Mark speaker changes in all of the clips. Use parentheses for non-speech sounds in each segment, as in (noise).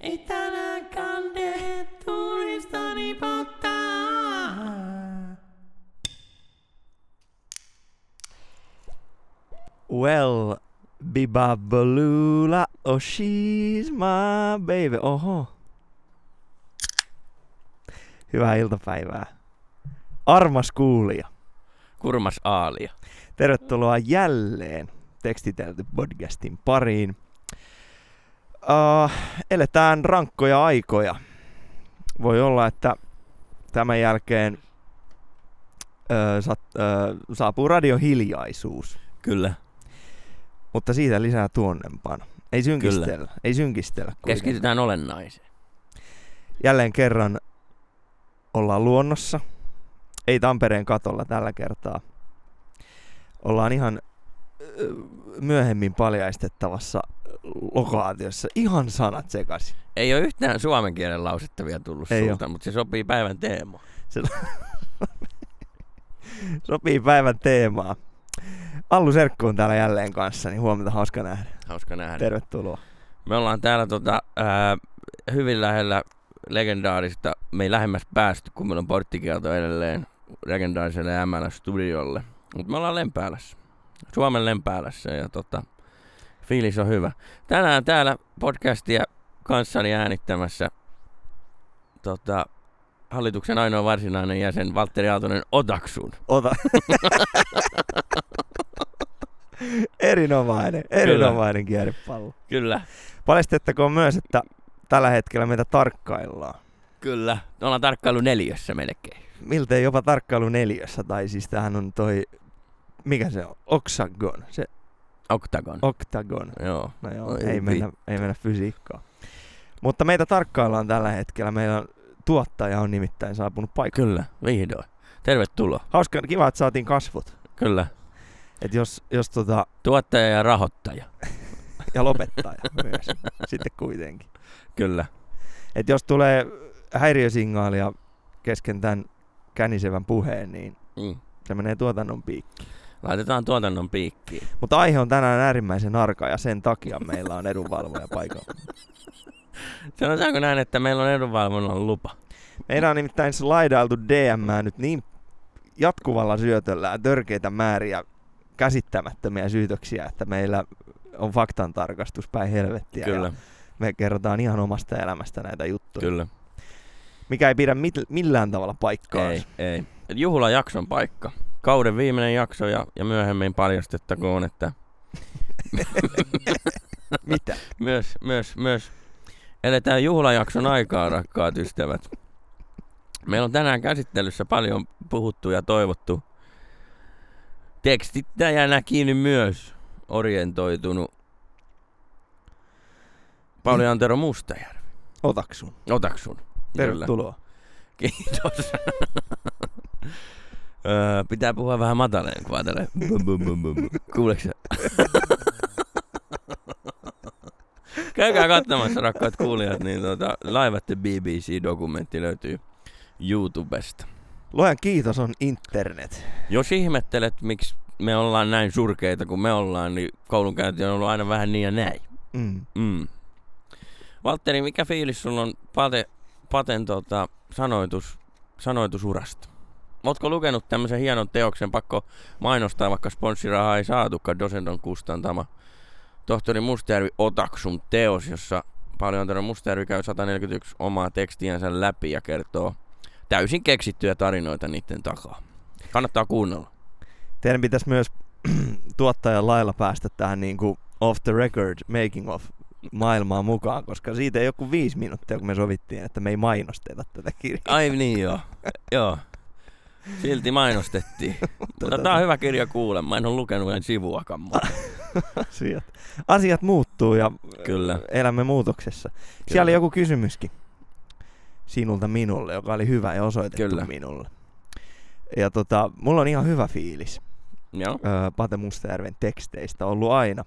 Speaker 1: Ei tänäänkään tee turistani pottaa.
Speaker 2: Well, Biba Balula, oh she's my baby, oho. Hyvää iltapäivää. Armas kuulija,
Speaker 1: Kurmas aalia.
Speaker 2: tervetuloa jälleen tekstitelty podcastin pariin. Uh, eletään rankkoja aikoja. Voi olla, että tämän jälkeen ö, sat, ö, saapuu radiohiljaisuus.
Speaker 1: Kyllä.
Speaker 2: Mutta siitä lisää tuonnempana. Ei synkistellä. Kyllä. Ei synkistellä. kuitenkaan.
Speaker 1: Keskitytään olennaiseen.
Speaker 2: Jälleen kerran ollaan luonnossa. Ei Tampereen katolla tällä kertaa. Ollaan ihan ö, myöhemmin paljaistettavassa lokaatiossa. Ihan sanat sekaisin.
Speaker 1: Ei ole yhtään suomen kielen lausetta vielä tullut
Speaker 2: Ei
Speaker 1: sulta, mutta se sopii päivän teemaan.
Speaker 2: Sopii päivän teemaa. Allu Serkku on täällä jälleen kanssa, niin huomenta hauska nähdä.
Speaker 1: Hauska nähdä.
Speaker 2: Tervetuloa.
Speaker 1: Me ollaan täällä tota, ää, hyvin lähellä legendaarista, me ei lähemmäs päästy, kun meillä on porttikielto edelleen legendaariselle ML-studiolle. Mutta me ollaan Lempäälässä, Suomen Lempäälässä ja tota, fiilis on hyvä. Tänään täällä podcastia kanssani äänittämässä tota, hallituksen ainoa varsinainen jäsen Valtteri Aaltonen Otaksun.
Speaker 2: Ota. (laughs) erinomainen, erinomainen kierrepallo.
Speaker 1: Kyllä,
Speaker 2: Paljastettakoon myös, että tällä hetkellä meitä tarkkaillaan.
Speaker 1: kyllä. Me ollaan tarkkailu neljössä melkein.
Speaker 2: Miltei jopa tarkkailu neljässä, tai siis tämähän on toi, mikä se on, Oxagon, se
Speaker 1: Octagon.
Speaker 2: Octagon.
Speaker 1: Joo.
Speaker 2: No joo,
Speaker 1: Oi
Speaker 2: ei, mennä, ei mennä fysiikkaan. Mutta meitä tarkkaillaan tällä hetkellä, meillä on, tuottaja on nimittäin saapunut paikalle.
Speaker 1: Kyllä, vihdoin. Tervetuloa.
Speaker 2: Hauska, kiva, että saatiin kasvot.
Speaker 1: Kyllä.
Speaker 2: Et jos, jos tota,
Speaker 1: Tuottaja ja rahoittaja.
Speaker 2: ja lopettaja (laughs) myös, sitten kuitenkin.
Speaker 1: (laughs) Kyllä.
Speaker 2: Et jos tulee häiriösignaalia kesken tämän känisevän puheen, niin
Speaker 1: Mm.
Speaker 2: se menee tuotannon piikkiin.
Speaker 1: Laitetaan tuotannon piikkiin.
Speaker 2: Mutta aihe on tänään äärimmäisen arka ja sen takia meillä on edunvalvoja paikalla.
Speaker 1: Sanotaanko näin, että meillä on edunvalvonnan lupa?
Speaker 2: Meillä on nimittäin slaidailtu DM nyt niin jatkuvalla syötöllä ja törkeitä määriä käsittämättömiä syytöksiä, että meillä on faktan tarkastus päin helvettiä.
Speaker 1: Kyllä,
Speaker 2: Ja me kerrotaan ihan omasta elämästä näitä juttuja,
Speaker 1: kyllä.
Speaker 2: mikä ei pidä mit- millään tavalla paikkaa.
Speaker 1: Ei, ei. Juhlajakson paikka. Kauden viimeinen jakso ja, ja myöhemmin paljastettakoon, että
Speaker 2: Mitä?
Speaker 1: myös, myös, myös eletään juhlajakson aikaa, rakkaat ystävät. Meillä on tänään käsittelyssä paljon puhuttu ja toivottu tekstittäjänäkin myös orientoitunut Pauli Antero Mustajärvi.
Speaker 2: Otaksun.
Speaker 1: Otaksun. Kyllä.
Speaker 2: Tervetuloa.
Speaker 1: Kiitos. (laughs) Öö, pitää puhua vähän mataleen, kun ajatelee. Bum, bum, bum, bum, bum. Kuuleeko sä? (laughs) Käykää katsomassa, rakkaat kuulijat, niin tuota, Live at the BBC-dokumentti löytyy YouTubesta.
Speaker 2: Luojan kiitos on internet.
Speaker 1: Jos ihmettelet, miksi me ollaan näin surkeita kuin me ollaan, niin koulunkäynti on ollut aina vähän niin ja näin.
Speaker 2: Mm.
Speaker 1: Mm. Valtteri, mikä fiilis sulla on Pate, Paten tota, sanoitus, sanoitusurasta? Ootko lukenut tämmöisen hienon teoksen, pakko mainostaa, vaikka sponssirahaa ei saatukaan, Dosenton kustantama tohtori Mustajärvi Otaksun teos, jossa paljon Tero Mustajärvi käy 141 omaa tekstiänsä läpi ja kertoo täysin keksittyjä tarinoita niiden takaa. Kannattaa kuunnella.
Speaker 2: Teidän pitäisi myös (clears throat) tuottajan lailla päästä tähän niin kuin off the record making of maailmaa mukaan, koska siitä ei joku viisi minuuttia, kun me sovittiin, että me ei mainosteta tätä kirjaa.
Speaker 1: Ai niin joo, joo. Silti mainostettiin. Mutta tämä on hyvä kirja kuulemma, en ole lukenut en sivuakaan. Mutta.
Speaker 2: Asiat, asiat muuttuu ja
Speaker 1: Kyllä.
Speaker 2: elämme muutoksessa. Kyllä.
Speaker 1: Kyllä.
Speaker 2: Siellä oli joku kysymyskin sinulta minulle, joka oli hyvä ja osoitettu
Speaker 1: Kyllä.
Speaker 2: Kyllä. minulle. Ja tota, mulla on ihan hyvä fiilis
Speaker 1: Joo.
Speaker 2: öö, Pate Mustajärven teksteistä ollut aina.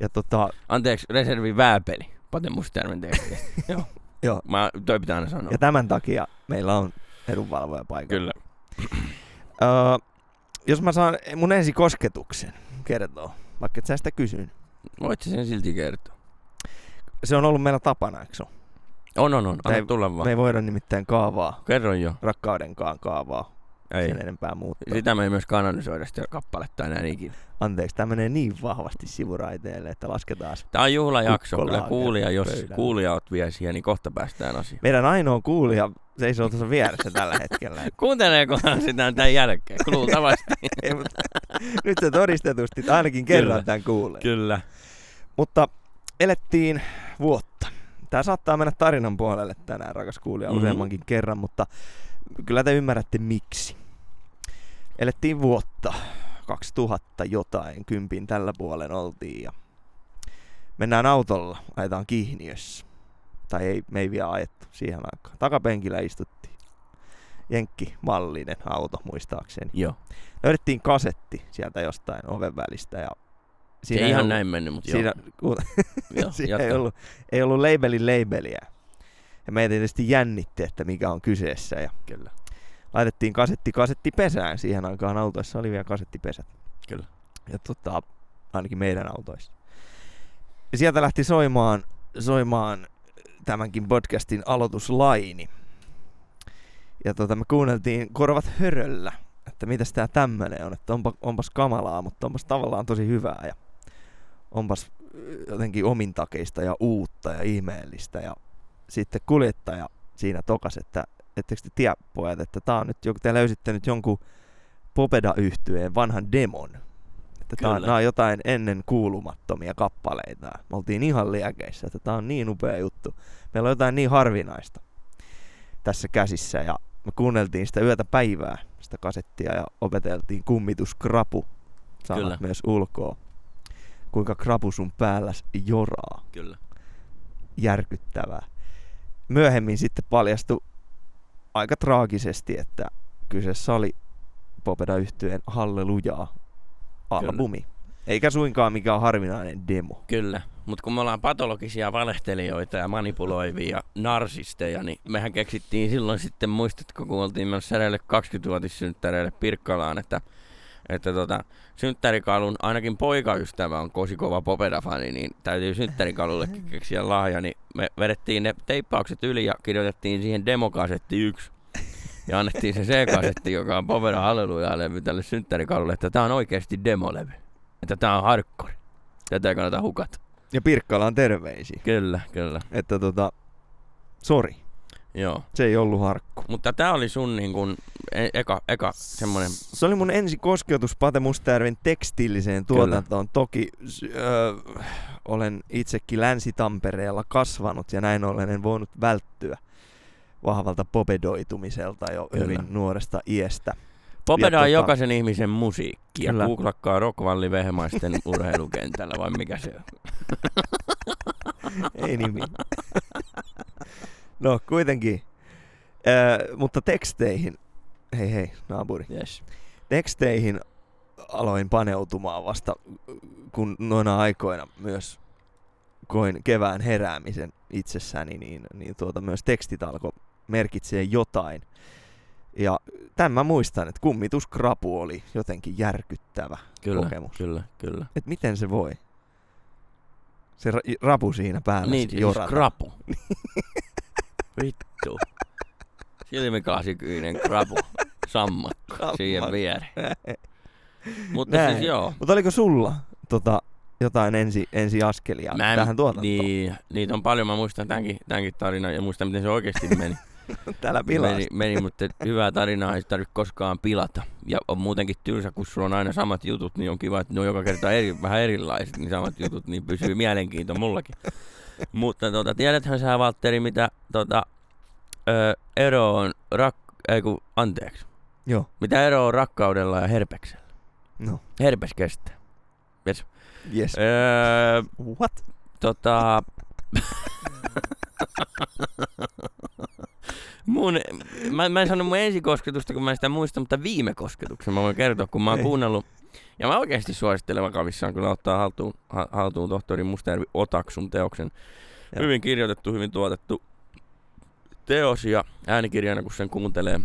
Speaker 2: Ja tota,
Speaker 1: Anteeksi, reservi vääpeli. Pate Mustajärven tekstistä. joo.
Speaker 2: Joo.
Speaker 1: Mä, toi pitää aina sanoa.
Speaker 2: ja tämän takia meillä on edunvalvoja paikalla.
Speaker 1: Kyllä.
Speaker 2: Öö, jos mä saan mun ensikosketuksen kertoa, vaikka et sä sitä kysyn.
Speaker 1: Voit sä sen silti kertoa.
Speaker 2: Se on ollut meillä tapana, eikö se ole?
Speaker 1: On, on, on.
Speaker 2: Me
Speaker 1: Anna
Speaker 2: ei-
Speaker 1: tulla vaan.
Speaker 2: Me ei voida nimittäin kaavaa,
Speaker 1: Kerro jo.
Speaker 2: rakkaudenkaan kaavaa, ei.
Speaker 1: Ei.
Speaker 2: sen enempää muuttaa.
Speaker 1: Sitä me ei myös kanonisoida sitä kappaletta enää ikinä.
Speaker 2: Anteeksi, tämä menee niin vahvasti sivuraiteille, että lasketaan. se.
Speaker 1: Tää on juhlajakso.
Speaker 2: Kukkolaan
Speaker 1: Kyllä kuulija,
Speaker 2: ja
Speaker 1: jos
Speaker 2: pöydällä.
Speaker 1: kuulija oot vielä siellä, niin kohta päästään asiaan.
Speaker 2: Meidän ainoa kuulija seisoo tuossa vieressä tällä
Speaker 1: (laughs)
Speaker 2: hetkellä.
Speaker 1: Kuunteleekohan sitä tämän jälkeen? Luultavasti.
Speaker 2: Ei, mutta Nyt se todistetusti ainakin kerran
Speaker 1: Kyllä.
Speaker 2: tämän kuulee.
Speaker 1: Kyllä.
Speaker 2: Mutta elettiin vuotta. Tämä saattaa mennä tarinan puolelle tänään, rakas kuulija,
Speaker 1: Mhm.
Speaker 2: mm-hmm. useammankin kerran, mutta kyllä te ymmärrätte miksi. Elettiin vuotta, 2000 jotain, kympin tällä puolen oltiin ja mennään autolla, ajetaan kiihniössä. Tai ei, me ei vielä ajettu siihen aikaan. Takapenkillä istuttiin. Jenkki, mallinen auto muistaakseni.
Speaker 1: Joo.
Speaker 2: Löydettiin kasetti sieltä jostain oven välistä ja
Speaker 1: Siinä ei
Speaker 2: ei
Speaker 1: ihan
Speaker 2: ollut-
Speaker 1: näin mennyt, mutta
Speaker 2: Siinä, kuul-
Speaker 1: joo. joo
Speaker 2: (laughs) Siinä ei
Speaker 1: jatka.
Speaker 2: ollut, ei ollut labelin labeliä. Ja meitä tietysti jännitti, että mikä on kyseessä. Ja
Speaker 1: Kyllä.
Speaker 2: laitettiin kasetti kasettipesään. Siihen aikaan autoissa oli vielä kasettipesät.
Speaker 1: Kyllä.
Speaker 2: Ja tota, ainakin meidän autoissa. Ja sieltä lähti soimaan, soimaan tämänkin podcastin aloituslaini. Ja tota, me kuunneltiin korvat höröllä, että mitäs tää tämmönen on, että onpa, onpas kamalaa, mutta onpas tavallaan tosi hyvää ja onpas äh, jotenkin omintakeista ja uutta ja ihmeellistä. Ja sitten kuljettaja siinä tokas, että ettekö te tiedä pojat, että tää on nyt, joku- te löysitte nyt jonkun popeda yhtyeen vanhan demon. Että tää on,
Speaker 1: Kyllä.
Speaker 2: nää on jotain ennen kuulumattomia kappaleita. Me oltiin ihan liekeissä, että tää on niin upea juttu. Meillä on jotain niin harvinaista tässä käsissä ja me kuunneltiin sitä yötä päivää, sitä kasettia ja opeteltiin kummituskrapu. Sanat
Speaker 1: Kyllä.
Speaker 2: Kyllä. myös ulkoa. Kuinka krapu sun päälläs joraa.
Speaker 1: Kyllä.
Speaker 2: Järkyttävää. Myöhemmin sitten paljastui aika traagisesti, että kyseessä oli Popeda yhtyeen Hallelujaa albumi. Eikä suinkaan mikään harvinainen demo.
Speaker 1: Kyllä. Mutta kun me ollaan patologisia valehtelijoita ja manipuloivia narsisteja, niin mehän keksittiin silloin sitten, muistatko, kun oltiin menossa säreille 20-vuotissynttäreille Pirkkalaan, että, että tota, synttärikaalun ainakin poikaystävä on kosikova popedafani, niin täytyy synttärikaalullekin keksiä lahja, niin me vedettiin ne teippaukset yli ja kirjoitettiin siihen demokasetti 1. Ja annettiin se C-kasetti, joka on Popeda Hallelujah-levy tälle synttärikaalulle, että tämä on oikeasti demolevy. Että tämä on hardcore. Tätä ei kannata hukata.
Speaker 2: Ja Pirkkalaan terveisiä.
Speaker 1: Kyllä, kyllä.
Speaker 2: Että tota, sori,
Speaker 1: Joo.
Speaker 2: se ei ollut harkku.
Speaker 1: Mutta tämä oli sun niin kun, e- eka, eka semmoinen,
Speaker 2: Se oli mun ensi kosketus Pate Mustajärven tekstiiliseen
Speaker 1: Kyllä.
Speaker 2: tuotantoon. Toki s- öö, olen itsekin Länsi-Tampereella kasvanut ja näin ollen en voinut välttyä vahvalta popedoitumiselta jo
Speaker 1: Kyllä.
Speaker 2: hyvin nuoresta iästä.
Speaker 1: popeda on
Speaker 2: Ja tota-
Speaker 1: jokaisen ihmisen musiikkia.
Speaker 2: Kyllä.
Speaker 1: Googlakkaa Rockvalli Vehmaisten (laughs) urheilukentällä vai mikä se on.
Speaker 2: Ei nimi. (laughs) no kuitenkin. Öö, mutta teksteihin, hei hei naapuri,
Speaker 1: Yes.
Speaker 2: teksteihin aloin paneutumaan vasta, kun noina aikoina myös koin kevään heräämisen itsessäni, niin, niin tuota, myös tekstit alkoi merkitsee jotain. Ja tämän mä muistan, että kummituskrapu oli jotenkin järkyttävä
Speaker 1: Kyllä,
Speaker 2: kokemus.
Speaker 1: kyllä, kyllä.
Speaker 2: Että miten se voi? Se ra- rapu siinä päällä.
Speaker 1: Niin,
Speaker 2: se
Speaker 1: siis
Speaker 2: jorata. (laughs)
Speaker 1: krapu. Vittu. Silmikasikyinen krapu. Sammakko siihen
Speaker 2: Sammakko.
Speaker 1: viereen.
Speaker 2: (laughs)
Speaker 1: Mutta Näin. siis
Speaker 2: Näin.
Speaker 1: joo.
Speaker 2: Mutta oliko sulla tota, jotain ensi, ensi askelia
Speaker 1: Mä en-
Speaker 2: tähän tuota, tuotantoon?
Speaker 1: Niin, niitä on paljon. Mä muistan tämänkin, tämänkin tarinan ja muistan, miten se oikeasti meni.
Speaker 2: Täällä pilaa
Speaker 1: Meni, meni, mutta hyvää tarinaa ei tarvitse koskaan pilata. Ja on muutenkin tylsä, kun sulla on aina samat jutut, niin on kiva, että ne on joka kerta eri, vähän erilaiset, niin samat jutut, niin pysyy mielenkiinto mullakin. Mutta tota, tiedäthän sä, Valtteri, mitä tota, ö, ero on rak... Ei kun, anteeksi.
Speaker 2: Joo.
Speaker 1: Mitä ero on rakkaudella ja herpeksellä?
Speaker 2: No,
Speaker 1: Herpes kestää.
Speaker 2: yes.
Speaker 1: Öö,
Speaker 2: What?
Speaker 1: tota... mun, mä, mä en sano mun ensikosketusta, kun mä en sitä muista, mutta viime kosketuksen mä voin kertoa, kun mä oon
Speaker 2: Ei.
Speaker 1: kuunnellut. Ja mä oikeasti suosittelen vakavissaan, kun ottaa haltuun, ha- haltuun tohtori Mustajärvi Otaksun teoksen.
Speaker 2: Joo.
Speaker 1: Hyvin kirjoitettu, hyvin tuotettu teos ja äänikirjana, kun sen kuuntelee,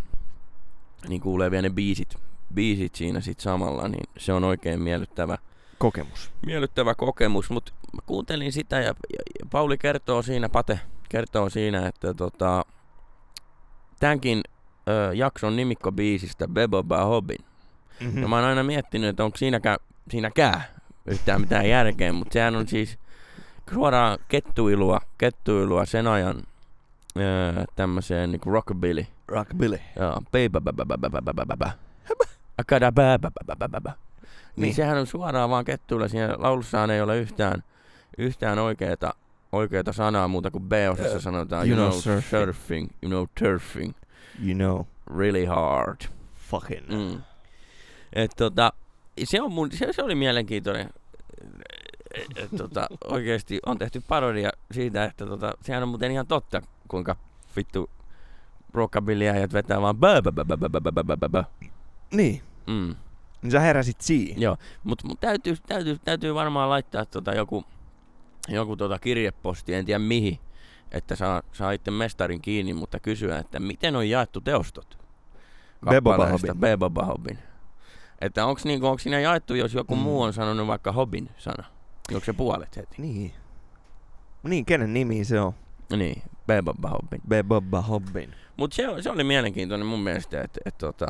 Speaker 1: niin kuulee vielä ne biisit biisit siinä sit samalla, niin se on oikein miellyttävä,
Speaker 2: Kokemus.
Speaker 1: miellyttävä kokemus. Mutta kuuntelin sitä ja, ja, ja Pauli kertoo siinä, Pate kertoo siinä, että tota, tämänkin ö, jakson nimikkobiisistä Bebo Bahobin.
Speaker 2: Mm-hmm.
Speaker 1: No mä oon aina miettinyt, että onko siinäkään, siinäkään yhtään mitään järkeä, mutta sehän on siis suoraan kettuilua, kettuilua sen ajan öö, tämmöiseen niinku rockabilly.
Speaker 2: Rockabilly.
Speaker 1: Joo, peibäbäbäbäbäbäbäbä. Akadabäbäbäbäbäbä. Niin
Speaker 2: Niin.
Speaker 1: sehän on suoraan vaan kettuilla. Siinä laulussahan ei ole yhtään, yhtään oikeeta, oikeeta sanaa muuta kuin B-osassa
Speaker 2: Ö,
Speaker 1: sanotaan.
Speaker 2: you
Speaker 1: You know
Speaker 2: know surfing.
Speaker 1: surfing, you know turfing,
Speaker 2: You know.
Speaker 1: really hard.
Speaker 2: Fucking.
Speaker 1: Mm. Et tota, se, on mun, se, se oli mielenkiintoinen. Et (laughs) tota, oikeesti on tehty parodia siitä, että tota, sehän on muuten ihan totta, kuinka vittu rockabilly-äijät vetää vaan bö, bö, bö, bö, bö, bö, bö, bö, bö, bö.
Speaker 2: Niin.
Speaker 1: Mm.
Speaker 2: Niin sä heräsit siihen.
Speaker 1: Joo, mutta mut täytyy, täytyy, täytyy varmaan laittaa tota joku, joku tota kirjeposti, en tiedä mihin, että saa, saa itse mestarin kiinni, mutta kysyä, että miten on jaettu teostot?
Speaker 2: Bebo
Speaker 1: kappaleesta
Speaker 2: Bahobin.
Speaker 1: Bebo Bahobin. Että onko niinku, onks siinä jaettu, jos joku
Speaker 2: Mm.
Speaker 1: mm. muu on sanonut vaikka Hobin sana? Onko se puolet heti?
Speaker 2: Niin. Niin, kenen nimi se on?
Speaker 1: Niin, Bebo Bahobin.
Speaker 2: Bebobba Hobbin.
Speaker 1: Mutta se, se, oli mielenkiintoinen mun mielestä, että et, tota,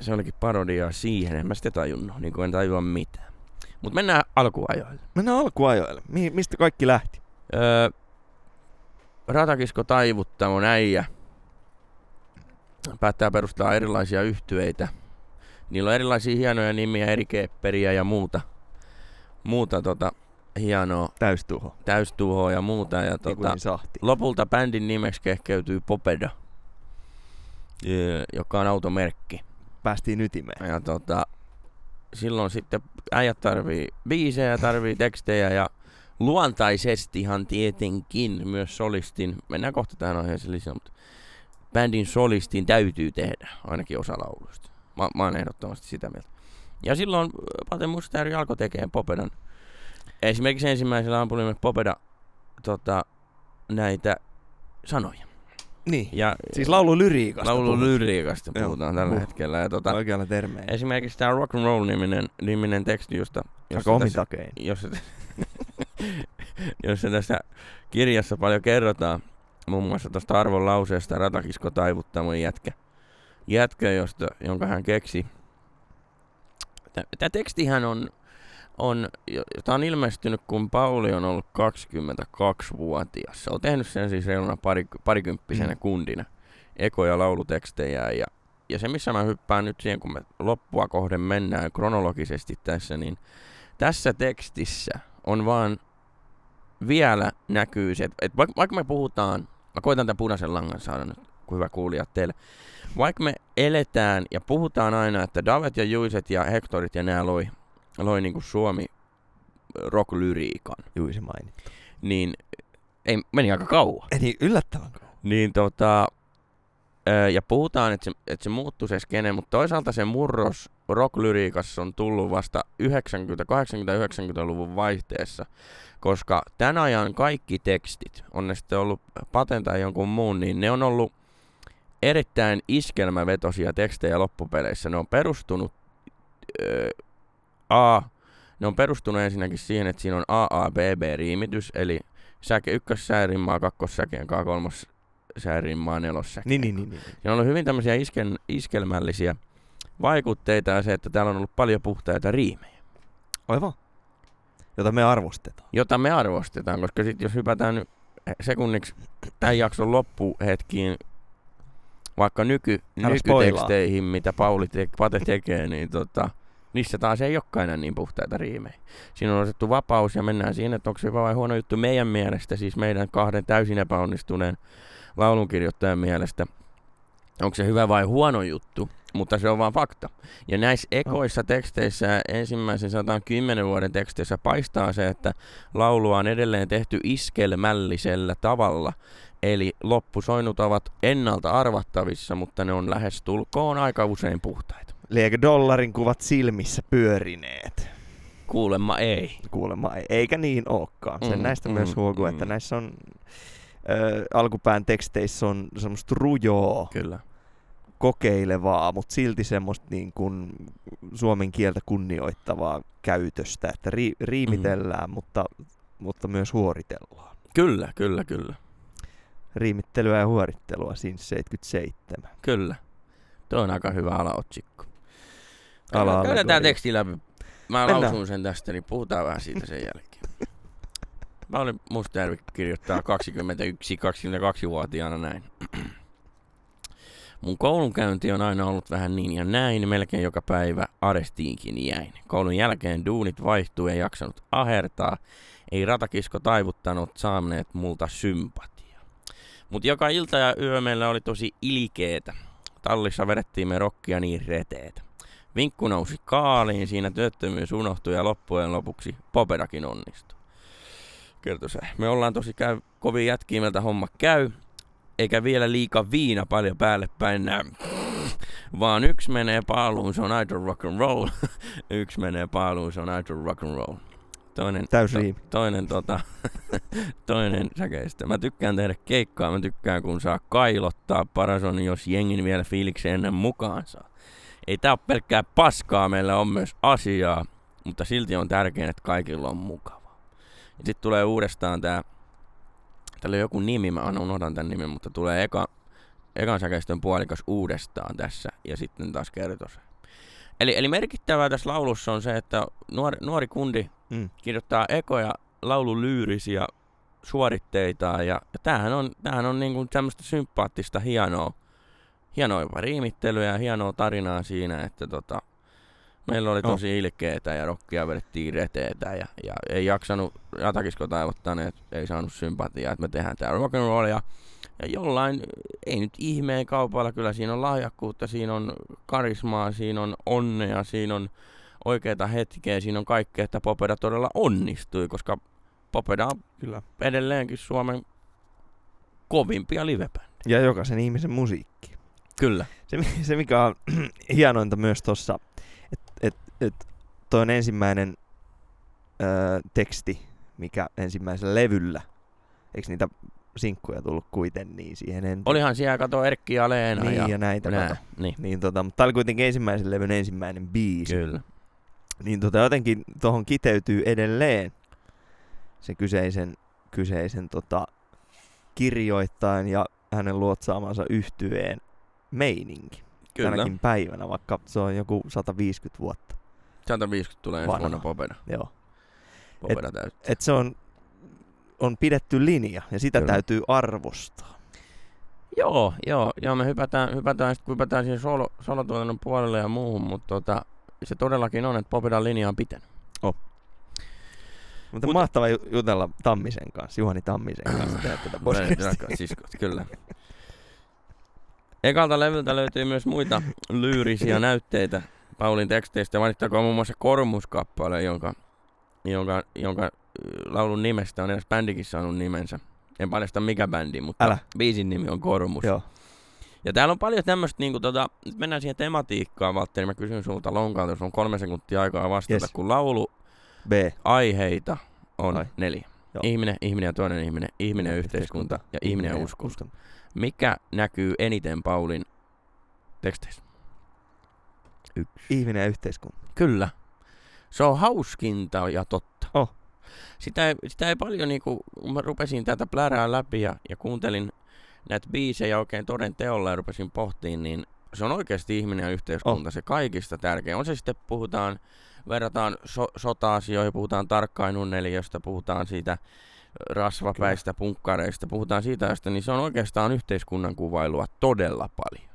Speaker 1: se olikin parodiaa siihen. En mä sitä tajunnut, niin kuin en tajua mitään. Mutta mennään alkuajoille.
Speaker 2: Mennään No alkuajoille. Mi- mistä kaikki lähti?
Speaker 1: Öö, ratakisko taivuttamon äijä päättää perustaa erilaisia yhtyeitä. Niillä on erilaisia hienoja nimiä, eri kepperiä ja muuta, muuta tota, hienoa
Speaker 2: Täystuho.
Speaker 1: täystuhoa ja muuta. Ja
Speaker 2: Tota,
Speaker 1: tota,
Speaker 2: niin sahti.
Speaker 1: lopulta bändin nimeksi kehkeytyy Popeda, öö, joka on automerkki.
Speaker 2: Päästiin ytimeen.
Speaker 1: Ja tota, silloin sitten äijät tarvii biisejä, tarvii tekstejä ja luontaisestihan tietenkin myös solistin, mennään kohta tähän aiheeseen lisää, mutta bändin solistin täytyy tehdä ainakin osa lauluista. Mä, mä oon ehdottomasti sitä mieltä. Ja silloin äh, Pate Mustajärvi alkoi tekemään Popedan. Esimerkiksi ensimmäisellä ampulimme Popeda tota, näitä sanoja.
Speaker 2: Niin.
Speaker 1: Ja
Speaker 2: Siis laululyriikasta.
Speaker 1: laulun
Speaker 2: puhutaan.
Speaker 1: lyriikasta
Speaker 2: Joo.
Speaker 1: puhutaan tällä
Speaker 2: Puh.
Speaker 1: hetkellä. Ja tota,
Speaker 2: Oikealla termeillä.
Speaker 1: Esimerkiksi tämä rock and roll niminen, niminen teksti, josta,
Speaker 2: Aika
Speaker 1: josta,
Speaker 2: omin
Speaker 1: tässä,
Speaker 2: takein.
Speaker 1: (laughs) josta, josta tässä kirjassa paljon kerrotaan. Muun muassa tuosta arvon lauseesta ratakisko taivuttamon jätkä. Jätkä, josta, jonka hän keksi. Tämä tekstihän on, on, jota on ilmestynyt, kun Pauli on ollut 22-vuotias. Se on tehnyt sen siis reiluna pari, parikymppisenä
Speaker 2: Mm.
Speaker 1: kundina. Ekoja laulutekstejä ja ja se, missä mä hyppään nyt siihen, kun me loppua kohden mennään kronologisesti tässä, niin tässä tekstissä on vaan vielä näkyy se, että vaikka, vaikka me puhutaan, mä koitan tämän punaisen langan saada nyt, kun hyvä kuulija teille, vaikka me eletään ja puhutaan aina, että Davet ja Juiset ja Hektorit ja nämä loi, loi niin kuin Suomi rocklyriikan,
Speaker 2: Juisi mainittu.
Speaker 1: niin ei, meni aika kauan.
Speaker 2: Eli yllättävän kauan.
Speaker 1: Niin tota, ö, ja puhutaan, että se, että se muuttui se skene, mutta toisaalta se murros rocklyriikassa on tullut vasta 90-80-90-luvun vaihteessa, koska tämän ajan kaikki tekstit, on ne sitten ollut Paten tai jonkun muun, niin ne on ollut erittäin iskelmävetosia tekstejä loppupeleissä. Ne on perustunut ö, A, ne on perustunut ensinnäkin siihen, että siinä on AABB-riimitys, eli säke ykkössäärimmaa, kakkossäkeen kaa, kolmossäärimmaa, nelossäkeen.
Speaker 2: Niin, niin, niin. niin.
Speaker 1: Siinä on ollut hyvin tämmöisiä isken, iskelmällisiä vaikutteita ja se, että täällä on ollut paljon puhtaita riimejä,
Speaker 2: Aivan. niin. Jota me arvostetaan.
Speaker 1: jota me arvostetaan, koska sitten jos hypätään nyt sekunniksi tämän jakson loppuhetkiin, vaikka nyky,
Speaker 2: Älä spoilaa.
Speaker 1: nykyteksteihin, mitä Pauli te, Pate tekee, niin tota, niissä taas ei olekaan enää niin puhtaita riimejä. Siinä on otettu vapaus ja mennään siihen, että onko se hyvä vai huono juttu meidän mielestä, siis meidän kahden täysin epäonnistuneen laulunkirjoittajan mielestä. Onko se hyvä vai huono juttu, mutta se on vaan fakta. Ja näissä
Speaker 2: No.
Speaker 1: ekoissa teksteissä, ensimmäisen 110 vuoden teksteissä paistaa se, että laulua on edelleen tehty iskelmällisellä tavalla. Eli loppusoinnut ovat ennalta arvattavissa, mutta ne on lähes tulkoon aika usein puhtaita.
Speaker 2: Liekö dollarin kuvat silmissä pyörineet?
Speaker 1: Kuulemma ei.
Speaker 2: Kuulemma ei. Eikä niin olekaan. Sen
Speaker 1: Mm,
Speaker 2: mm, näistä
Speaker 1: mm,
Speaker 2: mm, myös huokuu,
Speaker 1: mm.
Speaker 2: mm. että näissä on ö, alkupään teksteissä on semmoista rujoa
Speaker 1: Kyllä.
Speaker 2: kokeilevaa, mutta silti semmoista niin kuin suomen kieltä kunnioittavaa käytöstä, että ri, riimitellään, mm. mutta, mutta myös huoritellaan.
Speaker 1: Kyllä, kyllä, kyllä,
Speaker 2: Riimittelyä ja huorittelua since 77.
Speaker 1: kyllä. Tuo on aika hyvä alaotsikko.
Speaker 2: Ala-
Speaker 1: Ala Käydään tämä
Speaker 2: allegoria.
Speaker 1: teksti läpi. Mä
Speaker 2: Mennään.
Speaker 1: lausun sen tästä, niin puhutaan vähän siitä sen jälkeen. (laughs) Mä olin Mustajärvi kirjoittaa 21-22-vuotiaana näin. (clears throat) Mun koulunkäynti on aina ollut vähän niin ja näin, melkein joka päivä arestiinkin jäin. Koulun jälkeen duunit vaihtui, ei jaksanut ahertaa, ei ratakisko taivuttanut saaneet multa sympatia. Mutta joka ilta ja yö meillä oli tosi ilkeetä. Tallissa vedettiin me rokkia niin reteetä. Vinkku nousi kaaliin, siinä työttömyys unohtui ja loppujen lopuksi Popedakin onnistui. Kertoi se. Me ollaan tosi käy, kovin jätkiä meiltä homma käy, eikä vielä liika viina paljon päälle päin näy. Vaan yksi menee paaluun, se on aito rock and roll. (laughs) yksi menee paaluun, se on aito rock and roll. Toinen,
Speaker 2: Täysriimi.
Speaker 1: toinen, tota, (laughs) toinen säkeistä. Mä tykkään tehdä keikkaa, mä tykkään kun saa kailottaa. Paras on, jos jengin vielä fiiliksi ennen mukaansa. Ei tää ole pelkkää paskaa, meillä on myös asiaa, mutta silti on tärkeää, että kaikilla on mukava. Ja sitten tulee uudestaan tää, täällä on joku nimi, mä aina unohdan tän nimen, mutta tulee eka, ekan säkeistön puolikas uudestaan tässä ja sitten taas kertoo se. Eli, eli merkittävää tässä laulussa on se, että nuori, nuori kundi
Speaker 2: Mm.
Speaker 1: kirjoittaa ekoja laululyyrisiä suoritteitaan ja, ja tämähän on, tämähän on niin kuin tämmöistä sympaattista hienoa, hienoa jopa riimittelyä ja hienoa tarinaa siinä, että tota, meillä oli
Speaker 2: On.
Speaker 1: tosi ilkeetä ja rokkia vedettiin reteetä ja, ja ei jaksanut jatakisko taivuttaneet, ei saanut sympatiaa, että me tehdään tää rock'n'rollia. Ja jollain, ei nyt ihmeen kaupalla, kyllä siinä on lahjakkuutta, siinä on karismaa, siinä on onnea, siinä on oikeita hetkeä, siinä on kaikkea, että Popeda todella onnistui, koska Popeda on
Speaker 2: Kyllä.
Speaker 1: edelleenkin Suomen kovimpia livebändejä.
Speaker 2: Ja jokaisen ihmisen musiikki.
Speaker 1: Kyllä.
Speaker 2: Se, mi- se mikä on (clears throat) hienointa myös tuossa, että et, et, toi on ensimmäinen ö, teksti, mikä ensimmäisellä levyllä, eikö niitä sinkkuja tullut kuiten, niin siihen en...
Speaker 1: Olihan siellä, kato Erkki ja Leena
Speaker 2: niin, ja,
Speaker 1: ja,
Speaker 2: näitä.
Speaker 1: nää.
Speaker 2: Kato.
Speaker 1: Niin,
Speaker 2: Niin tota, mutta tää oli kuitenkin ensimmäisen levyn ensimmäinen biisi.
Speaker 1: kyllä.
Speaker 2: Niin tota, jotenkin tuohon kiteytyy edelleen se kyseisen, kyseisen tota, kirjoittajan ja hänen luotsaamansa yhtyeen meininki
Speaker 1: Kyllä.
Speaker 2: tänäkin päivänä, vaikka se on joku 150 vuotta.
Speaker 1: 150 tulee ensi
Speaker 2: Vanha.
Speaker 1: vuonna Popeda.
Speaker 2: Joo.
Speaker 1: Popeda täyttää.
Speaker 2: Et se on, on pidetty linja ja sitä
Speaker 1: Kyllä.
Speaker 2: Kyllä. täytyy arvostaa.
Speaker 1: Joo, joo, joo, me hypätään, hypätään, sit, kun hypätään siihen solo, solotuotannon puolelle ja muuhun, mutta tota, se todellakin on, että Popedan linja on pitänyt.
Speaker 2: Mutta
Speaker 1: Mut-
Speaker 2: mahtava ju- jutella Tammisen kanssa, Juhani Tammisen kanssa tehdä tätä podcastia.
Speaker 1: Rakkaat siskot, kyllä. Ekalta levyltä löytyy myös muita (laughs) lyyrisiä näytteitä Paulin teksteistä. Mainittakoon muun muassa Kormuskappale, jonka, jonka, jonka äh, laulun nimestä on edes bändikin saanut nimensä. En paljasta mikä bändi, mutta
Speaker 2: Älä.
Speaker 1: biisin nimi on Kormus.
Speaker 2: Joo.
Speaker 1: Ja täällä on paljon tämmöistä, niin tota, nyt mennään siihen tematiikkaan, Valtteri, mä kysyn sulta lonkalta, jos on kolme sekuntia aikaa vastata, yes.
Speaker 2: Yes.
Speaker 1: kun laulu
Speaker 2: B.
Speaker 1: aiheita on Ai.
Speaker 2: Ai.
Speaker 1: neljä. Joo.
Speaker 2: Joo.
Speaker 1: Ihminen, ihminen ja toinen ihminen, ihminen ja yhteiskunta, ja ihminen ja usko. Mikä näkyy eniten Paulin teksteissä?
Speaker 2: Ihminen ja yhteiskunta.
Speaker 1: Kyllä. Se on hauskinta ja totta.
Speaker 2: Oh.
Speaker 1: Sitä, ei, sitä ei paljon, niinku, kun mä rupesin tätä plärää läpi ja, ja kuuntelin näitä biisejä oikein toden teolla ja rupesin pohtiin, niin se on oikeasti ihminen ja yhteiskunta, oh. se kaikista tärkein. On se sitten, puhutaan, verrataan so, sota-asioihin, puhutaan tarkkailun neljöstä, puhutaan siitä rasvapäistä, punkkareista, puhutaan siitä, josta, niin se on oikeastaan yhteiskunnan kuvailua todella paljon.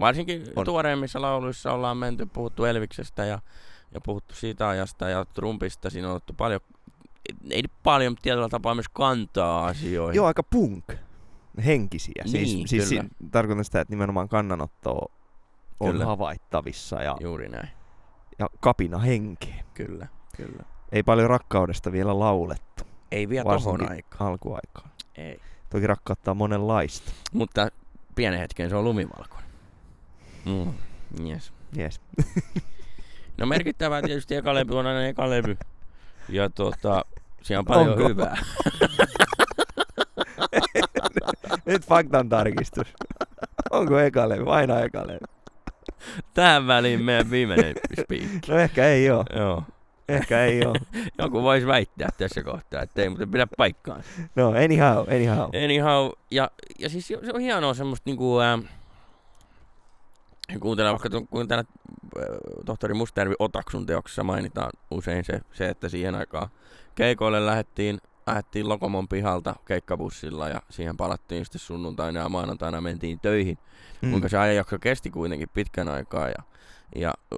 Speaker 1: Varsinkin on.
Speaker 2: On.
Speaker 1: tuoreimmissa lauluissa ollaan menty, puhuttu Elviksestä ja, ja puhuttu siitä ajasta ja Trumpista, siinä on otettu paljon, ei nyt paljon, mutta tietyllä tapaa myös kantaa asioihin.
Speaker 2: Joo, aika punk. Henkisiä.
Speaker 1: Niin,
Speaker 2: siis, siis
Speaker 1: kyllä.
Speaker 2: si- tarkoitan sitä, että nimenomaan kannanottoa on
Speaker 1: Kyllä.
Speaker 2: kyllä. havaittavissa ja,
Speaker 1: Juuri näin,
Speaker 2: ja kapina henkeen.
Speaker 1: kyllä. kyllä.
Speaker 2: Ei paljon rakkaudesta vielä laulettu
Speaker 1: Ei vielä
Speaker 2: Varsinkin-
Speaker 1: tohon aikaan.
Speaker 2: alkuaikaan.
Speaker 1: Ei.
Speaker 2: Toki rakkautta on monenlaista.
Speaker 1: Mutta pienen hetken se on lumivalkoinen. Mm. Yes.
Speaker 2: Yes.
Speaker 1: No merkittävää tietysti eka levy on aina eka levy. Ja tota, siellä on paljon
Speaker 2: Onko?
Speaker 1: hyvää.
Speaker 2: Nyt faktan tarkistus. Onko eka levy? Aina eka levy.
Speaker 1: Tähän väliin meidän viimeinen spiikki.
Speaker 2: No ehkä ei oo.
Speaker 1: Joo.
Speaker 2: Ehkä ei oo.
Speaker 1: Joku voisi väittää tässä kohtaa, että ei muuten pidä paikkaa.
Speaker 2: No anyhow, anyhow.
Speaker 1: Eh, Anyhow, ja, ja siis se on hienoa semmoista niinku, ää, kuuntelen vaikka tuon- kuuntelen, ää, tohtori Mustervi Otaksun teoksessa mainitaan usein se, se että siihen aikaan keikoille lähettiin, lähettiin Lokomon pihalta keikkabussilla ja siihen palattiin sitten sunnuntaina ja maanantaina mentiin töihin. Mm. Kuinka se ajanjakso kesti kuitenkin pitkän aikaa ja, ja ö,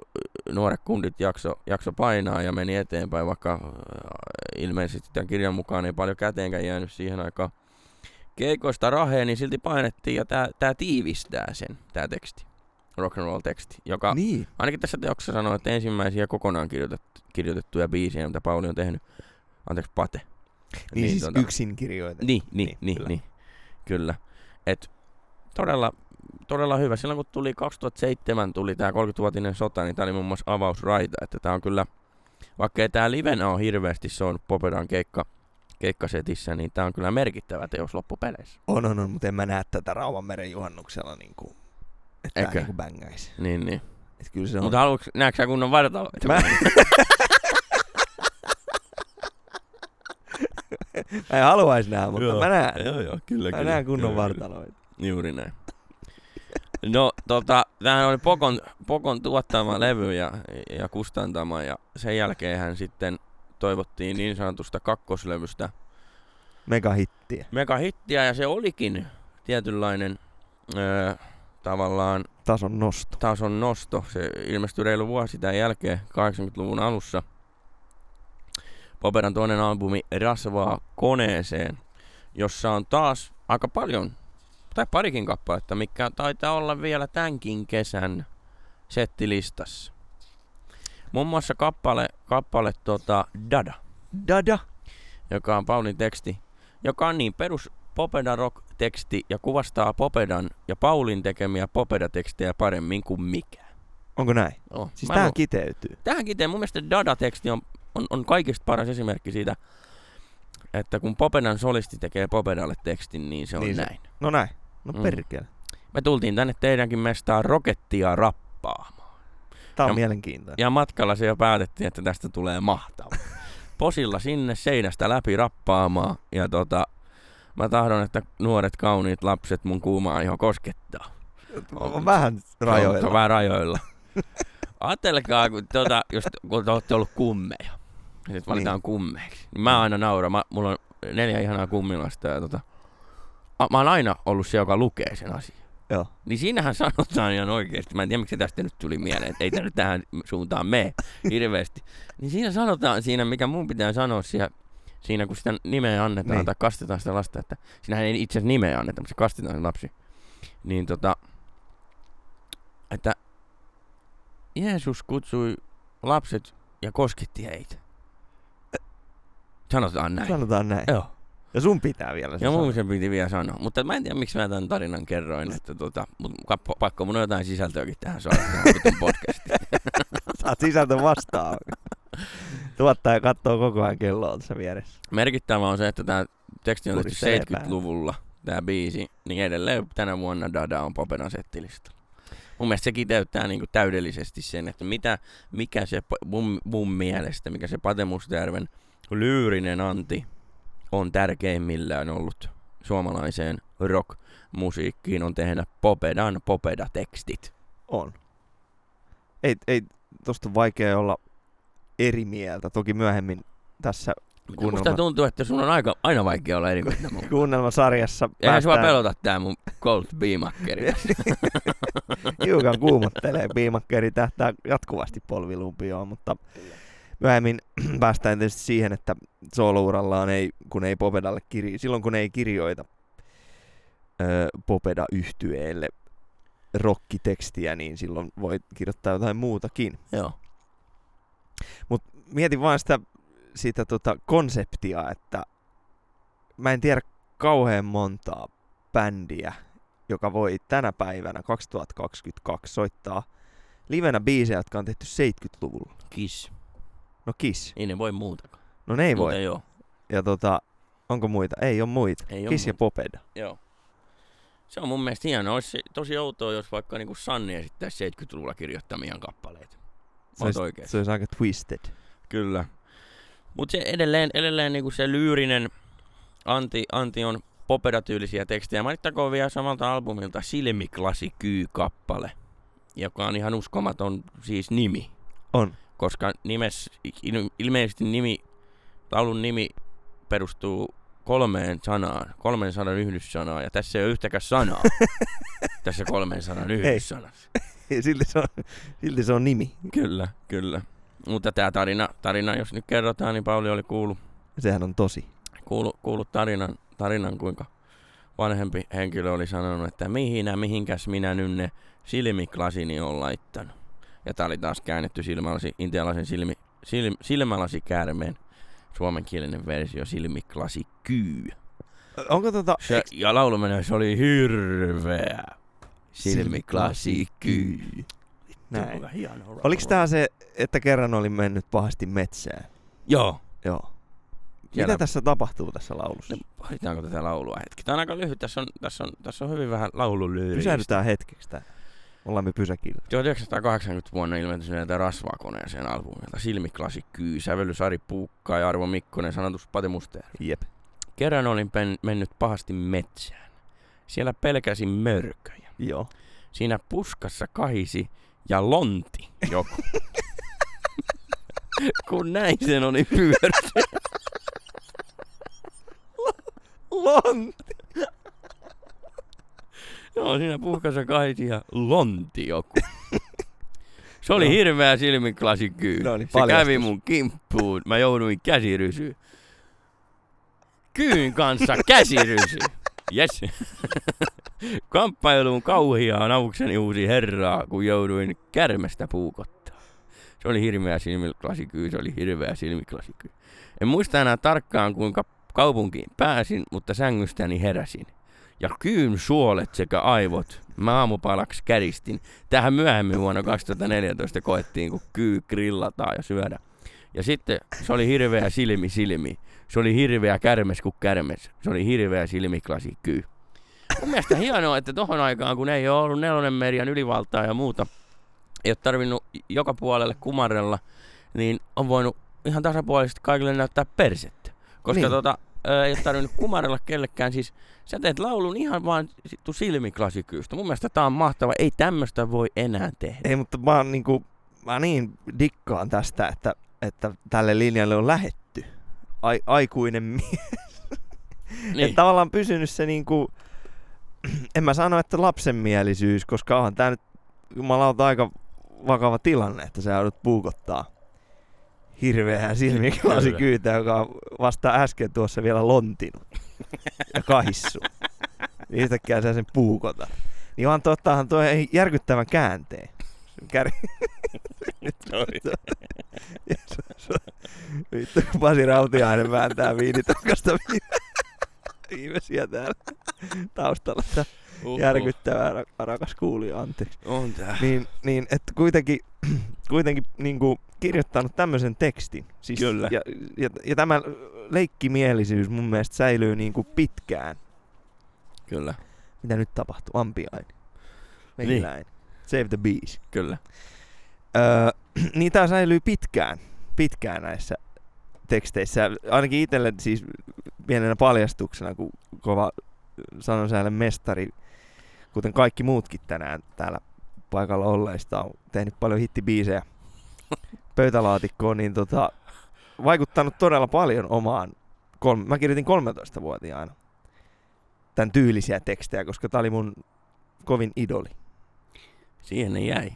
Speaker 1: ö, nuoret kundit jakso, jakso painaa ja meni eteenpäin, vaikka äh, ilmeisesti tämän kirjan mukaan ei paljon käteenkään jäänyt siihen aikaan keikoista raheen, niin silti painettiin ja tää, tää tiivistää sen, tää teksti, rock and roll teksti, joka
Speaker 2: Niin.
Speaker 1: ainakin tässä teoksessa sanoo, että ensimmäisiä kokonaan kirjoitettu, kirjoitettuja biisejä, mitä Pauli on tehnyt, anteeksi Pate. tuota,
Speaker 2: Niin, siis yksin kirjoitettu.
Speaker 1: tota- Niin, niin,
Speaker 2: Niin,
Speaker 1: niin, niin,
Speaker 2: kyllä.
Speaker 1: niin. kyllä. Et todella, todella hyvä. Silloin kun tuli 2007 tuli tämä 30-vuotinen sota, niin tämä oli muun muassa avausraita. Että tämä on kyllä, vaikka ei tämä livenä ole hirveästi soinut Popedan keikka, keikkasetissä, niin tämä on kyllä merkittävä teos loppupeleissä.
Speaker 2: On, on, on, mutta en mä näe tätä Raumanmeren juhannuksella niinku, että tää
Speaker 1: Eikö?
Speaker 2: niinku bängäisi.
Speaker 1: Niin, niin.
Speaker 2: Et kyllä se on.
Speaker 1: Mutta haluatko, näetkö sä kunnon vartalo?
Speaker 2: Mä... mä en haluais nähdä, mutta
Speaker 1: Joo.
Speaker 2: mä
Speaker 1: (laughs)
Speaker 2: näen.
Speaker 1: Joo, joo, kyllä,
Speaker 2: Mä näen kunnon vartaloita.
Speaker 1: Juuri näin. No tota, tämähän oli Pokon, Pokon tuottama levy ja, ja kustantama ja sen jälkeen hän sitten toivottiin niin sanotusta kakkoslevystä
Speaker 2: Mega hittiä.
Speaker 1: megahittiä ja se olikin tietynlainen öö, tavallaan
Speaker 2: Tason nosto.
Speaker 1: tason nosto. Se ilmestyi reilu vuosi tämän jälkeen, 80-luvun alussa. Poperan toinen albumi Rasvaa koneeseen, jossa on taas aika paljon, tai parikin kappaletta, mikä taitaa olla vielä tämänkin kesän settilistassa. Muun muassa kappale, kappale tota Dada,
Speaker 2: Dada.
Speaker 1: joka on Paulin teksti, joka on niin perus Popeda rock teksti ja kuvastaa Popedan ja Paulin tekemiä Popeda-tekstejä paremmin kuin mikä.
Speaker 2: Onko näin?
Speaker 1: Joo.
Speaker 2: Siis
Speaker 1: Mä
Speaker 2: tää
Speaker 1: lu-
Speaker 2: kiteytyy.
Speaker 1: Tähänkin teen. Mun mielestä Dada-teksti on, on, on kaikista paras esimerkki siitä, että kun Popedan solisti tekee Popedalle tekstin, niin se on
Speaker 2: Niin
Speaker 1: niin
Speaker 2: se-
Speaker 1: näin.
Speaker 2: No näin. No
Speaker 1: Mm.
Speaker 2: perkele.
Speaker 1: Me tultiin tänne teidänkin mestaan rokettia rappaamaan.
Speaker 2: Tää on
Speaker 1: Ja-
Speaker 2: mielenkiintoinen.
Speaker 1: Ja matkalla se jo päätettiin, että tästä tulee
Speaker 2: (laughs)
Speaker 1: mahtava. Posilla sinne seinästä läpi rappaamaan. Ja tota, mä tahdon, että nuoret kauniit lapset mun kuumaa iho koskettaa.
Speaker 2: on vähän
Speaker 1: Se on
Speaker 2: rajoilla.
Speaker 1: vähän rajoilla. (laughs) Ajatelkaa, kun, tuota, jos, kun te olette ollut kummeja. Ja nyt valitaan niin. kummeiksi. Niin mä aina nauran. Mä, mulla on neljä ihanaa kummilasta. Ja tota, a- mä oon aina ollut se, joka lukee sen asian.
Speaker 2: Joo.
Speaker 1: Niin siinähän sanotaan ihan oikeasti, mä en tiedä miksi se tästä nyt tuli mieleen, että ei tämä nyt tähän suuntaan mene hirveästi. Niin siinä sanotaan siinä, mikä mun pitää sanoa siellä, siinä kun sitä nimeä annetaan
Speaker 2: Niin.
Speaker 1: niin. tai kastetaan sitä lasta, että sinähän ei itse asiassa nimeä anneta, mutta se kastetaan se lapsi. Niin tota, että Jeesus kutsui lapset ja kosketti heitä. Sanotaan näin.
Speaker 2: Sanotaan näin.
Speaker 1: Joo.
Speaker 2: Ja sun pitää vielä se
Speaker 1: Ja
Speaker 2: sanoa.
Speaker 1: mun se piti vielä sanoa, mutta mä en tiedä miksi mä tämän tarinan kerroin, että tota, mut kappo, pakko mun on jotain sisältöäkin tähän saada tähän vitun podcastiin.
Speaker 2: Saat sisältö vastaan. (laughs) Tuottaja katsoo koko ajan kelloa tässä vieressä.
Speaker 1: Merkittävä on se, että tämä teksti on tehty
Speaker 2: Puristelee
Speaker 1: 70-luvulla, tämä biisi, niin edelleen tänä vuonna Dada on Popedan settilista. Mun mielestä se kiteyttää niinku täydellisesti sen, että mitä, mikä se pa- mun, mun mielestä, mikä se Pate Mustajärven lyyrinen anti on tärkeimmillään ollut suomalaiseen rock-musiikkiin on tehdä Popedan Popeda-tekstit.
Speaker 2: On. Ei, ei tosta on vaikea olla eri mieltä. Toki myöhemmin tässä
Speaker 1: Kuunnelma.
Speaker 2: kuunnelma,
Speaker 1: Musta tuntuu, että sun on aika, aina vaikea olla eri mieltä mun.
Speaker 2: kuunnelmasarjassa
Speaker 1: Eihän sua
Speaker 2: päästään
Speaker 1: pelota tää mun Cold
Speaker 2: (laughs)
Speaker 1: Beamakkeri.
Speaker 2: hiukan kuumottelee. Piimakkeri tähtää jatkuvasti polvilumpioon, mutta myöhemmin (clears throat) päästään tietysti siihen, että soolourallaan ei, kun ei Popedalle kirjo, silloin kun ei kirjoita öö, Popeda yhtyeelle rokkitekstiä, niin silloin voi kirjoittaa jotain muutakin.
Speaker 1: Joo.
Speaker 2: Mutta mietin vaan sitä, sitä tota konseptia, että mä en tiedä kauhean montaa bändiä, joka voi tänä päivänä 2022 soittaa livenä biisejä, jotka on tehty 70-luvulla.
Speaker 1: Kiss.
Speaker 2: No Kiss.
Speaker 1: Ei ne voi muutakaan.
Speaker 2: No ne ei voi.
Speaker 1: Muuten joo.
Speaker 2: Ja tota, onko muita? Ei ole muita.
Speaker 1: Ei oo
Speaker 2: Kiss ja
Speaker 1: muita.
Speaker 2: Popeda.
Speaker 1: Joo. Se on mun mielestä hienoa. Olisi se tosi outoa, jos vaikka niinku Sanni esittäisi 70-luvulla kirjoittamiaan kappaleita.
Speaker 2: Se
Speaker 1: Mä oot
Speaker 2: olisi,
Speaker 1: oikein.
Speaker 2: se olisi aika twisted. (laughs)
Speaker 1: Kyllä. Mutta se edelleen, edelleen niinku se lyyrinen Antti, Antti on popera-tyylisiä tekstejä. Mainittakoon vielä samalta albumilta Silmiklasi Kyy-kappale, joka on ihan uskomaton siis nimi,
Speaker 2: On.
Speaker 1: koska nimes, il- ilmeisesti nimi, taulun nimi perustuu kolmeen sanaan, kolmen sanan yhdyssanaan, ja tässä ei ole yhtäkään sanaa tässä kolmen sanan yhdyssanassa.
Speaker 2: silti, se on, silti se on nimi.
Speaker 1: Kyllä, kyllä. Mutta tämä tarina, tarina, jos nyt kerrotaan, niin Pauli oli kuullut,
Speaker 2: Sehän on tosi.
Speaker 1: kuullut, kuullut tarinan, tarinan, kuinka vanhempi henkilö oli sanonut, että mihinä, mihinkäs minä nyt ne silmiklasini on laittanut. Ja tämä oli taas käännetty silmälasi, intialaisen silmi, sil, silmälasikäärmeen suomenkielinen versio silmiklasi kyy.
Speaker 2: Onko tota...
Speaker 1: Se, ja laulu menee, se oli hirveä. Silmiklasi kyy.
Speaker 2: Näin.
Speaker 1: Hieno laulu.
Speaker 2: Oliko tää se, että kerran oli mennyt pahasti metsään?
Speaker 1: Joo.
Speaker 2: Joo.
Speaker 1: Siellä-
Speaker 2: Mitä tässä tapahtuu tässä laulussa?
Speaker 1: No, pohditaanko tätä laulua hetki? Tämä on aika lyhyt. Tässä on, tässä on, tässä on hyvin vähän laululyyristä.
Speaker 2: Pysähdytään hetkeksi tää. Ollaan me pysäkillä.
Speaker 1: 1980 vuonna ilmestyneenä Rasvakoneeseen albumilta Silmiklasi Kyy, sävely Sari Puukka ja Arvo Mikkonen, sanotus Pate Musteer.
Speaker 2: Jep.
Speaker 1: Kerran olin pen, mennyt pahasti metsään. Siellä pelkäsin mörköjä.
Speaker 2: Joo.
Speaker 1: Siinä puskassa kahisi ja lonti joku. Kun näin sen oli pyörä.
Speaker 2: Lon!
Speaker 1: Joo, siinä puhkassa kahisi ja lonti joku. Se oli
Speaker 2: No.
Speaker 1: hirveä silmiklasi kyy.
Speaker 2: No niin,
Speaker 1: Se
Speaker 2: paljastus.
Speaker 1: kävi mun kimppuun. Mä jouduin käsirysyyn. Kyyn kanssa käsirysy. Yes. (laughs) Kamppailuun kauhiaan avukseni uusi herraa, kun jouduin kärmestä puukottaa. Se oli hirveä silmiklasi kyy, se oli hirveä silmiklasi kyy. En muista enää tarkkaan, kuinka kaupunkiin pääsin, mutta sängystäni heräsin ja kyyn suolet sekä aivot mä aamupalaksi käristin. Tähän myöhemmin vuonna 2014 koettiin, kun kyy grillataan ja syödä. Ja sitten se oli hirveä silmi silmi. Se oli hirveä kärmes kuin kärmes. Se oli hirveä silmiklasi kyy. Mun mielestä hienoa, että tohon aikaan, kun ei ole ollut nelonen merian ylivaltaa ja muuta, ei ole tarvinnut joka puolelle kumarella, niin on voinut ihan tasapuolisesti kaikille näyttää persettä. Koska
Speaker 2: Niin.
Speaker 1: niin. tota, ö, ei ole tarvinnut kumarella kellekään. Siis sä teet laulun ihan vaan tu silmiklasikyystä. Mun mielestä tää on mahtava. Ei tämmöstä voi enää tehdä.
Speaker 2: Ei, mutta mä oon niinku, mä niin dikkaan tästä, että, että tälle linjalle on lähetty. Ai, aikuinen mies. Niin.
Speaker 1: Niin.
Speaker 2: Tavallaan pysynyt se niinku, (clears throat) en mä sano, että lapsenmielisyys, koska onhan tää nyt jumalauta aika vakava tilanne, että sä joudut puukottaa hirveää silmiklasikyytä, joka on vasta äsken tuossa vielä lontinut ja kahissu. Niin Yhtäkkiä sä sen puukotat. Niin vaan tottahan tuo ei järkyttävän käänteen. Kär... (laughs) Vittu, Pasi Rautiainen vääntää viinitokasta viime- viimeisiä täällä taustalla. Tää
Speaker 1: (laughs)
Speaker 2: Järkyttävää, ra- rakas kuulija, anteeksi
Speaker 1: Uhuh. On tää.
Speaker 2: niin, niin että kuitenkin, (clears throat) kuitenkin niin kuin kirjoittanut tämmöisen tekstin. Siis,
Speaker 1: Kyllä.
Speaker 2: Ja, ja, ja, tämä leikkimielisyys mun mielestä säilyy niin kuin pitkään.
Speaker 1: Kyllä,
Speaker 2: Mitä nyt tapahtuu? Ampiainen. Mehiläinen. Save the bees.
Speaker 1: kyllä.
Speaker 2: Öö, (clears throat) niin tämä säilyy pitkään, pitkään näissä teksteissä. Ainakin itselle siis pienenä paljastuksena, kun kova sanonsäällen mestari, kuten kaikki muutkin tänään täällä paikalla olleista, on tehnyt paljon hittibiisejä pöytälaatikkoon, niin tota, vaikuttanut todella paljon omaan. Kolme, mä kirjoitin 13-vuotiaana tämän tyylisiä tekstejä, koska tämä oli mun kovin idoli.
Speaker 1: Siihen ne jäi.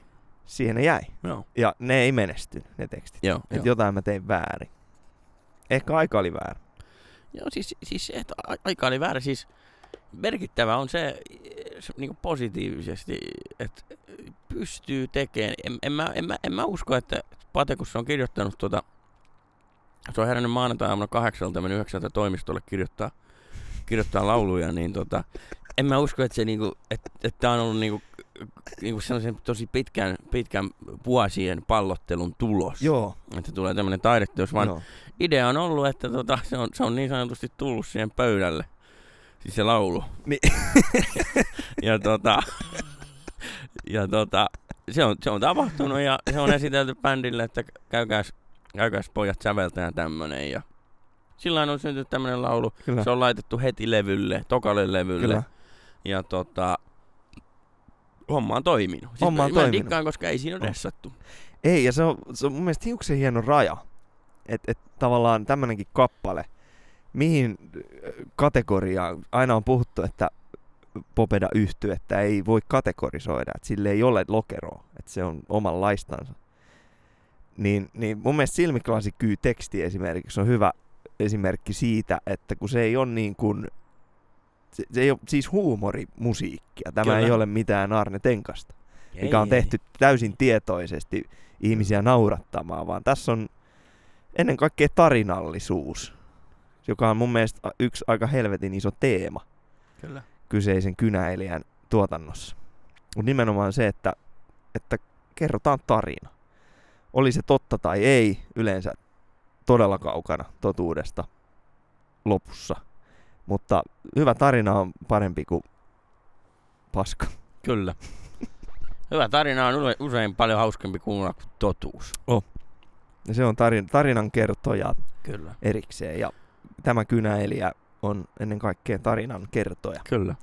Speaker 2: Siihen ne jäi.
Speaker 1: Joo.
Speaker 2: Ja ne ei menesty, ne tekstit.
Speaker 1: Joo,
Speaker 2: Että
Speaker 1: joo.
Speaker 2: jotain mä tein väärin. Ehkä aika oli väärin.
Speaker 1: joo siis, siis se, että a- aika oli väärä. Siis merkittävä on se, se niin positiivisesti, että pystyy tekemään. En, en, mä, en, mä, en mä usko, että Pate, kun se on kirjoittanut tuota, se on herännyt maanantai-aamuna kahdeksalta, mennyt yhdeksältä toimistolle kirjoittaa, kirjoittaa lauluja, niin tota, en mä usko, että se niinku, että, että tää on ollut niinku, niinku sellaisen tosi pitkän, pitkän vuosien pallottelun tulos.
Speaker 2: Joo.
Speaker 1: Että tulee tämmöinen taideteos, vaan
Speaker 2: Joo.
Speaker 1: idea on ollut, että tota, se, on, se on niin sanotusti tullut siihen pöydälle. Siis se laulu.
Speaker 2: Niin.
Speaker 1: (laughs) ja tota, ja tota, se on, se on tapahtunut ja se on esitelty bändille, että käykääs, käykääs pojat säveltää ja tämmönen. Ja sillä on syntynyt tämmönen laulu.
Speaker 2: Kyllä,
Speaker 1: Se on laitettu heti levylle, tokalle levylle.
Speaker 2: kyllä.
Speaker 1: Ja tota, homma on toiminut. Siis
Speaker 2: Homma on
Speaker 1: mä, mä
Speaker 2: toiminut.
Speaker 1: dikkaan, koska ei siinä ole
Speaker 2: On.
Speaker 1: ressattu.
Speaker 2: Ei, ja se on, se on mun mielestä hiuksen hieno raja. Että et, tavallaan tämmönenkin kappale, mihin äh, kategoriaan, aina on puhuttu, että popeda yhtyy, että ei voi kategorisoida, että sille ei ole lokeroa, että se on omanlaistansa. Niin, niin mun mielestä Silmiklasi kyy teksti esimerkiksi on hyvä esimerkki siitä, että kun se ei ole niin kuin, se, se ei ole siis huumorimusiikkia, tämä Kyllä. ei
Speaker 1: Kyllä.
Speaker 2: ole mitään Arne Tenkasta
Speaker 1: Ei,
Speaker 2: mikä on
Speaker 1: ei.
Speaker 2: tehty täysin tietoisesti ihmisiä naurattamaan, vaan tässä on ennen kaikkea tarinallisuus, joka on mun mielestä a- yksi aika helvetin iso teema
Speaker 1: Kyllä.
Speaker 2: kyseisen kynäilijän tuotannossa. Mutta nimenomaan se, että, että kerrotaan tarina. Oli se totta tai ei, yleensä todella kaukana totuudesta lopussa. Mutta hyvä tarina on parempi kuin paska.
Speaker 1: Kyllä. Hyvä tarina on ule- usein paljon hauskempi kuunnella kuin totuus.
Speaker 2: Ja se on tarin, tarinan kertoja
Speaker 1: Kyllä.
Speaker 2: erikseen. Ja tämä kynäilijä on ennen kaikkea tarinan kertoja.
Speaker 1: Kyllä.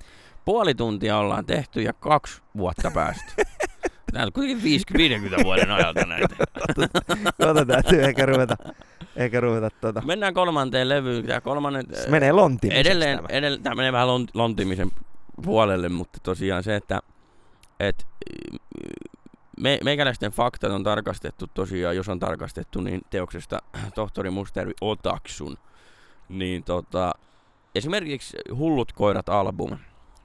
Speaker 1: Puoli tuntia ollaan tehty ja kaksi vuotta päästä. Tää on kuitenkin 50, 50 vuoden ajalta
Speaker 2: (laughs)
Speaker 1: näitä.
Speaker 2: Tätä Tuota täytyy ehkä ruveta, ehkä ruveta tota.
Speaker 1: Mennään kolmanteen levyyn. Tämä kolmannen...
Speaker 2: Se menee lontimiseksi
Speaker 1: edelleen,
Speaker 2: tämä.
Speaker 1: edelleen, tämä menee vähän lont- lontimisen puolelle, mutta tosiaan se, että et, mm, me, meikäläisten faktat on tarkastettu tosiaan, jos on tarkastettu, niin teoksesta (clears throat) tohtori Mustervi Otaksun. Niin tota, esimerkiksi Hullut koirat albumi,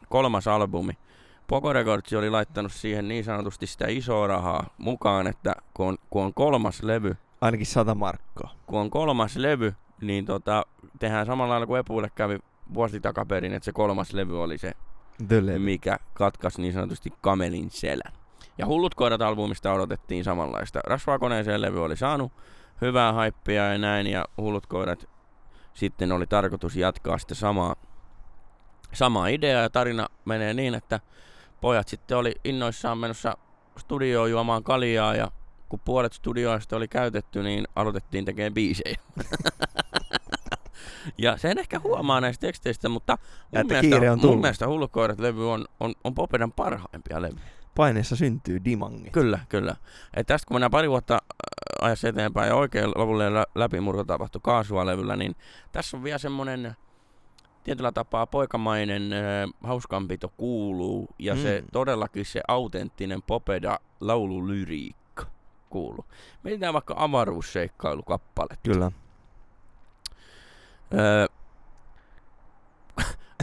Speaker 1: kolmas albumi. Poco Records oli laittanut siihen niin sanotusti sitä isoa rahaa mukaan, että kun on, kun on kolmas levy,
Speaker 2: Ainakin sata markkaa.
Speaker 1: kun on kolmas levy, niin tota, tehdään samalla lailla kuin Epuille kävi vuosi takaperin, että se kolmas levy oli se,
Speaker 2: The Levy.
Speaker 1: mikä katkaisi niin sanotusti kamelin selän. Ja Hullut koirat albumista odotettiin samanlaista. Rasvakoneeseen levy oli saanut hyvää haippia ja näin, ja Hullut koirat sitten oli tarkoitus jatkaa sitä samaa, samaa ideaa, ja tarina menee niin, että pojat sitten oli innoissaan menossa studioon juomaan kaljaa, ja kun puolet studioista oli käytetty, niin aloitettiin tekemään biisejä. (laughs) ja sen ehkä huomaa näistä teksteistä, mutta mun,
Speaker 2: Että
Speaker 1: mielestä,
Speaker 2: kiire on
Speaker 1: mun
Speaker 2: tullut.
Speaker 1: mielestä Hullukoirat-levy on, on, on Popedan parhaimpia levyjä.
Speaker 2: Paineessa syntyy dimangit.
Speaker 1: Kyllä, kyllä. Et tästä kun mennään pari vuotta äh, ajassa eteenpäin ja oikein lopullinen lä- läpimurto tapahtui kaasualevyllä, niin tässä on vielä semmoinen tietyllä tapaa poikamainen äh, hauskanpito kuuluu ja mm. se
Speaker 2: Mm.
Speaker 1: todellakin se autenttinen popeda laululyriikka kuuluu. Mietitään vaikka avaruusseikkailukappale.
Speaker 2: Kyllä.
Speaker 1: Öö, (laughs)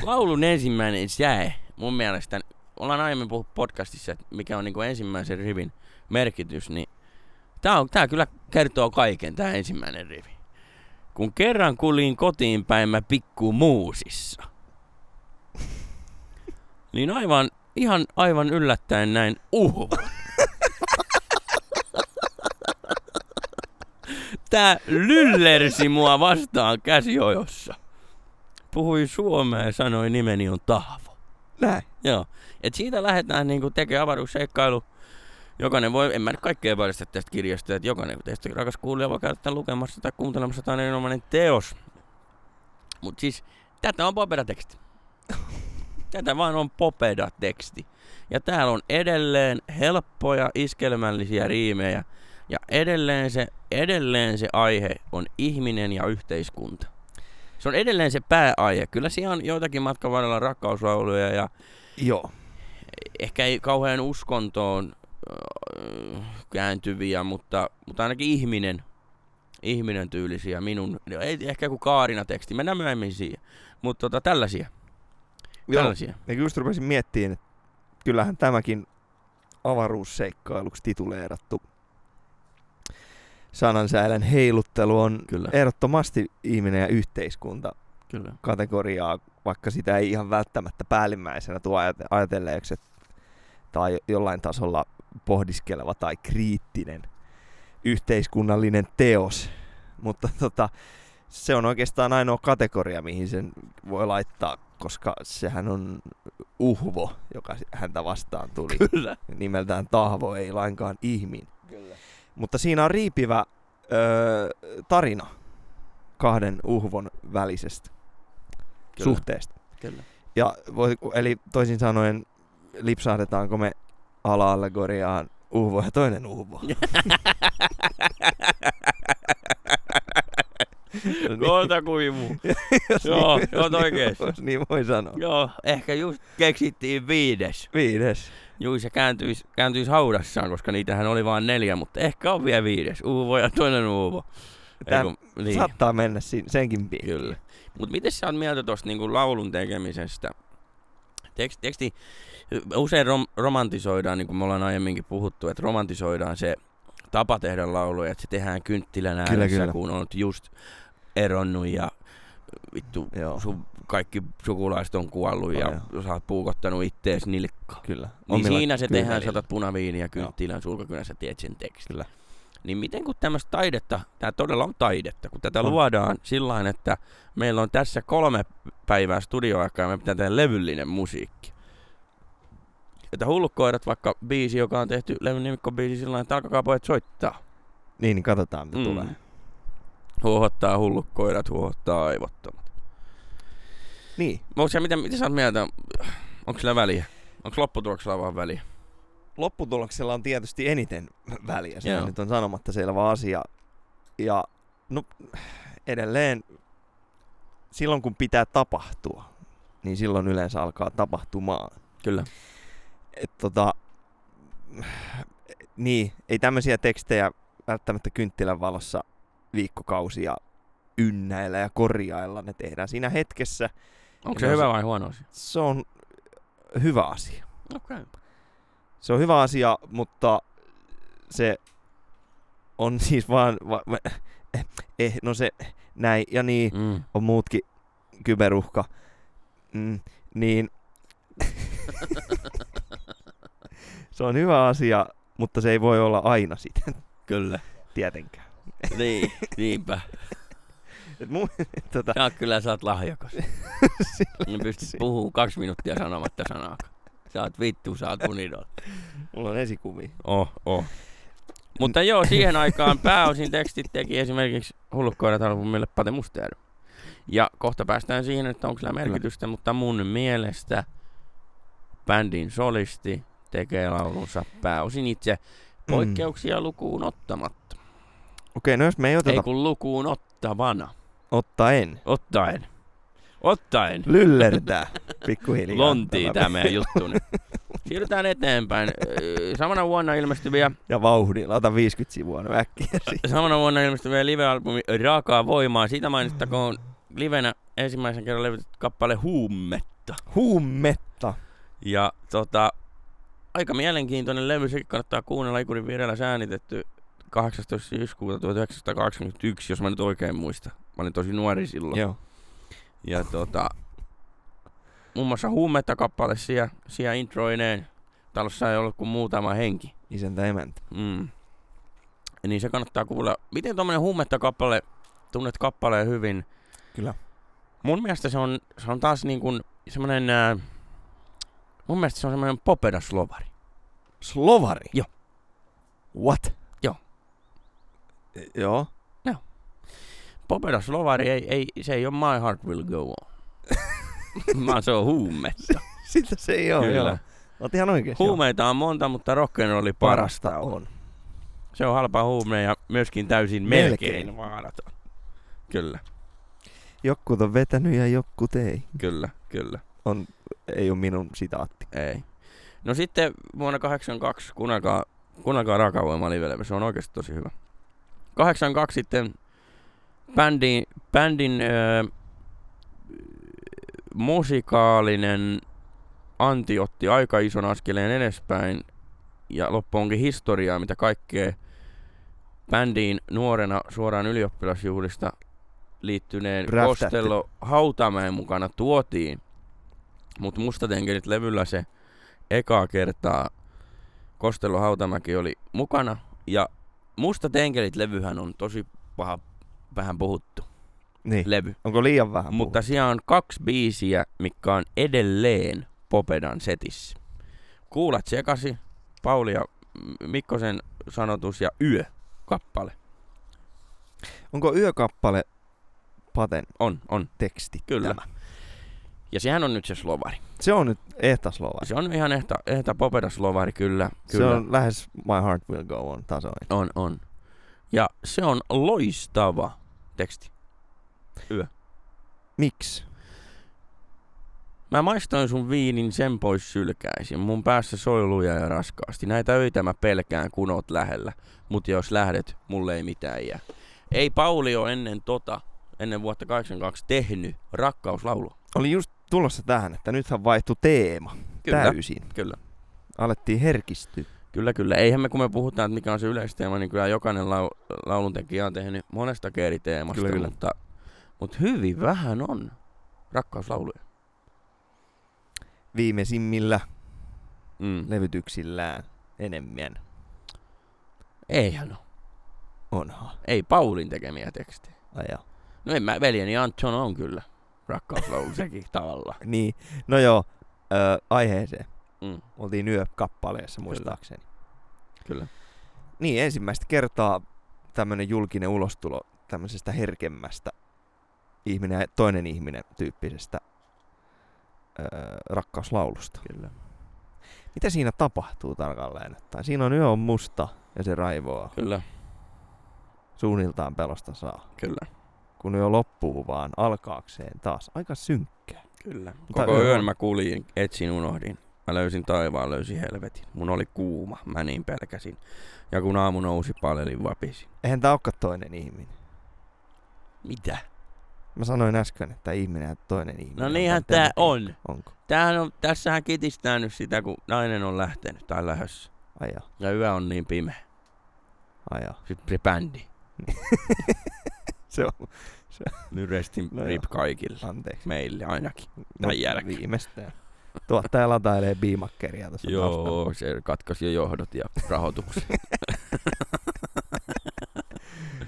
Speaker 1: laulun ensimmäinen säe, mun mielestä, ollaan aiemmin puhuttu podcastissa, että mikä on niinku ensimmäisen rivin merkitys, niin tää, on, tää kyllä kertoo kaiken, tää ensimmäinen rivi. Kun kerran kulin kotiin päin mä pikku muusissa. Niin aivan, ihan aivan yllättäen näin uhu. Tää lyllersi mua vastaan käsiojossa. Puhui suomea ja sanoi nimeni on Tahvo.
Speaker 2: Näin.
Speaker 1: Joo. Et siitä lähdetään niinku tekemään avaruusseikkailu. Jokainen voi, en mä nyt kaikkea paljasta tästä kirjasta, että jokainen teistä rakas kuulija voi käydä tämän lukemassa tai kuuntelemassa, tämä on erinomainen teos. Mut siis, tätä on popeda-teksti. Tätä vaan on popeda-teksti. Ja täällä on edelleen helppoja, iskelmällisiä riimejä. Ja edelleen se, edelleen se aihe on ihminen ja yhteiskunta. Se on edelleen se pääaihe. Kyllä siellä on joitakin matkan varrella rakkauslauluja ja
Speaker 2: Joo.
Speaker 1: ehkä ei kauhean uskontoon öö, kääntyviä, mutta, mutta ainakin ihminen, ihminen tyylisiä minun, no ei ehkä kuin Kaarina teksti, mennään myöhemmin siihen, mutta tota, tällaisia,
Speaker 2: Joo.
Speaker 1: tällaisia.
Speaker 2: Ja just rupesin miettimään, että kyllähän tämäkin avaruusseikkailuksi tituleerattu sanansäilän heiluttelu on
Speaker 1: Kyllä,
Speaker 2: ehdottomasti ihminen ja yhteiskunta
Speaker 1: kyllä.
Speaker 2: kategoriaa, vaikka sitä ei ihan välttämättä päällimmäisenä tuo ajate- ajatelleeksi, et- tai jollain tasolla pohdiskeleva tai kriittinen yhteiskunnallinen teos. Mutta tota, se on oikeastaan ainoa kategoria, mihin sen voi laittaa koska sehän on uhvo, joka si- häntä vastaan tuli.
Speaker 1: Kyllä.
Speaker 2: Nimeltään Tahvo, ei lainkaan ihmin.
Speaker 1: Kyllä.
Speaker 2: Mutta siinä on riipivä öö, tarina kahden uhvon välisestä
Speaker 1: Kyllä.
Speaker 2: suhteesta.
Speaker 1: Kyllä.
Speaker 2: Ja voi, eli toisin sanoen, lipsahdetaanko me ala-allegoriaan uhvo ja toinen uhvo?
Speaker 1: Koota kuivu.
Speaker 2: (laughs) Jos
Speaker 1: Joo,
Speaker 2: niin,
Speaker 1: joo,
Speaker 2: jos niin-
Speaker 1: oikeesti.
Speaker 2: Jos (laughs) niin voi sanoa.
Speaker 1: Joo, ehkä just keksittiin viides.
Speaker 2: Viides.
Speaker 1: Juu, se kääntyisi, kääntyisi haudassaan, koska niitähän oli vain neljä, mutta ehkä on vielä viides. Uuvo ja toinen uuvo.
Speaker 2: Tää-
Speaker 1: Ei kun-
Speaker 2: Niin. Saattaa mennä sin- senkin piikkiin.
Speaker 1: Kyllä. Mutta miten sä oot mieltä tuosta niinku laulun tekemisestä? Tekst, teksti usein rom, romantisoidaan, niin kuin me ollaan aiemminkin puhuttu, että romantisoidaan se tapa tehdä lauluja, että se tehdään kynttilän ääressä, kyllä, kyllä.
Speaker 2: kyllä.
Speaker 1: kun oot just eronnut ja vittu
Speaker 2: Joo,
Speaker 1: sun kaikki sukulaiset on kuollut ja
Speaker 2: Oh,
Speaker 1: sä oot puukottanut ittees nilkkaan.
Speaker 2: kyllä.
Speaker 1: Niin
Speaker 2: Omilla
Speaker 1: siinä se tehdään,
Speaker 2: kyynelillä.
Speaker 1: saatat punaviiniä kynttilän sulkakynässä, tiedät sen tekstin.
Speaker 2: Kyllä.
Speaker 1: Niin miten kun tämmöistä taidetta, tämä todella on taidetta, kun tätä
Speaker 2: On.
Speaker 1: luodaan sillä tavalla, että meillä on tässä kolme päivää studioaikaa ja me pitää tehdä levyllinen musiikki. Että hullut koirat, vaikka biisi, joka on tehty levyn nimikko biisi sillä lailla, että alkakaa pojat soittaa.
Speaker 2: Niin, niin katsotaan mitä mm. tulee.
Speaker 1: Huohottaa hullut koirat, huohottaa aivottomat.
Speaker 2: Niin,
Speaker 1: Onko se, mitä, mitä sä oot mieltä? Onko sillä väliä? Onko lopputuloksella vaan väliä?
Speaker 2: lopputuloksella on tietysti eniten (laughs) väliä. Se
Speaker 1: Joo.
Speaker 2: nyt on sanomatta selvä asia. Ja no, edelleen silloin kun pitää tapahtua, niin silloin yleensä alkaa tapahtumaan.
Speaker 1: Kyllä.
Speaker 2: Et tota, niin, ei tämmöisiä tekstejä välttämättä kynttilän valossa viikkokausia ynnäillä ja korjailla. Ne tehdään siinä hetkessä.
Speaker 1: Onko
Speaker 2: Ja
Speaker 1: se
Speaker 2: se-
Speaker 1: hyvä vai huono asia?
Speaker 2: Se on hyvä asia.
Speaker 1: Okei. Okay.
Speaker 2: Se on hyvä asia, mutta se on (laughs) siis vaan... Va, va, eh, (laughs) eh, no se näin ja niin
Speaker 1: Mm.
Speaker 2: on muutkin kyberuhka. Mm, niin se on hyvä asia, mutta se ei voi olla aina sitä,
Speaker 1: Kyllä.
Speaker 2: tietenkään.
Speaker 1: niin, (laughs) niinpä.
Speaker 2: Et mun, (laughs)
Speaker 1: (laughs)
Speaker 2: tota,
Speaker 1: Sä oot kyllä, sä oot (laughs) lahjakas. Niin pystyt puhumaan kaksi minuuttia sanomatta sanaakaan. Sä oot vittu, sä oot mun idol.
Speaker 2: mulla on esikuvi.
Speaker 1: Oh, oh. Mutta joo, siihen aikaan pääosin tekstit teki esimerkiksi Hullukkoirat albumille Pate Mustajärvi. Ja kohta päästään siihen, että onko sillä merkitystä, mutta mun mielestä bändin solisti tekee laulunsa pääosin itse Mm. poikkeuksia lukuun ottamatta.
Speaker 2: Okei, no jos me ei oteta
Speaker 1: Ei kun lukuun ottavana.
Speaker 2: ottaen.
Speaker 1: Ottaen. Ottaen.
Speaker 2: Lyllertää pikkuhiljaa.
Speaker 1: Lontiin tämä meidän juttu nyt. Siirrytään eteenpäin. Öö, Samana vuonna ilmestyviä,
Speaker 2: Ja vauhdilla, ota 50 sivua no äkkiä. siitä.
Speaker 1: samana vuonna ilmestyviä live-albumi Raakaa voimaa. Siitä mainittakoon livenä ensimmäisen kerran levitetty kappale Huumetta.
Speaker 2: Huumetta.
Speaker 1: Ja tota, aika mielenkiintoinen levy, sekin kannattaa kuunnella ikurin viidellä säänitetty 18. syyskuuta 1981, jos mä nyt oikein muistan. Mä olin tosi nuori silloin.
Speaker 2: Joo.
Speaker 1: Ja tota, muun muassa huumetta kappale siellä, siellä introineen. Talossa ei ollut kuin muutama henki.
Speaker 2: Isäntä emäntä.
Speaker 1: Mm. Niin se kannattaa kuulla. Miten tuommoinen huumetta kappale, tunnet kappaleen hyvin?
Speaker 2: Kyllä.
Speaker 1: Mun mielestä se on, se on taas niin kuin semmoinen, ää, mun mielestä se on semmoinen popedaslovari.
Speaker 2: Slovari?
Speaker 1: Joo.
Speaker 2: What?
Speaker 1: Joo.
Speaker 2: E- joo. (laughs)
Speaker 1: Popedaslovari ei, ei, se ei ole My Heart Will Go On.
Speaker 2: (laughs)
Speaker 1: Vaan se on huumetta.
Speaker 2: Sitä se ei ole. Joo. Oot ihan oikeesti. joo.
Speaker 1: Huumeita on monta, mutta rock'n'rolli parasta
Speaker 2: Parasta on.
Speaker 1: Se on halpa huume ja myöskin täysin melkein,
Speaker 2: Melkein.
Speaker 1: melkein vaaraton. Kyllä,
Speaker 2: Jokkut on vetänyt ja jokkut ei.
Speaker 1: kyllä, kyllä.
Speaker 2: On, ei ole minun sitaatti.
Speaker 1: Ei. No sitten vuonna 82, kuunnelkaa, kuunnelkaa Rakavoima livelevä, se on oikeasti tosi hyvä. 82 sitten bändin, bändin öö, musikaalinen anti otti aika ison askeleen edespäin ja loppu onkin historiaa, mitä kaikkea bändiin nuorena suoraan ylioppilasjuhlista liittyneen
Speaker 2: Räftähti.
Speaker 1: Kostello Hautamäen mukana tuotiin. Mutta Mustatenkerit levyllä se ekaa kertaa Kostello Hautamäki oli mukana. Ja Mustatenkerit levyhän on tosi paha, vähän puhuttu.
Speaker 2: Niin.
Speaker 1: levy.
Speaker 2: Onko liian vähän
Speaker 1: Mutta siellä on kaksi biisiä, mikä on edelleen Popedan setissä. Kuulat sekasi, Pauli ja Mikkosen sanotus ja Yö kappale.
Speaker 2: puhuttu? Onko yökappale paten
Speaker 1: On, on,
Speaker 2: teksti?
Speaker 1: kyllä.
Speaker 2: Tämä.
Speaker 1: Ja sehän on nyt se slovari.
Speaker 2: Se on nyt ehtaslova.
Speaker 1: Se on ihan ehta, ehta Popeda slovari, kyllä.
Speaker 2: Se
Speaker 1: kyllä.
Speaker 2: on lähes My Heart Will Go On tasoinen.
Speaker 1: on, on. Ja se on loistava teksti.
Speaker 2: Miksi?
Speaker 1: Mä maistoin sun viinin, sen pois sylkäisin. Mun päässä soi lujaa ja raskaasti. Näitä öitä mä pelkään, kun oot lähellä. Mut jos lähdet, mulle ei mitään jää. Ei Pauli ole ennen tota, ennen vuotta 82 tehnyt rakkauslaulu.
Speaker 2: Oli just tulossa tähän, että nythän vaihtui teema
Speaker 1: Kyllä,
Speaker 2: täysin.
Speaker 1: kyllä.
Speaker 2: Alettiin herkistyä.
Speaker 1: Kyllä, kyllä. Eihän me, kun me puhutaan, että mikä on se yleisteema, niin kyllä jokainen lau- lauluntekijä on tehnyt monesta eri teemasta.
Speaker 2: Kyllä, kyllä.
Speaker 1: Mutta, mutta hyvin vähän on rakkauslauluja.
Speaker 2: Viimeisimmillä
Speaker 1: Mm.
Speaker 2: levytyksillään enemmän
Speaker 1: Eihän ole.
Speaker 2: onhan.
Speaker 1: Ei Paulin tekemiä tekstejä.
Speaker 2: Aja.
Speaker 1: No en mä, veljeni Anton on kyllä rakkauslaulu (laughs) sekin tavalla.
Speaker 2: Niin, no joo, ö, aiheeseen.
Speaker 1: Mm,
Speaker 2: Oltiin yökappaleessa muistaakseni.
Speaker 1: kyllä.
Speaker 2: Niin, ensimmäistä kertaa tämmöinen julkinen ulostulo tämmöisestä herkemmästä ihminen ja toinen ihminen tyyppisestä ö, rakkauslaulusta.
Speaker 1: kyllä.
Speaker 2: Mitä siinä tapahtuu tarkalleen? Tai siinä on yö on musta ja se raivoaa.
Speaker 1: Kyllä,
Speaker 2: Suunniltaan pelosta saa.
Speaker 1: kyllä,
Speaker 2: Kun yö loppuu vaan alkaakseen taas. Aika synkkää.
Speaker 1: kyllä.
Speaker 2: Mutta
Speaker 1: Koko
Speaker 2: yö-
Speaker 1: yön mä kuljin, etsin, unohdin. Mä löysin taivaan, löysin helvetin. Mun oli kuuma, mä niin pelkäsin. Ja kun aamu nousi, palelin vapisin.
Speaker 2: Eihän tää olekaan toinen ihminen.
Speaker 1: Mitä?
Speaker 2: Mä sanoin äsken, että ihminen ja toinen ihminen.
Speaker 1: No
Speaker 2: on
Speaker 1: niinhän
Speaker 2: tämän
Speaker 1: tää
Speaker 2: termin.
Speaker 1: on.
Speaker 2: Onko?
Speaker 1: Tämähän on, tässähän kitistää nyt sitä, kun nainen on lähtenyt tai lähössä.
Speaker 2: Aja,
Speaker 1: Ja yö on niin pimeä.
Speaker 2: aja.
Speaker 1: Sitten se (laughs) bändi.
Speaker 2: Se on
Speaker 1: Nyt restin
Speaker 2: No
Speaker 1: no
Speaker 2: joo.
Speaker 1: rip kaikille. (laughs)
Speaker 2: anteeksi.
Speaker 1: Meille ainakin.
Speaker 2: No,
Speaker 1: Tän jälkeen.
Speaker 2: Viimeistään. Tuottaja latailee biimakkeria tässä taustalla.
Speaker 1: Joo, se katkaisi jo johdot ja (laughs) rahoituksen.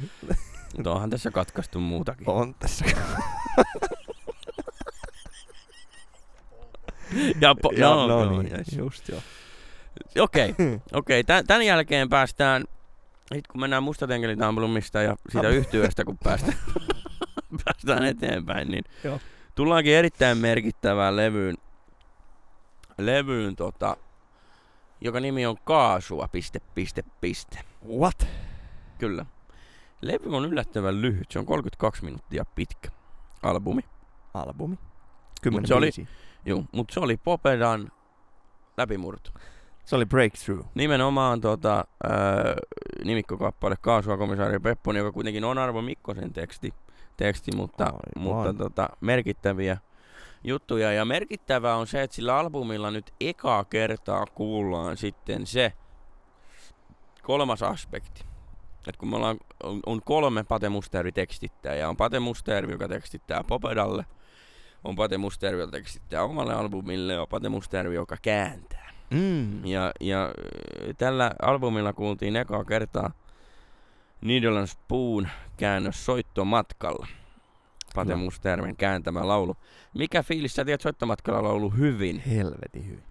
Speaker 1: Mutta No, onhan tässä katkaistu muutakin. (laughs)
Speaker 2: On tässä.
Speaker 1: Ja po-
Speaker 2: Joo,
Speaker 1: no,
Speaker 2: no,
Speaker 1: joo,
Speaker 2: niin,
Speaker 1: jees.
Speaker 2: just joo.
Speaker 1: Okei, okei. Tän, tämän jälkeen päästään, sit kun mennään mustatenkelitampelumista ja siitä
Speaker 2: Ah.
Speaker 1: yhtyöstä, kun päästään, (laughs) päästään eteenpäin, niin
Speaker 2: Joo.
Speaker 1: tullaankin erittäin merkittävään levyyn, levyyn tota, joka nimi on Kaasua, piste, piste, piste.
Speaker 2: (laughs) What?
Speaker 1: Kyllä. Levy on yllättävän lyhyt, se on 32 minuuttia pitkä albumi.
Speaker 2: Albumi. Kymmenen
Speaker 1: se oli-
Speaker 2: biisiä.
Speaker 1: Joo, mutta se oli Popedan läpimurto.
Speaker 2: Se oli Breakthrough.
Speaker 1: Nimenomaan tota, ää, nimikkokappale Kaasua komisaari Pepponen, joka kuitenkin on Arvo Mikkosen teksti, teksti mutta,
Speaker 2: Aivan.
Speaker 1: mutta tota, merkittäviä juttuja. Ja merkittävää on se, että sillä albumilla nyt ekaa kertaa kuullaan sitten se kolmas aspekti. Et kun me ollaan, on, on kolme Pate Mustervi tekstittäjää. On Pate Mustervi, joka tekstittää Popedalle. On Pate Mustervi, joka tekstittää omalle albumille. On Pate Mustervi, joka kääntää.
Speaker 2: Mm.
Speaker 1: Ja, ja äh, tällä albumilla kuultiin ekaa kertaa Needle and Spoon käännös soittomatkalla. Pate
Speaker 2: Kyllä.
Speaker 1: Mustermin kääntämä laulu. Mikä fiilis sä tiedät soittomatkalla laulu hyvin?
Speaker 2: Helvetin hyvin.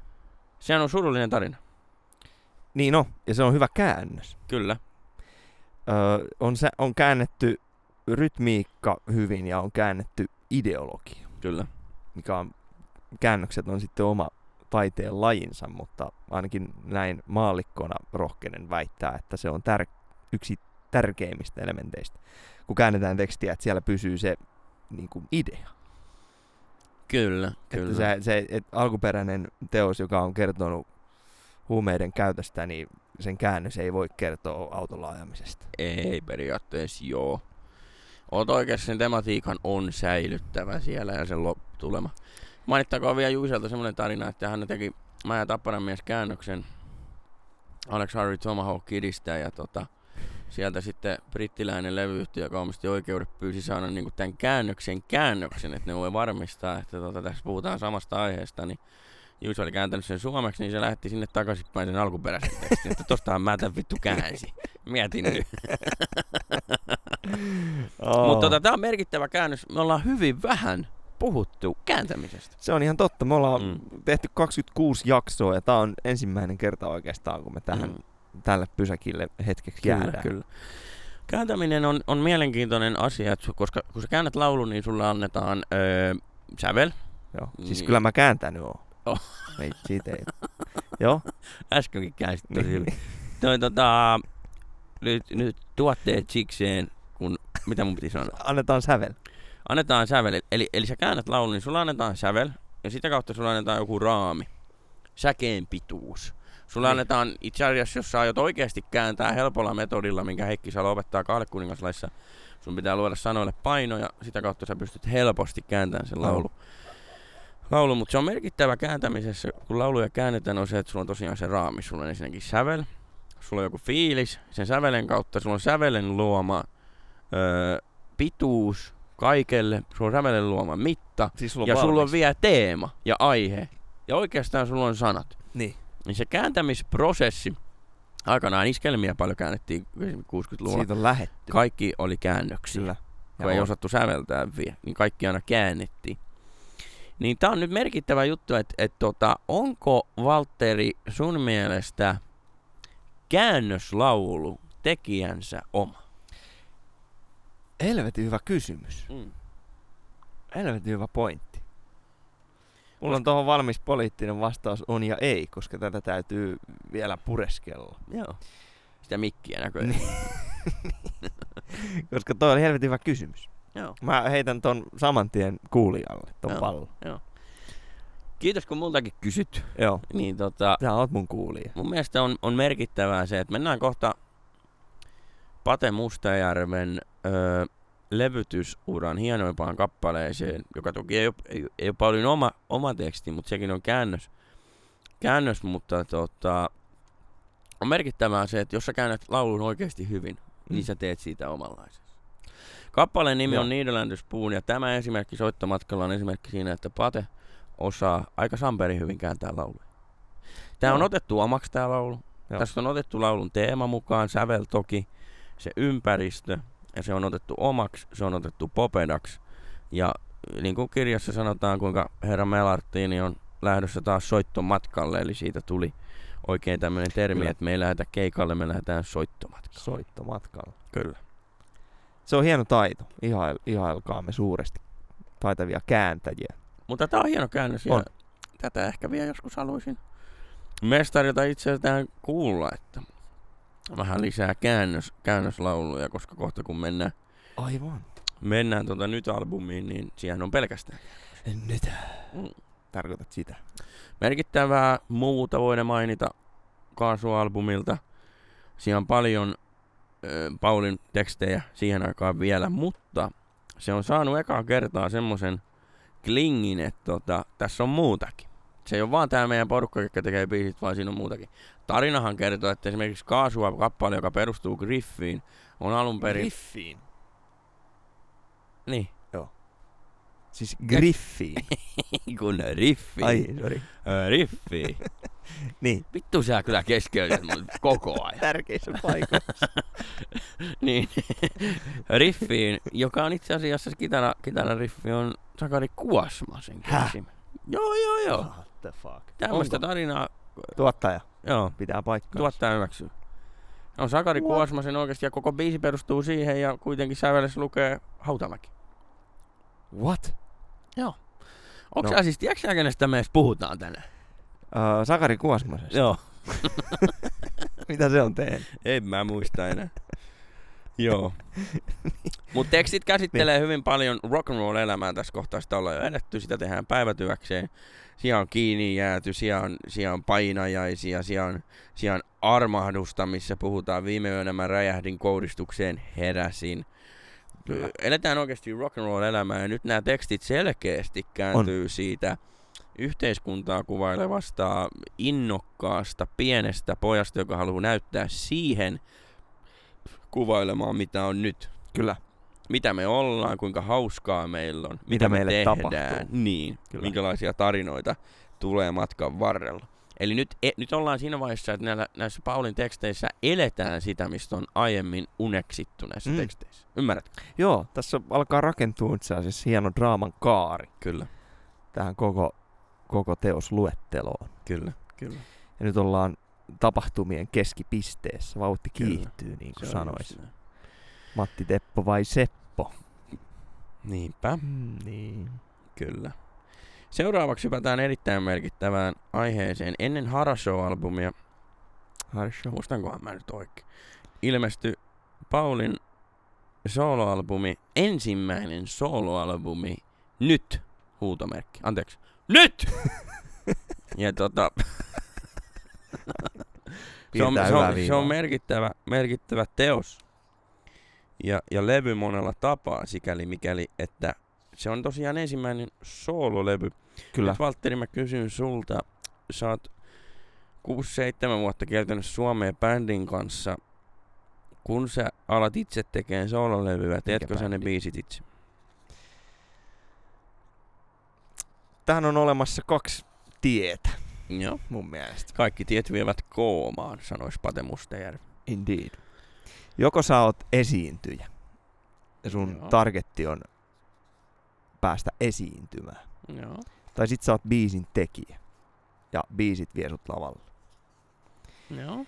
Speaker 1: Sehän on surullinen tarina.
Speaker 2: Niin on, ja se on hyvä käännös.
Speaker 1: Kyllä.
Speaker 2: Öö, on, se, on käännetty rytmiikka hyvin ja on käännetty ideologia,
Speaker 1: Kyllä.
Speaker 2: mikä on, käännökset on sitten oma taiteen lajinsa, mutta ainakin näin maallikkona rohkenen väittää, että se on tär- yksi tärkeimmistä elementeistä, kun käännetään tekstiä, että siellä pysyy se niin kuin idea.
Speaker 1: Kyllä.
Speaker 2: Että
Speaker 1: kyllä.
Speaker 2: se, se et alkuperäinen teos, joka on kertonut huumeiden käytöstä, niin sen käännös ei voi kertoa autolla ajamisesta.
Speaker 1: Ei periaatteessa joo. Oot oikeassa, sen tematiikan on säilyttävä siellä ja sen lopputulema. Mainittakoon vielä Juiselta semmoinen tarina, että hän teki mä ja Tapparan mies käännöksen Alex Harvey Tomahawk Kidistä ja tota, sieltä sitten brittiläinen levyyhtiö, joka omisti oikeudet, pyysi saada niinku tämän käännöksen käännöksen, että ne voi varmistaa, että tota, tässä puhutaan samasta aiheesta, niin Juice oli kääntänyt sen suomeksi, niin se lähti sinne takaisinpäin sen alkuperäisen tekstin, että tostahan mä tämän vittu käänsin. Mietin nyt.
Speaker 2: Oh.
Speaker 1: Mutta tota, tämä on merkittävä käännös. Me ollaan hyvin vähän puhuttu kääntämisestä.
Speaker 2: Se on ihan totta. Me ollaan
Speaker 1: Mm.
Speaker 2: mm. tehty 26 jaksoa ja tämä on ensimmäinen kerta oikeastaan, kun me tähän
Speaker 1: Mm.
Speaker 2: mm. tälle pysäkille hetkeksi jäädään.
Speaker 1: kyllä. Kääntäminen on, on mielenkiintoinen asia, että su- koska kun sä käännät laulun, niin sulle annetaan öö, sävel.
Speaker 2: Joo. Siis
Speaker 1: Niin.
Speaker 2: kyllä mä kääntänyt oon.
Speaker 1: Oh.
Speaker 2: Ei, siitä ei. Joo.
Speaker 1: Äskenkin käänsit tosi
Speaker 2: Niin.
Speaker 1: hyvin. Toi, tota, nyt, nyt tuotteet sikseen, kun, mitä mun piti sanoa?
Speaker 2: Annetaan sävel.
Speaker 1: Annetaan sävel, eli, eli sä käännät laulun, niin sulla annetaan sävel, ja sitä kautta sulla annetaan joku raami. Säkeen pituus. Sulla
Speaker 2: Niin.
Speaker 1: annetaan itse asiassa, jos sä aiot oikeasti kääntää helpolla metodilla, minkä Heikki Salo opettaa kahdekuningaslaissa, sun pitää luoda sanoille paino ja sitä kautta sä pystyt helposti kääntämään sen
Speaker 2: Aivan.
Speaker 1: laulu. Laulu, mutta se on merkittävä kääntämisessä, kun lauluja käännetään, on se, että sulla on tosiaan se raami. Sulla on ensinnäkin sävel, sulla on joku fiilis, sen sävelen kautta sulla on sävelen luoma öö, pituus kaikelle, sulla on sävelen luoma mitta,
Speaker 2: Siis sulla
Speaker 1: ja sulla on vielä teema ja aihe. Ja oikeastaan sulla on sanat.
Speaker 2: Niin.
Speaker 1: Niin se kääntämisprosessi, aikanaan iskelmiä paljon käännettiin 60-luvulla.
Speaker 2: Siitä on lähetty.
Speaker 1: Kaikki oli käännöksiä.
Speaker 2: Kyllä.
Speaker 1: Kun ei osattu säveltää vielä, niin kaikki aina käännettiin. Niin tää on nyt merkittävä juttu, että et tota, onko Valtteri sun mielestä käännöslaulu tekijänsä oma?
Speaker 2: Helvetin hyvä kysymys.
Speaker 1: Mm.
Speaker 2: Helvetin hyvä pointti. Mulla on tuohon valmis poliittinen vastaus on ja ei, koska tätä täytyy vielä pureskella.
Speaker 1: Joo. Sitä mikkiä näköjään.
Speaker 2: Niin. Koska toi oli helvetin hyvä kysymys.
Speaker 1: Joo.
Speaker 2: Mä heitän ton saman tien kuulijalle,
Speaker 1: Joo.
Speaker 2: ton Joo. pallon.
Speaker 1: Kiitos kun multakin kysyt.
Speaker 2: Joo.
Speaker 1: Niin tota,
Speaker 2: Sä oot mun kuulija.
Speaker 1: mun mielestä on, on merkittävää se, että mennään kohta Pate Mustajärven öö, levytysuran hienoimpaan kappaleeseen, joka toki ei ole, ei, ei ole paljon oma, oma teksti, mutta sekin on käännös. Käännös, mutta tota, on merkittävää se, että jos sä käännät laulun oikeasti hyvin, mm. niin sä teet siitä omanlaisesi. Kappaleen nimi
Speaker 2: Joo.
Speaker 1: on Niederlander Spoon ja tämä esimerkki soittomatkalla on esimerkki siinä, että Pate osaa aika samperin hyvin kääntää lauluja. Tämä on
Speaker 2: Joo.
Speaker 1: otettu omaksi tämä laulu.
Speaker 2: Joo.
Speaker 1: Tässä on otettu laulun teema mukaan, sävel toki, se ympäristö ja se on otettu omaksi, se on otettu popedaksi. Ja niin kuin kirjassa sanotaan, kuinka herra Melartini on lähdössä taas soittomatkalle, eli siitä tuli oikein tämmöinen termi,
Speaker 2: Kyllä.
Speaker 1: että me ei lähdetä keikalle, me lähdetään soittomatkalle.
Speaker 2: Soittomatkalla.
Speaker 1: Kyllä.
Speaker 2: Se on hieno taito. Ihail, ihailkaamme suuresti. Taitavia kääntäjiä.
Speaker 1: Mutta tämä on hieno käännös. ja
Speaker 2: On.
Speaker 1: Tätä ehkä vielä joskus haluaisin mestarilta itseltään kuulla, että vähän lisää käännös, käännöslauluja, koska kohta kun mennään,
Speaker 2: Aivan.
Speaker 1: mennään tuota nyt albumiin, niin siihen on pelkästään.
Speaker 2: Nyt.
Speaker 1: Mm.
Speaker 2: Tarkoitat sitä.
Speaker 1: Merkittävää muuta voidaan mainita kaasualbumilta. Siinä on paljon ö, Paulin tekstejä siihen aikaan vielä, mutta se on saanut ekaa kertaa semmoisen klingin, että tota, tässä on muutakin. Se ei ole vaan tämä meidän porukka, joka tekee biisit, vaan siinä on muutakin. Tarinahan kertoo, että esimerkiksi kaasua kappale, joka perustuu Griffiin, on alun perin...
Speaker 2: Griffiin.
Speaker 1: niin, (laughs)
Speaker 2: Siis griffiin.
Speaker 1: kun riffi.
Speaker 2: Ai, sorry.
Speaker 1: Ö, Riffi.
Speaker 2: (laughs) Niin.
Speaker 1: Vittu sä kyllä keskeytät mun koko ajan.
Speaker 2: (laughs) Tärkeissä paikoissa.
Speaker 1: niin, (laughs) riffiin, joka on itse asiassa se kitara, kitaran riffi on Sakari Kuosma sen
Speaker 2: Häh?
Speaker 1: keksimä. Joo, joo, joo.
Speaker 2: Ah, What the fuck?
Speaker 1: Tämmöistä
Speaker 2: Onko?
Speaker 1: tarinaa,
Speaker 2: Tuottaja
Speaker 1: joo,
Speaker 2: pitää paikkaa.
Speaker 1: tuottaja hyväksyy. On Sakari
Speaker 2: What?
Speaker 1: Kuosma sen oikeasti ja koko biisi perustuu siihen ja kuitenkin sävelessä lukee Hautamäki.
Speaker 2: What?
Speaker 1: Onko
Speaker 2: No.
Speaker 1: no. sä siis, tiedätkö sä, kenestä me edes puhutaan tänään?
Speaker 2: Öö,
Speaker 1: (laughs)
Speaker 2: Sakari Kuosmasesta.
Speaker 1: Joo.
Speaker 2: Mitä se on tehnyt?
Speaker 1: En mä muista enää. (laughs) Joo. Niin. Mut tekstit käsittelee hyvin paljon rock'n'roll elämää tässä kohtaa. Sitä ollaan jo edetty, sitä tehdään päivätyökseen. Siellä on kiinni jääty, siellä on, siellä on painajaisia, siellä on, siellä on armahdusta, missä puhutaan viime yönä mä räjähdin koudistukseen, heräsin.
Speaker 2: Kyllä.
Speaker 1: Eletään oikeasti rock'n'roll elämää ja nyt nämä tekstit selkeästi kääntyy on. siitä yhteiskuntaa kuvailevasta innokkaasta pienestä pojasta, joka haluaa näyttää siihen kuvailemaan, mitä on nyt.
Speaker 2: Kyllä.
Speaker 1: Mitä me ollaan, kuinka hauskaa meillä on, mitä,
Speaker 2: meille
Speaker 1: tehdään,
Speaker 2: tapahtuu.
Speaker 1: niin,
Speaker 2: Kyllä.
Speaker 1: minkälaisia tarinoita tulee matkan varrella. Eli nyt, e, nyt ollaan siinä vaiheessa, että näillä, näissä Paulin teksteissä eletään sitä, mistä on aiemmin uneksittu näissä
Speaker 2: Mm.
Speaker 1: mm. teksteissä. Ymmärrätkö?
Speaker 2: Joo, tässä alkaa rakentua itse asiassa hieno draaman kaari
Speaker 1: Kyllä,
Speaker 2: tähän koko, koko teosluetteloon.
Speaker 1: kyllä, kyllä.
Speaker 2: Ja nyt ollaan tapahtumien keskipisteessä. Vauhti
Speaker 1: Kyllä.
Speaker 2: kiihtyy, niin kuin
Speaker 1: on
Speaker 2: sanois.
Speaker 1: just näin.
Speaker 2: Matti Teppo vai Seppo?
Speaker 1: Niinpä,
Speaker 2: Mm, niin.
Speaker 1: kyllä. Seuraavaksi hypätään erittäin merkittävään aiheeseen. Ennen Harashow-albumia,
Speaker 2: Harsho.
Speaker 1: muistankohan mä nyt oikein, ilmestyi Paulin soloalbumi, ensimmäinen soloalbumi, Nyt, huutomerkki, anteeksi, Nyt! ja tota, se on,
Speaker 2: Piirtää
Speaker 1: se
Speaker 2: hyvää
Speaker 1: on, se
Speaker 2: viivaa.
Speaker 1: on merkittävä, merkittävä teos ja, ja levy monella tapaa sikäli mikäli, että se on tosiaan ensimmäinen soololevy.
Speaker 2: Kyllä.
Speaker 1: Nyt Valtteri mä kysyn sulta, sä oot 6-7 vuotta kiertänyt Suomeen bändin kanssa. Kun sä alat itse tekemään soololevyä, teetkö sä ne
Speaker 2: bändi?
Speaker 1: biisit itse?
Speaker 2: Tähän on olemassa kaksi tietä
Speaker 1: Joo.
Speaker 2: mun mielestä.
Speaker 1: Kaikki tiet vievät koomaan, sanois Pate Mustajärvi.
Speaker 2: Indeed. Joko sä oot esiintyjä ja sun
Speaker 1: Joo.
Speaker 2: targetti on päästä esiintymään.
Speaker 1: Joo.
Speaker 2: Tai sit sä oot biisin tekijä ja biisit vie sut lavalle.
Speaker 1: Joo.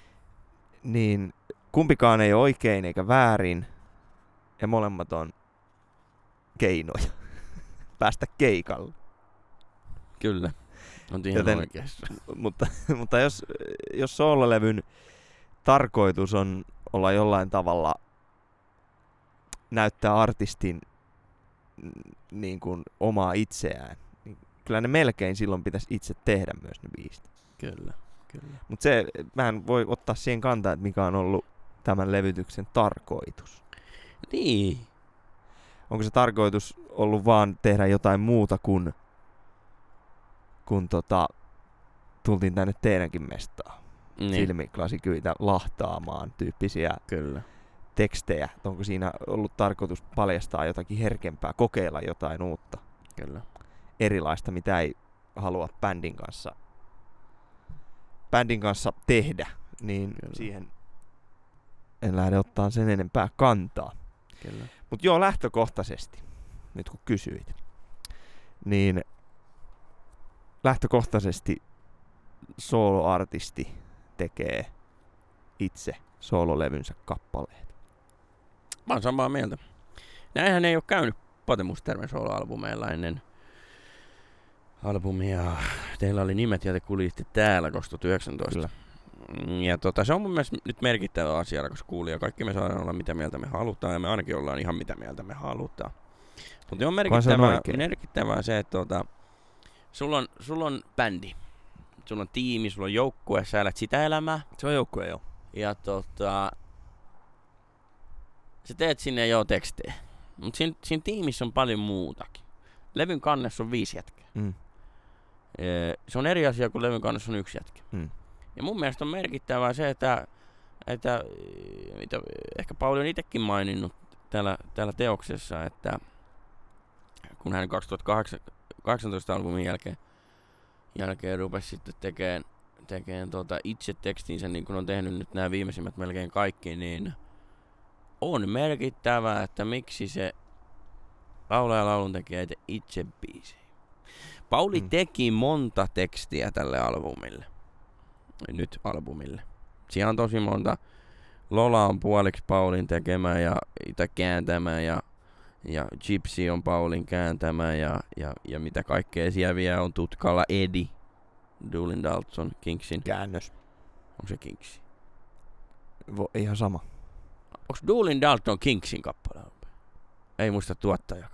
Speaker 2: Niin kumpikaan ei ole oikein eikä väärin ja molemmat on keinoja (laughs) päästä keikalle.
Speaker 1: Kyllä. On ihan
Speaker 2: Joten-
Speaker 1: Joten... oikeassa.
Speaker 2: mutta, (laughs) mutta jos, jos soololevyn tarkoitus on olla jollain tavalla näyttää artistin mm, niin kuin omaa itseään, niin kyllä ne melkein silloin pitäisi itse tehdä myös ne biisit.
Speaker 1: Kyllä. Kyllä.
Speaker 2: Mutta se, mä en voi ottaa siihen kantaa, että mikä on ollut tämän levytyksen tarkoitus.
Speaker 1: Niin.
Speaker 2: Onko se tarkoitus ollut vaan tehdä jotain muuta kuin kun tota, tultiin tänne teidänkin mestaan?
Speaker 1: niin.
Speaker 2: niin. silmiklasikyitä lahtaamaan tyyppisiä
Speaker 1: Kyllä.
Speaker 2: tekstejä. Et Onko siinä ollut tarkoitus paljastaa jotakin herkempää, kokeilla jotain uutta,
Speaker 1: Kyllä.
Speaker 2: erilaista, mitä ei halua bändin kanssa, bändin kanssa tehdä, niin
Speaker 1: Kyllä.
Speaker 2: siihen en lähde ottaa sen enempää kantaa.
Speaker 1: Kyllä.
Speaker 2: Mutta joo, lähtökohtaisesti, nyt kun kysyit, niin lähtökohtaisesti soloartisti tekee itse sololevynsä kappaleet.
Speaker 1: Mä oon samaa mieltä. Näinhän ei ole käynyt Pate Mustermen soloalbumeilla ennen albumia. Teillä oli nimet ja te kuljitte täällä 2019.
Speaker 2: Kyllä.
Speaker 1: Mm, Ja tota, se on mun mielestä nyt merkittävä asia, koska kuulija kaikki me saadaan olla mitä mieltä me halutaan ja me ainakin ollaan ihan mitä mieltä me halutaan. Mutta on
Speaker 2: Vaan se on
Speaker 1: merkittävää,
Speaker 2: oikein.
Speaker 1: merkittävää se, että tota, sulla on, sulla on bändi, sulla on tiimi, sulla on joukkue, sä elät sitä elämää.
Speaker 2: Se on joukkue joo.
Speaker 1: Ja tota, sä teet sinne jo tekstejä. Mutta siinä, siinä tiimissä on paljon muutakin. Levyn kannessa on viisi jätkää.
Speaker 2: Mm.
Speaker 1: Ee, Se on eri asia kuin levyn kannessa on yksi jätkä.
Speaker 2: Mm.
Speaker 1: Ja mun mielestä on merkittävää se, että, että eh, mitä ehkä Pauli on itsekin maininnut täällä, täällä teoksessa, että kun hän 2018 albumin jälkeen, jälkeen rupesi sitten tekemään tekemään tuota itse tekstinsä, niin kuin on tehnyt nyt nämä viimeisimmät melkein kaikki, niin on merkittävää, että miksi se laulaja laulun tekee ei tee itse biisi. Pauli
Speaker 2: Mm.
Speaker 1: mm. teki monta tekstiä tälle albumille. Nyt albumille. Siinä on tosi monta. Lola on puoliksi Paulin tekemä ja tai kääntämä ja, ja Gypsy on Paulin kääntämä ja, ja, ja mitä kaikkea siellä vielä on tutkalla Edi. Doolin Dalton, Kingsin.
Speaker 2: Käännös.
Speaker 1: Onko se Kingsi?
Speaker 2: Vo, ihan sama.
Speaker 1: Onko Doolin Dalton Kingsin kappale? Ei muista tuottaja.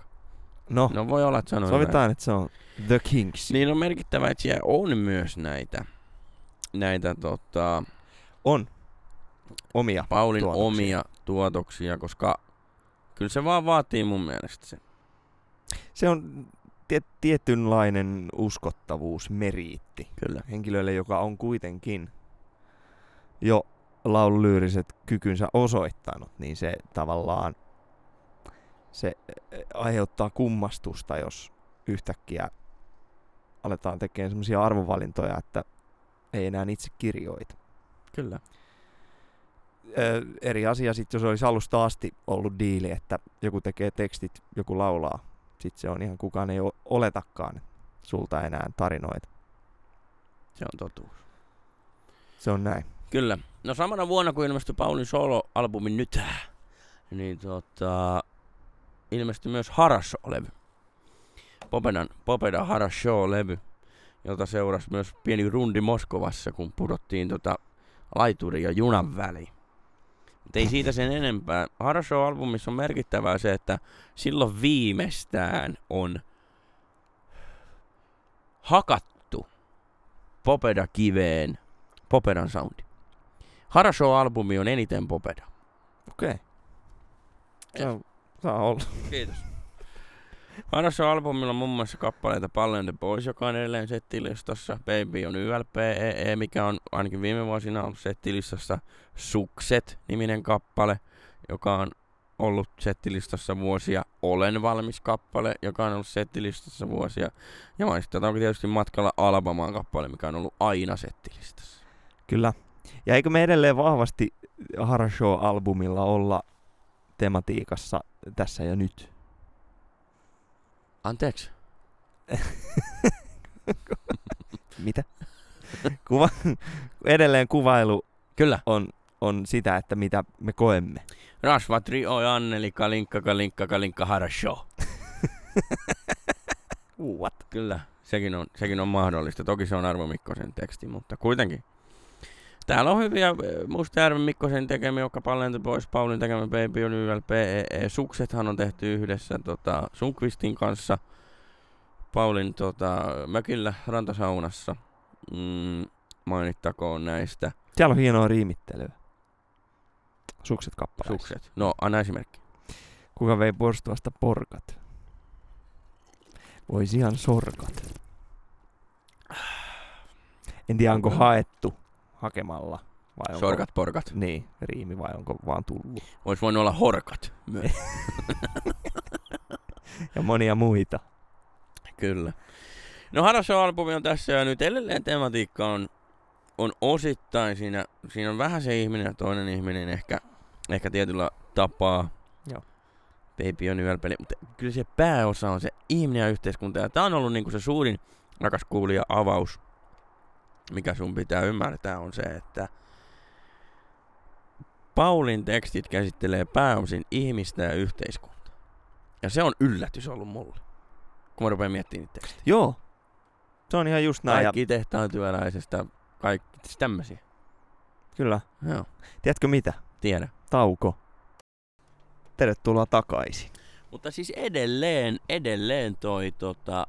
Speaker 2: No, no
Speaker 1: No voi olla, että sanoin väärin.
Speaker 2: sovitaan, että se on The Kings.
Speaker 1: Niin on merkittävä, että siellä on myös näitä, näitä tota,
Speaker 2: On omia.
Speaker 1: Paulin
Speaker 2: Tuotoksia.
Speaker 1: tuotoksia. omia tuotoksia, koska kyllä se vaan vaatii mun mielestä sen.
Speaker 2: Se on tie- tietynlainen uskottavuus, meriitti.
Speaker 1: Kyllä.
Speaker 2: henkilölle, joka on kuitenkin jo laululyyriset kykynsä osoittanut, niin se tavallaan se eh, aiheuttaa kummastusta, jos yhtäkkiä aletaan tekemään semmoisia arvovalintoja, että ei enää itse kirjoita.
Speaker 1: Kyllä.
Speaker 2: Ö, eri asia sitten, jos olisi alusta asti ollut diili, että joku tekee tekstit, joku laulaa. Sitten se on ihan, kukaan ei o- oletakaan sulta enää tarinoita.
Speaker 1: Se on totuus.
Speaker 2: Se on näin.
Speaker 1: Kyllä. No samana vuonna, kun ilmestyi Paulin solo-albumi Nyt, niin tota, ilmestyi myös Harasho-levy. Popedan, Popedan Harasho-levy, jota seurasi myös pieni rundi Moskovassa, kun pudottiin tota laituri ja junan väliin. Mutta ei siitä sen enempää. Harasho-albumissa on merkittävää se, että silloin viimeistään on hakattu Popeda kiveen Popedan soundi. Harasho-albumi on eniten popeda.
Speaker 2: Okei. Okay. Saa olla.
Speaker 1: Kiitos. Harasho-albumilla on muun muassa kappaleita Pallen the Boys, joka on edelleen settilistassa. Baby on YLPEE, E, mikä on ainakin viime vuosina ollut settilistassa. Sukset-niminen kappale, joka on ollut settilistassa vuosia. Olen valmis kappale, joka on ollut settilistassa vuosia. Ja mainitsetetaanko tietysti matkalla Alabamaan kappale, mikä on ollut aina settilistassa.
Speaker 2: Kyllä. Ja eikö me edelleen vahvasti Harasho-albumilla olla tematiikassa tässä ja nyt? (laughs)
Speaker 1: Anteeksi.
Speaker 2: Mitä? Kuva, edelleen kuvailu
Speaker 1: Kyllä.
Speaker 2: on, on sitä, että mitä me koemme.
Speaker 1: Rasva Trio ja Anneli Kalinkka Kalinkka Kalinkka Harasho.
Speaker 2: What?
Speaker 1: Kyllä, sekin on, sekin on mahdollista. Toki se on Arvo Mikkosen teksti, mutta kuitenkin. Täällä on hyviä eh, Mustajärven Mikkosen tekemiä, joka paljon pois Paulin tekemä Baby on YLPEE. E. Suksethan on tehty yhdessä tota, Sunkvistin kanssa Paulin tota, mökillä rantasaunassa. Mm, mainittakoon näistä
Speaker 2: Siellä on hienoa riimittelyä. Sukset kappaleessa.
Speaker 1: sukset. No, anna esimerkki.
Speaker 2: Kuka vei porstuasta porkat? Voisi ihan sorkat. En tiedä, onko haettu hakemalla. Vai onko,
Speaker 1: Sorkat porkat.
Speaker 2: Niin, riimi vai onko vaan tullut.
Speaker 1: Olisi voinut olla horkat myös.
Speaker 2: Ja monia muita.
Speaker 1: Kyllä. No Harasho-albumi on tässä ja nyt edelleen tematiikka on, on osittain siinä, siinä on vähän se ihminen ja toinen ihminen ehkä, ehkä tietyllä tapaa.
Speaker 2: Joo.
Speaker 1: Baby on yölpeli, mutta kyllä se pääosa on se ihminen ja yhteiskunta. Ja tämä on ollut niinku se suurin rakas kuulija avaus, mikä sun pitää ymmärtää on se, että Paulin tekstit käsittelee pääosin ihmistä ja yhteiskuntaa. Ja se on yllätys ollut mulle, kun mä rupean miettimään niitä tekstejä.
Speaker 2: Joo. Se on ihan just näin. Ja,
Speaker 1: Kaikki siis tehtaan työläisestä, kaikki tämmöisiä.
Speaker 2: kyllä.
Speaker 1: Joo,
Speaker 2: Tiedätkö mitä?
Speaker 1: tiedä.
Speaker 2: Tauko. Tervetuloa takaisin.
Speaker 1: Mutta siis edelleen, edelleen toi tota,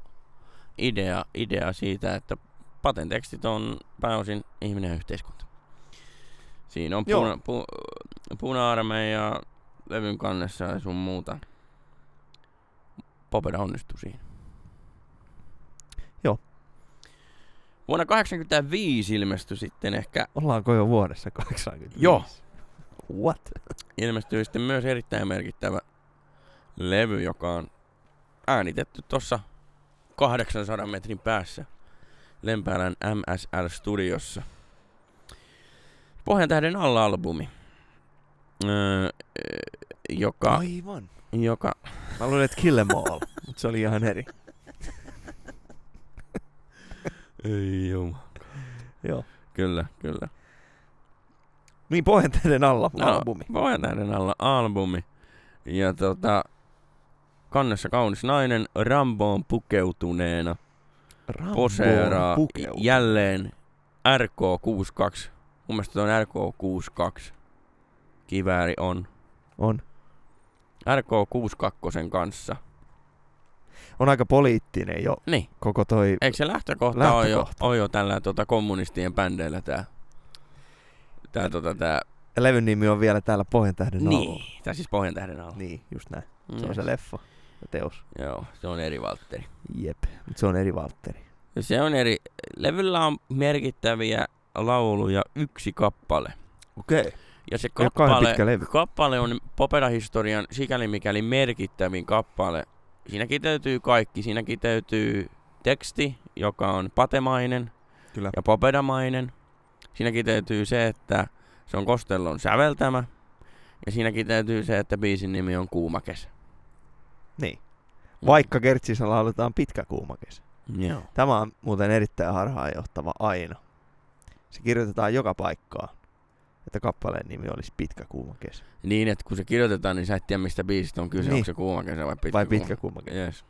Speaker 1: idea, idea siitä, että patentekstit on pääosin ihminen ja yhteiskunta. Siinä on
Speaker 2: Joo.
Speaker 1: puna, pu, puna-armeija, levyn kannessa ja sun muuta. Popeda onnistui siinä.
Speaker 2: Joo.
Speaker 1: Vuonna 1985 ilmestyi sitten ehkä
Speaker 2: Ollaanko jo vuodessa 85?
Speaker 1: Joo.
Speaker 2: What?
Speaker 1: ilmestyy sitten myös erittäin merkittävä levy, joka on äänitetty tuossa 800 metrin päässä Lempäälän MSR-studiossa. Pohjan tähden alla albumi, öö, joka,
Speaker 2: Aivan.
Speaker 1: joka,
Speaker 2: Mä luulin, että Kill Em All, mutta se oli ihan eri.
Speaker 1: ei juma.
Speaker 2: Joo.
Speaker 1: Kyllä, kyllä.
Speaker 2: Niin pohjanteiden alla no. albumi.
Speaker 1: Pohjan tähden alla albumi. Ja tota, kannessa kaunis nainen Ramboon pukeutuneena.
Speaker 2: Rambo
Speaker 1: poseeraa
Speaker 2: pukeutuu.
Speaker 1: jälleen RK62. Mun mielestä toi on RK62. Kivääri on.
Speaker 2: on.
Speaker 1: RK62 kanssa.
Speaker 2: on aika poliittinen jo
Speaker 1: Niin.
Speaker 2: koko toi.
Speaker 1: Eikö se lähtökohta, lähtökohta. ole jo,
Speaker 2: Lähtökohta.
Speaker 1: ole jo tällä tota, kommunistien bändeillä tää? Tää, tota, tää.
Speaker 2: Levyn nimi on vielä täällä pohjantähden alla.
Speaker 1: Niin. Tää siis Pohjan tähden alla.
Speaker 2: Niin, just näin.
Speaker 1: Mm.
Speaker 2: Se on se leffa ja teos.
Speaker 1: Joo, se on eri Valtteri.
Speaker 2: Jep, mutta se on eri Valtteri.
Speaker 1: Ja Se on eri. Levyllä on merkittäviä lauluja yksi kappale.
Speaker 2: Okei. Okay.
Speaker 1: Ja se
Speaker 2: Ei ole kauhean
Speaker 1: kappale,
Speaker 2: pitkä levy.
Speaker 1: kappale on poperahistorian sikäli mikäli merkittävin kappale. Siinä kiteytyy kaikki. Siinä kiteytyy teksti, joka on patemainen.
Speaker 2: Kyllä.
Speaker 1: ja popedamainen. Siinä kiteytyy se, että se on Kostellon säveltämä. Ja siinä kiteytyy se, että biisin nimi on Kuuma kesä.
Speaker 2: Niin.
Speaker 1: Mm.
Speaker 2: Vaikka Kertsissä lauletaan pitkä kuuma kesä.
Speaker 1: Joo.
Speaker 2: Tämä on muuten erittäin harhaanjohtava aina. Se kirjoitetaan joka paikkaan, että kappaleen nimi olisi pitkä kuuma kesä.
Speaker 1: Niin, että kun se kirjoitetaan, niin sä et tiedä, mistä biisistä on kyse.
Speaker 2: Niin.
Speaker 1: Onko se Kuuma kesä vai pitkä
Speaker 2: Vai
Speaker 1: kuuma?
Speaker 2: pitkä kuuma kesä.
Speaker 1: Yes.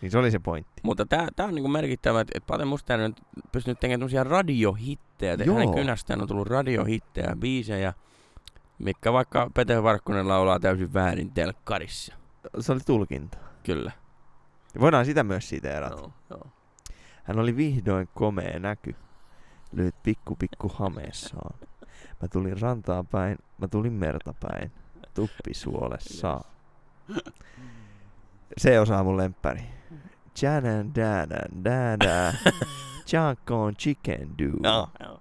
Speaker 2: Niin se oli se pointti.
Speaker 1: Mutta tää, tää on niinku merkittävä, että et Pate Mustainen on pystynyt tekemään tämmöisiä radiohittejä. Joo.
Speaker 2: Joo.
Speaker 1: Hänen kynästään on tullut radiohittejä, biisejä, mikä vaikka Pete Varkkonen laulaa täysin väärin telkkarissa.
Speaker 2: Se oli tulkinta.
Speaker 1: Kyllä.
Speaker 2: Ja voidaan sitä myös siitä erata.
Speaker 1: Joo, joo.
Speaker 2: Hän oli vihdoin komea näky. Lyhyt pikku pikku hameessaan. Mä tulin rantaa päin, mä tulin merta päin. Tuppi suolessaan. Se osaa mun lemppäri. Janan danan dana. Chankoon chicken do.
Speaker 1: Joo, joo.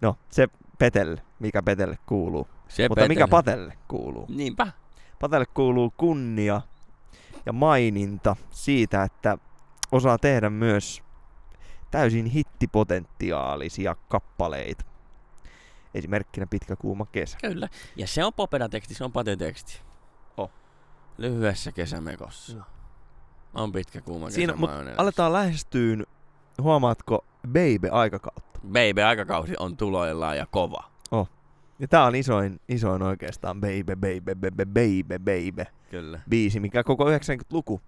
Speaker 2: No, se petelle, mikä petelle kuuluu.
Speaker 1: Se
Speaker 2: Mutta mikä
Speaker 1: Peten-
Speaker 2: patelle kuuluu?
Speaker 1: Niinpä.
Speaker 2: Patelle kuuluu kunnia ja maininta siitä, että osaa tehdä myös täysin hittipotentiaalisia kappaleita. Esimerkkinä pitkä kuuma kesä.
Speaker 1: Kyllä. Ja se on popeda-teksti, se on pateteksti. Oh.
Speaker 2: On.
Speaker 1: Lyhyessä kesämekossa. On pitkä kuuma kesä.
Speaker 2: Siinä, mut
Speaker 1: majoneerissa.
Speaker 2: Aletaan lähestyyn, huomaatko, baby-aikakautta.
Speaker 1: Baby, aikakausi on tuloillaan ja kova.
Speaker 2: Ja tää on isoin, isoin oikeastaan baby, baby, baby, baby, baby
Speaker 1: Kyllä.
Speaker 2: biisi, mikä koko 90-luku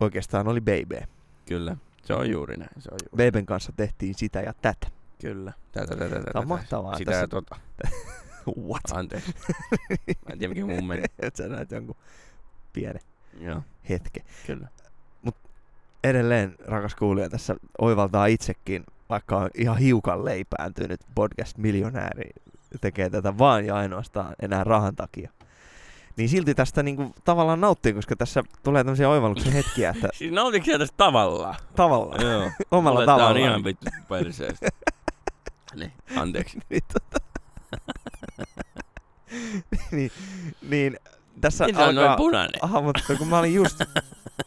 Speaker 2: oikeastaan oli baby.
Speaker 1: Kyllä. Se on juuri näin. Se on juuri.
Speaker 2: Babyn kanssa tehtiin sitä ja tätä.
Speaker 1: Kyllä. Tätä, tätä, tätä.
Speaker 2: Tää on
Speaker 1: tätä.
Speaker 2: mahtavaa.
Speaker 1: Sitä ja
Speaker 2: tässä. (laughs)
Speaker 1: tota.
Speaker 2: What?
Speaker 1: Anteeksi. Mä en tiedä, mikä mun
Speaker 2: (laughs)
Speaker 1: meni.
Speaker 2: Et sä näet jonkun pienen
Speaker 1: Joo,
Speaker 2: hetken.
Speaker 1: kyllä.
Speaker 2: edelleen, rakas kuulija, tässä oivaltaa itsekin, vaikka on ihan hiukan leipääntynyt podcast-miljonääri, tekee tätä vaan ja ainoastaan enää rahan takia. Niin silti tästä niinku tavallaan nauttii, koska tässä tulee tämmöisiä oivalluksen
Speaker 1: (laughs)
Speaker 2: hetkiä, että
Speaker 1: Siis nautitko sä tästä tavallaan?
Speaker 2: tavallaan,
Speaker 1: Joo.
Speaker 2: omalla
Speaker 1: Mulle tää
Speaker 2: tavallaan.
Speaker 1: on ihan vittu
Speaker 2: (laughs)
Speaker 1: perseestä. niin, anteeksi.
Speaker 2: niin, niin, tässä
Speaker 1: Niin se on noin
Speaker 2: alkaa...
Speaker 1: punainen.
Speaker 2: Aha, mutta kun mä olin just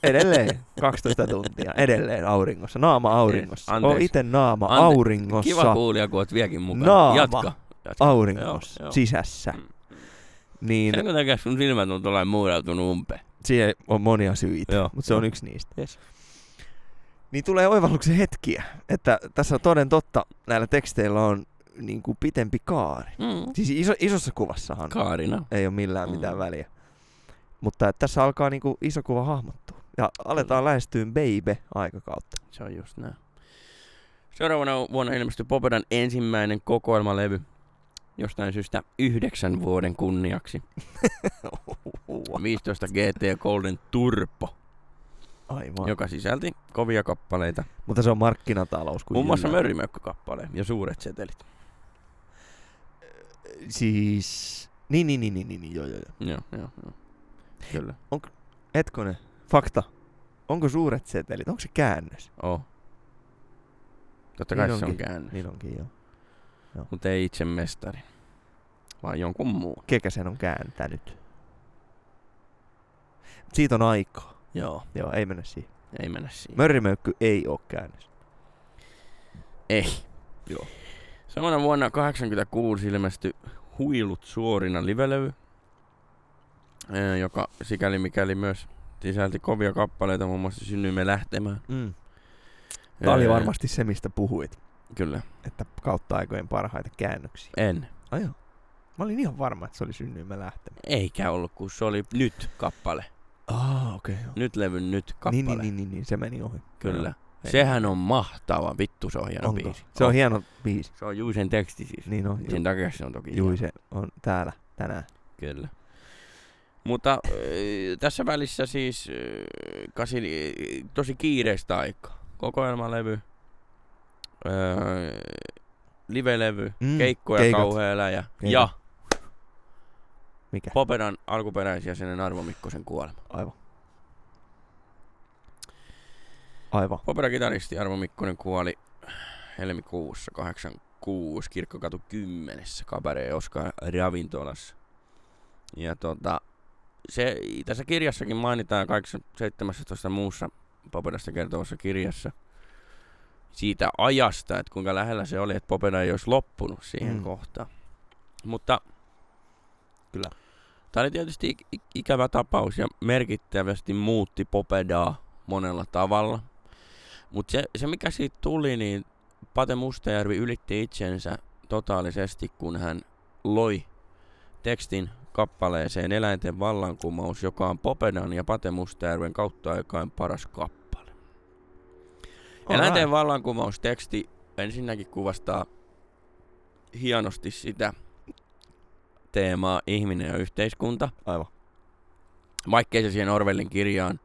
Speaker 2: edelleen 12 tuntia, edelleen auringossa, naama auringossa.
Speaker 1: Niin, Anteeksi.
Speaker 2: Oon itse naama
Speaker 1: Ante-
Speaker 2: auringossa.
Speaker 1: Kiva kuulija, kun oot vieläkin mukana.
Speaker 2: Naama.
Speaker 1: Jatka. Jatka.
Speaker 2: auringossa,
Speaker 1: Joo, joo.
Speaker 2: sisässä.
Speaker 1: Mm.
Speaker 2: Niin
Speaker 1: Sen takia sun silmät on tuollainen muurautunut umpeen.
Speaker 2: siihen on monia syitä,
Speaker 1: Joo.
Speaker 2: mutta se on yksi niistä.
Speaker 1: Yes.
Speaker 2: Niin tulee oivalluksen hetkiä, että tässä on toden totta, näillä teksteillä on niin kuin pitempi kaari.
Speaker 1: Mm.
Speaker 2: Siis iso, isossa kuvassahan
Speaker 1: Kaarina.
Speaker 2: ei ole millään
Speaker 1: Mm.
Speaker 2: mitään väliä. Mutta että tässä alkaa niin kuin iso kuva hahmottua. Ja
Speaker 1: Mm.
Speaker 2: aletaan lähestyä Baby-aikakautta.
Speaker 1: Se on just näin. Seuraavana vuonna ilmestyi Popedan ensimmäinen kokoelmalevy. Jostain syystä yhdeksän vuoden kunniaksi. 15 GT Golden Turpo,
Speaker 2: Aivan.
Speaker 1: joka sisälti kovia kappaleita.
Speaker 2: Mutta se on markkinatalous. Kuin
Speaker 1: Muun muassa
Speaker 2: jyllää.
Speaker 1: Mörrimökkö-kappale ja Suuret setelit.
Speaker 2: Siis... Niin, niin, niin, niin, niin, niin, joo, joo, joo.
Speaker 1: Joo, joo, joo. Kyllä.
Speaker 2: Hetkonen, fakta. Onko suuret setelit, onko se käännös?
Speaker 1: Oh. Totta kai
Speaker 2: Niin
Speaker 1: se on
Speaker 2: onkin.
Speaker 1: käännös,
Speaker 2: Niin onkin, joo.
Speaker 1: mutta ei itse mestari, vaan jonkun muun.
Speaker 2: Kekä sen on kääntänyt? Siitä on aikaa.
Speaker 1: Joo.
Speaker 2: Joo, ei mennä siihen.
Speaker 1: Ei mennä siihen.
Speaker 2: Mörrimöykky ei ole käännös.
Speaker 1: Ei.
Speaker 2: Joo.
Speaker 1: Samana vuonna 86 ilmestyi Huilut suorina livelevy, ää, joka sikäli mikäli myös sisälti kovia kappaleita, muun muassa Synnymme lähtemään.
Speaker 2: Mm. Tämä oli
Speaker 1: Ää,
Speaker 2: varmasti se, mistä puhuit,
Speaker 1: Kyllä.
Speaker 2: että kautta aikojen parhaita käännöksiä.
Speaker 1: En.
Speaker 2: Ai joo. Mä olin ihan varma, että se oli synnyimme lähtemään.
Speaker 1: Eikä ollut, kun se oli nyt kappale.
Speaker 2: Ah, okei. Okay,
Speaker 1: Nyt levyn nyt kappale.
Speaker 2: niin, niin, niin, niin, niin, se meni ohi.
Speaker 1: Kyllä.
Speaker 2: Ei.
Speaker 1: Sehän on mahtava. Vittu, se on hieno
Speaker 2: Onko?
Speaker 1: biisi.
Speaker 2: Se on
Speaker 1: Oh.
Speaker 2: hieno biisi.
Speaker 1: se on Juisen teksti siis.
Speaker 2: Niin on.
Speaker 1: Sen takia se on toki hieno.
Speaker 2: Jui, se on täällä tänään.
Speaker 1: Kyllä. Mutta äh, tässä välissä siis äh, kasi, äh, tosi kiireistä aikaa. Kokoelmalevy, äh, livelevy,
Speaker 2: Mm,
Speaker 1: mm, keikkoja
Speaker 2: keikot.
Speaker 1: kauhea eläjä
Speaker 2: Keikot.
Speaker 1: ja
Speaker 2: Mikä?
Speaker 1: Popedan alkuperäisjäsenen Arvo Mikkosen kuolema.
Speaker 2: Aivan. Aivan.
Speaker 1: Popera-kitaristi Arvo Mikkonen kuoli helmikuussa 86 kirkkokatu 10 Kabare Oskar ravintolassa. Ja tota, se, tässä kirjassakin mainitaan kaikissa 17 muussa Poperasta kertovassa kirjassa. siitä ajasta, että kuinka lähellä se oli, että Popeda ei olisi loppunut siihen
Speaker 2: Mm.
Speaker 1: mm. kohtaan. Mutta
Speaker 2: Kyllä.
Speaker 1: tämä oli tietysti ik- ik- ikävä tapaus ja merkittävästi muutti Popedaa monella tavalla. Mutta se, se, mikä siitä tuli, niin Pate Mustajärvi ylitti itsensä totaalisesti, kun hän loi tekstin kappaleeseen Eläinten vallankumous, joka on Popedan ja Pate Mustajärven kautta aikaan paras kappale. Eläinten vallankumousteksti ensinnäkin kuvastaa hienosti sitä teemaa ihminen ja yhteiskunta,
Speaker 2: Aivan.
Speaker 1: vaikkei se siihen Orwellin kirjaan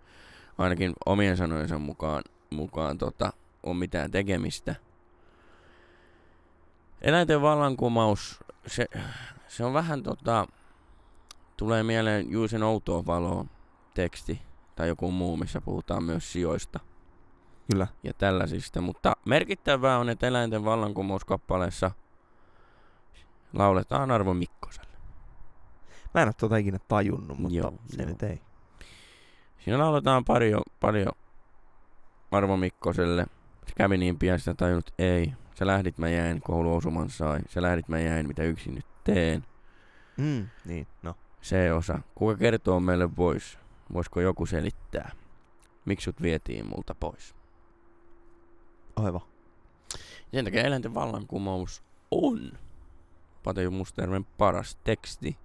Speaker 1: ainakin omien sanojensa mukaan, mukaan tota, on mitään tekemistä. Eläinten vallankumous, se, se on vähän tota, tulee mieleen Juisen outoa valoa teksti tai joku muu, missä puhutaan myös sijoista
Speaker 2: Kyllä.
Speaker 1: ja tällaisista. Mutta merkittävää on, että eläinten vallankumouskappaleessa lauletaan Arvo Mikkoselle.
Speaker 2: Mä en ole tota ikinä tajunnut, mutta
Speaker 1: Joo,
Speaker 2: se
Speaker 1: joo.
Speaker 2: nyt ei.
Speaker 1: Siinä lauletaan paljon, paljon Arvo Mikkoselle. Se kävi niin pian, sitä tajunnut, ei. Sä lähdit, mä jäin, koulu osuman sai. Sä lähdit, mä jäin, mitä yksin nyt teen.
Speaker 2: Mm, niin, no.
Speaker 1: Se osa. Kuka kertoo meille pois? Voisiko joku selittää? Miksi sut vietiin multa pois?
Speaker 2: Aivan.
Speaker 1: Sen takia eläinten vallankumous on Pate Musterven paras teksti.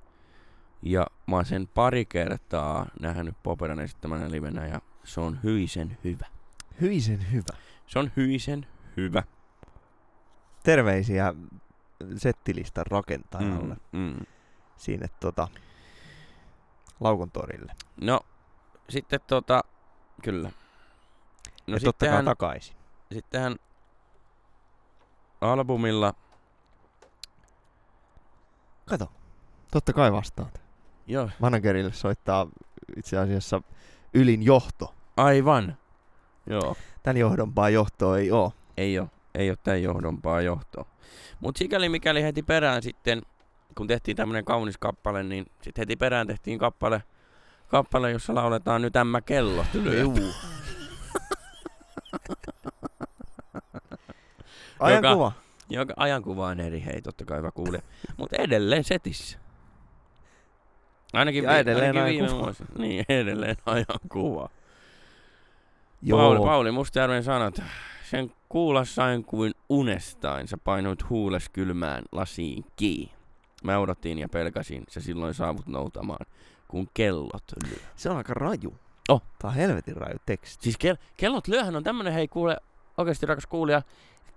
Speaker 1: Ja mä oon sen pari kertaa nähnyt Poperan esittämänä livenä ja se on hyisen hyvä.
Speaker 2: Hyisen hyvä.
Speaker 1: Se on hyisen hyvä.
Speaker 2: Terveisiä settilistan rakentajalle mm.
Speaker 1: Mm.
Speaker 2: sinne tota, Laukon torille.
Speaker 1: No, sitten tota, kyllä.
Speaker 2: No
Speaker 1: No
Speaker 2: ja totta kai
Speaker 1: sittenhän,
Speaker 2: takaisin.
Speaker 1: sittenhän albumilla,
Speaker 2: Kato. Totta kai vastaat.
Speaker 1: joo,
Speaker 2: Managerille soittaa itse asiassa ylin johto.
Speaker 1: aivan. Joo.
Speaker 2: Tän johdompaa johtoa ei oo.
Speaker 1: ei ole, ei ole tämän johdompaa johtoa. Mutta sikäli mikäli heti perään sitten, kun tehtiin tämmöinen kaunis kappale, niin sitten heti perään tehtiin kappale, kappale jossa lauletaan nyt ämmä kello.
Speaker 2: Juu. Ajankuva.
Speaker 1: Joka ajankuva on eri, hei totta kai hyvä kuulija. Mutta edelleen setissä. Ainakin,
Speaker 2: Ja
Speaker 1: vi-
Speaker 2: edelleen
Speaker 1: ainakin viime
Speaker 2: ajankuva.
Speaker 1: vuosi. Niin, edelleen ajankuva.
Speaker 2: Joo.
Speaker 1: Pauli, Pauli Mustajärven sanat. Sen kuulla sain kuin unestain. Sä painoit huules kylmään lasiin kiinni. Mä odotin ja pelkäsin. Sä silloin saavut noutamaan, kun kellot lyö.
Speaker 2: Se on aika raju.
Speaker 1: Oh.
Speaker 2: Tää on helvetin raju teksti.
Speaker 1: Siis kel- kellot lyöhän on tämmönen, hei kuule, oikeasti rakas kuulija.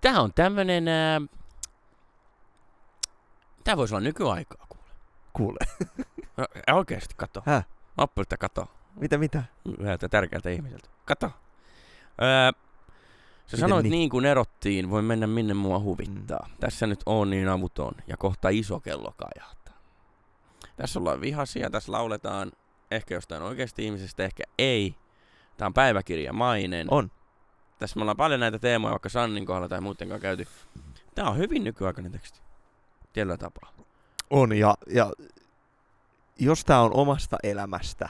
Speaker 1: Tää on tämmönen... Ää... Tää voisi olla nykyaikaa kuule. No,
Speaker 2: Kuule.
Speaker 1: Ä- Oikeesti kato.
Speaker 2: Häh?
Speaker 1: Appelta kato.
Speaker 2: (laughs) Mitä mitä?
Speaker 1: yhdeltä tärkeältä ihmiseltä. Kato. Öö, sä
Speaker 2: Miten
Speaker 1: sanoit
Speaker 2: niin?
Speaker 1: niin? niin kuin erottiin, voi mennä minne mua huvittaa. Mm. Tässä nyt on niin avuton ja kohta iso kello kajahtaa. Tässä ollaan vihasia, tässä lauletaan ehkä jostain oikeasta ihmisestä, ehkä ei. Tämä on päiväkirjamainen.
Speaker 2: On.
Speaker 1: Tässä me ollaan paljon näitä teemoja, vaikka Sannin kohdalla tai muutenkaan käyty. Tämä on hyvin nykyaikainen teksti. Tietyllä tapaa.
Speaker 2: On ja, ja jos tää on omasta elämästä,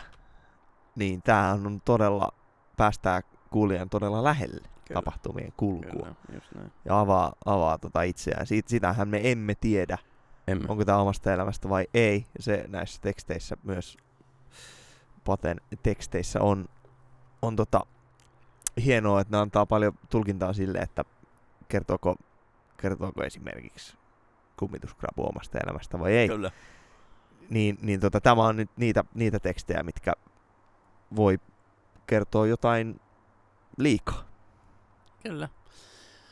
Speaker 2: niin tää on todella, päästää kuulijan todella lähelle
Speaker 1: Kyllä,
Speaker 2: tapahtumien kulkua.
Speaker 1: Kyllä, just näin.
Speaker 2: Ja avaa, avaa tota itseään. Siit, sitähän me emme tiedä,
Speaker 1: Emme.
Speaker 2: onko tämä omasta elämästä vai ei. Se näissä teksteissä myös, Paten teksteissä on, on tota, hienoa, että ne antaa paljon tulkintaa sille, että kertooko, kertooko esimerkiksi kummituskrapu omasta elämästä vai ei.
Speaker 1: Kyllä.
Speaker 2: Niin, niin tota, tämä on nyt niitä, niitä tekstejä, mitkä voi kertoa jotain liikaa.
Speaker 1: Kyllä.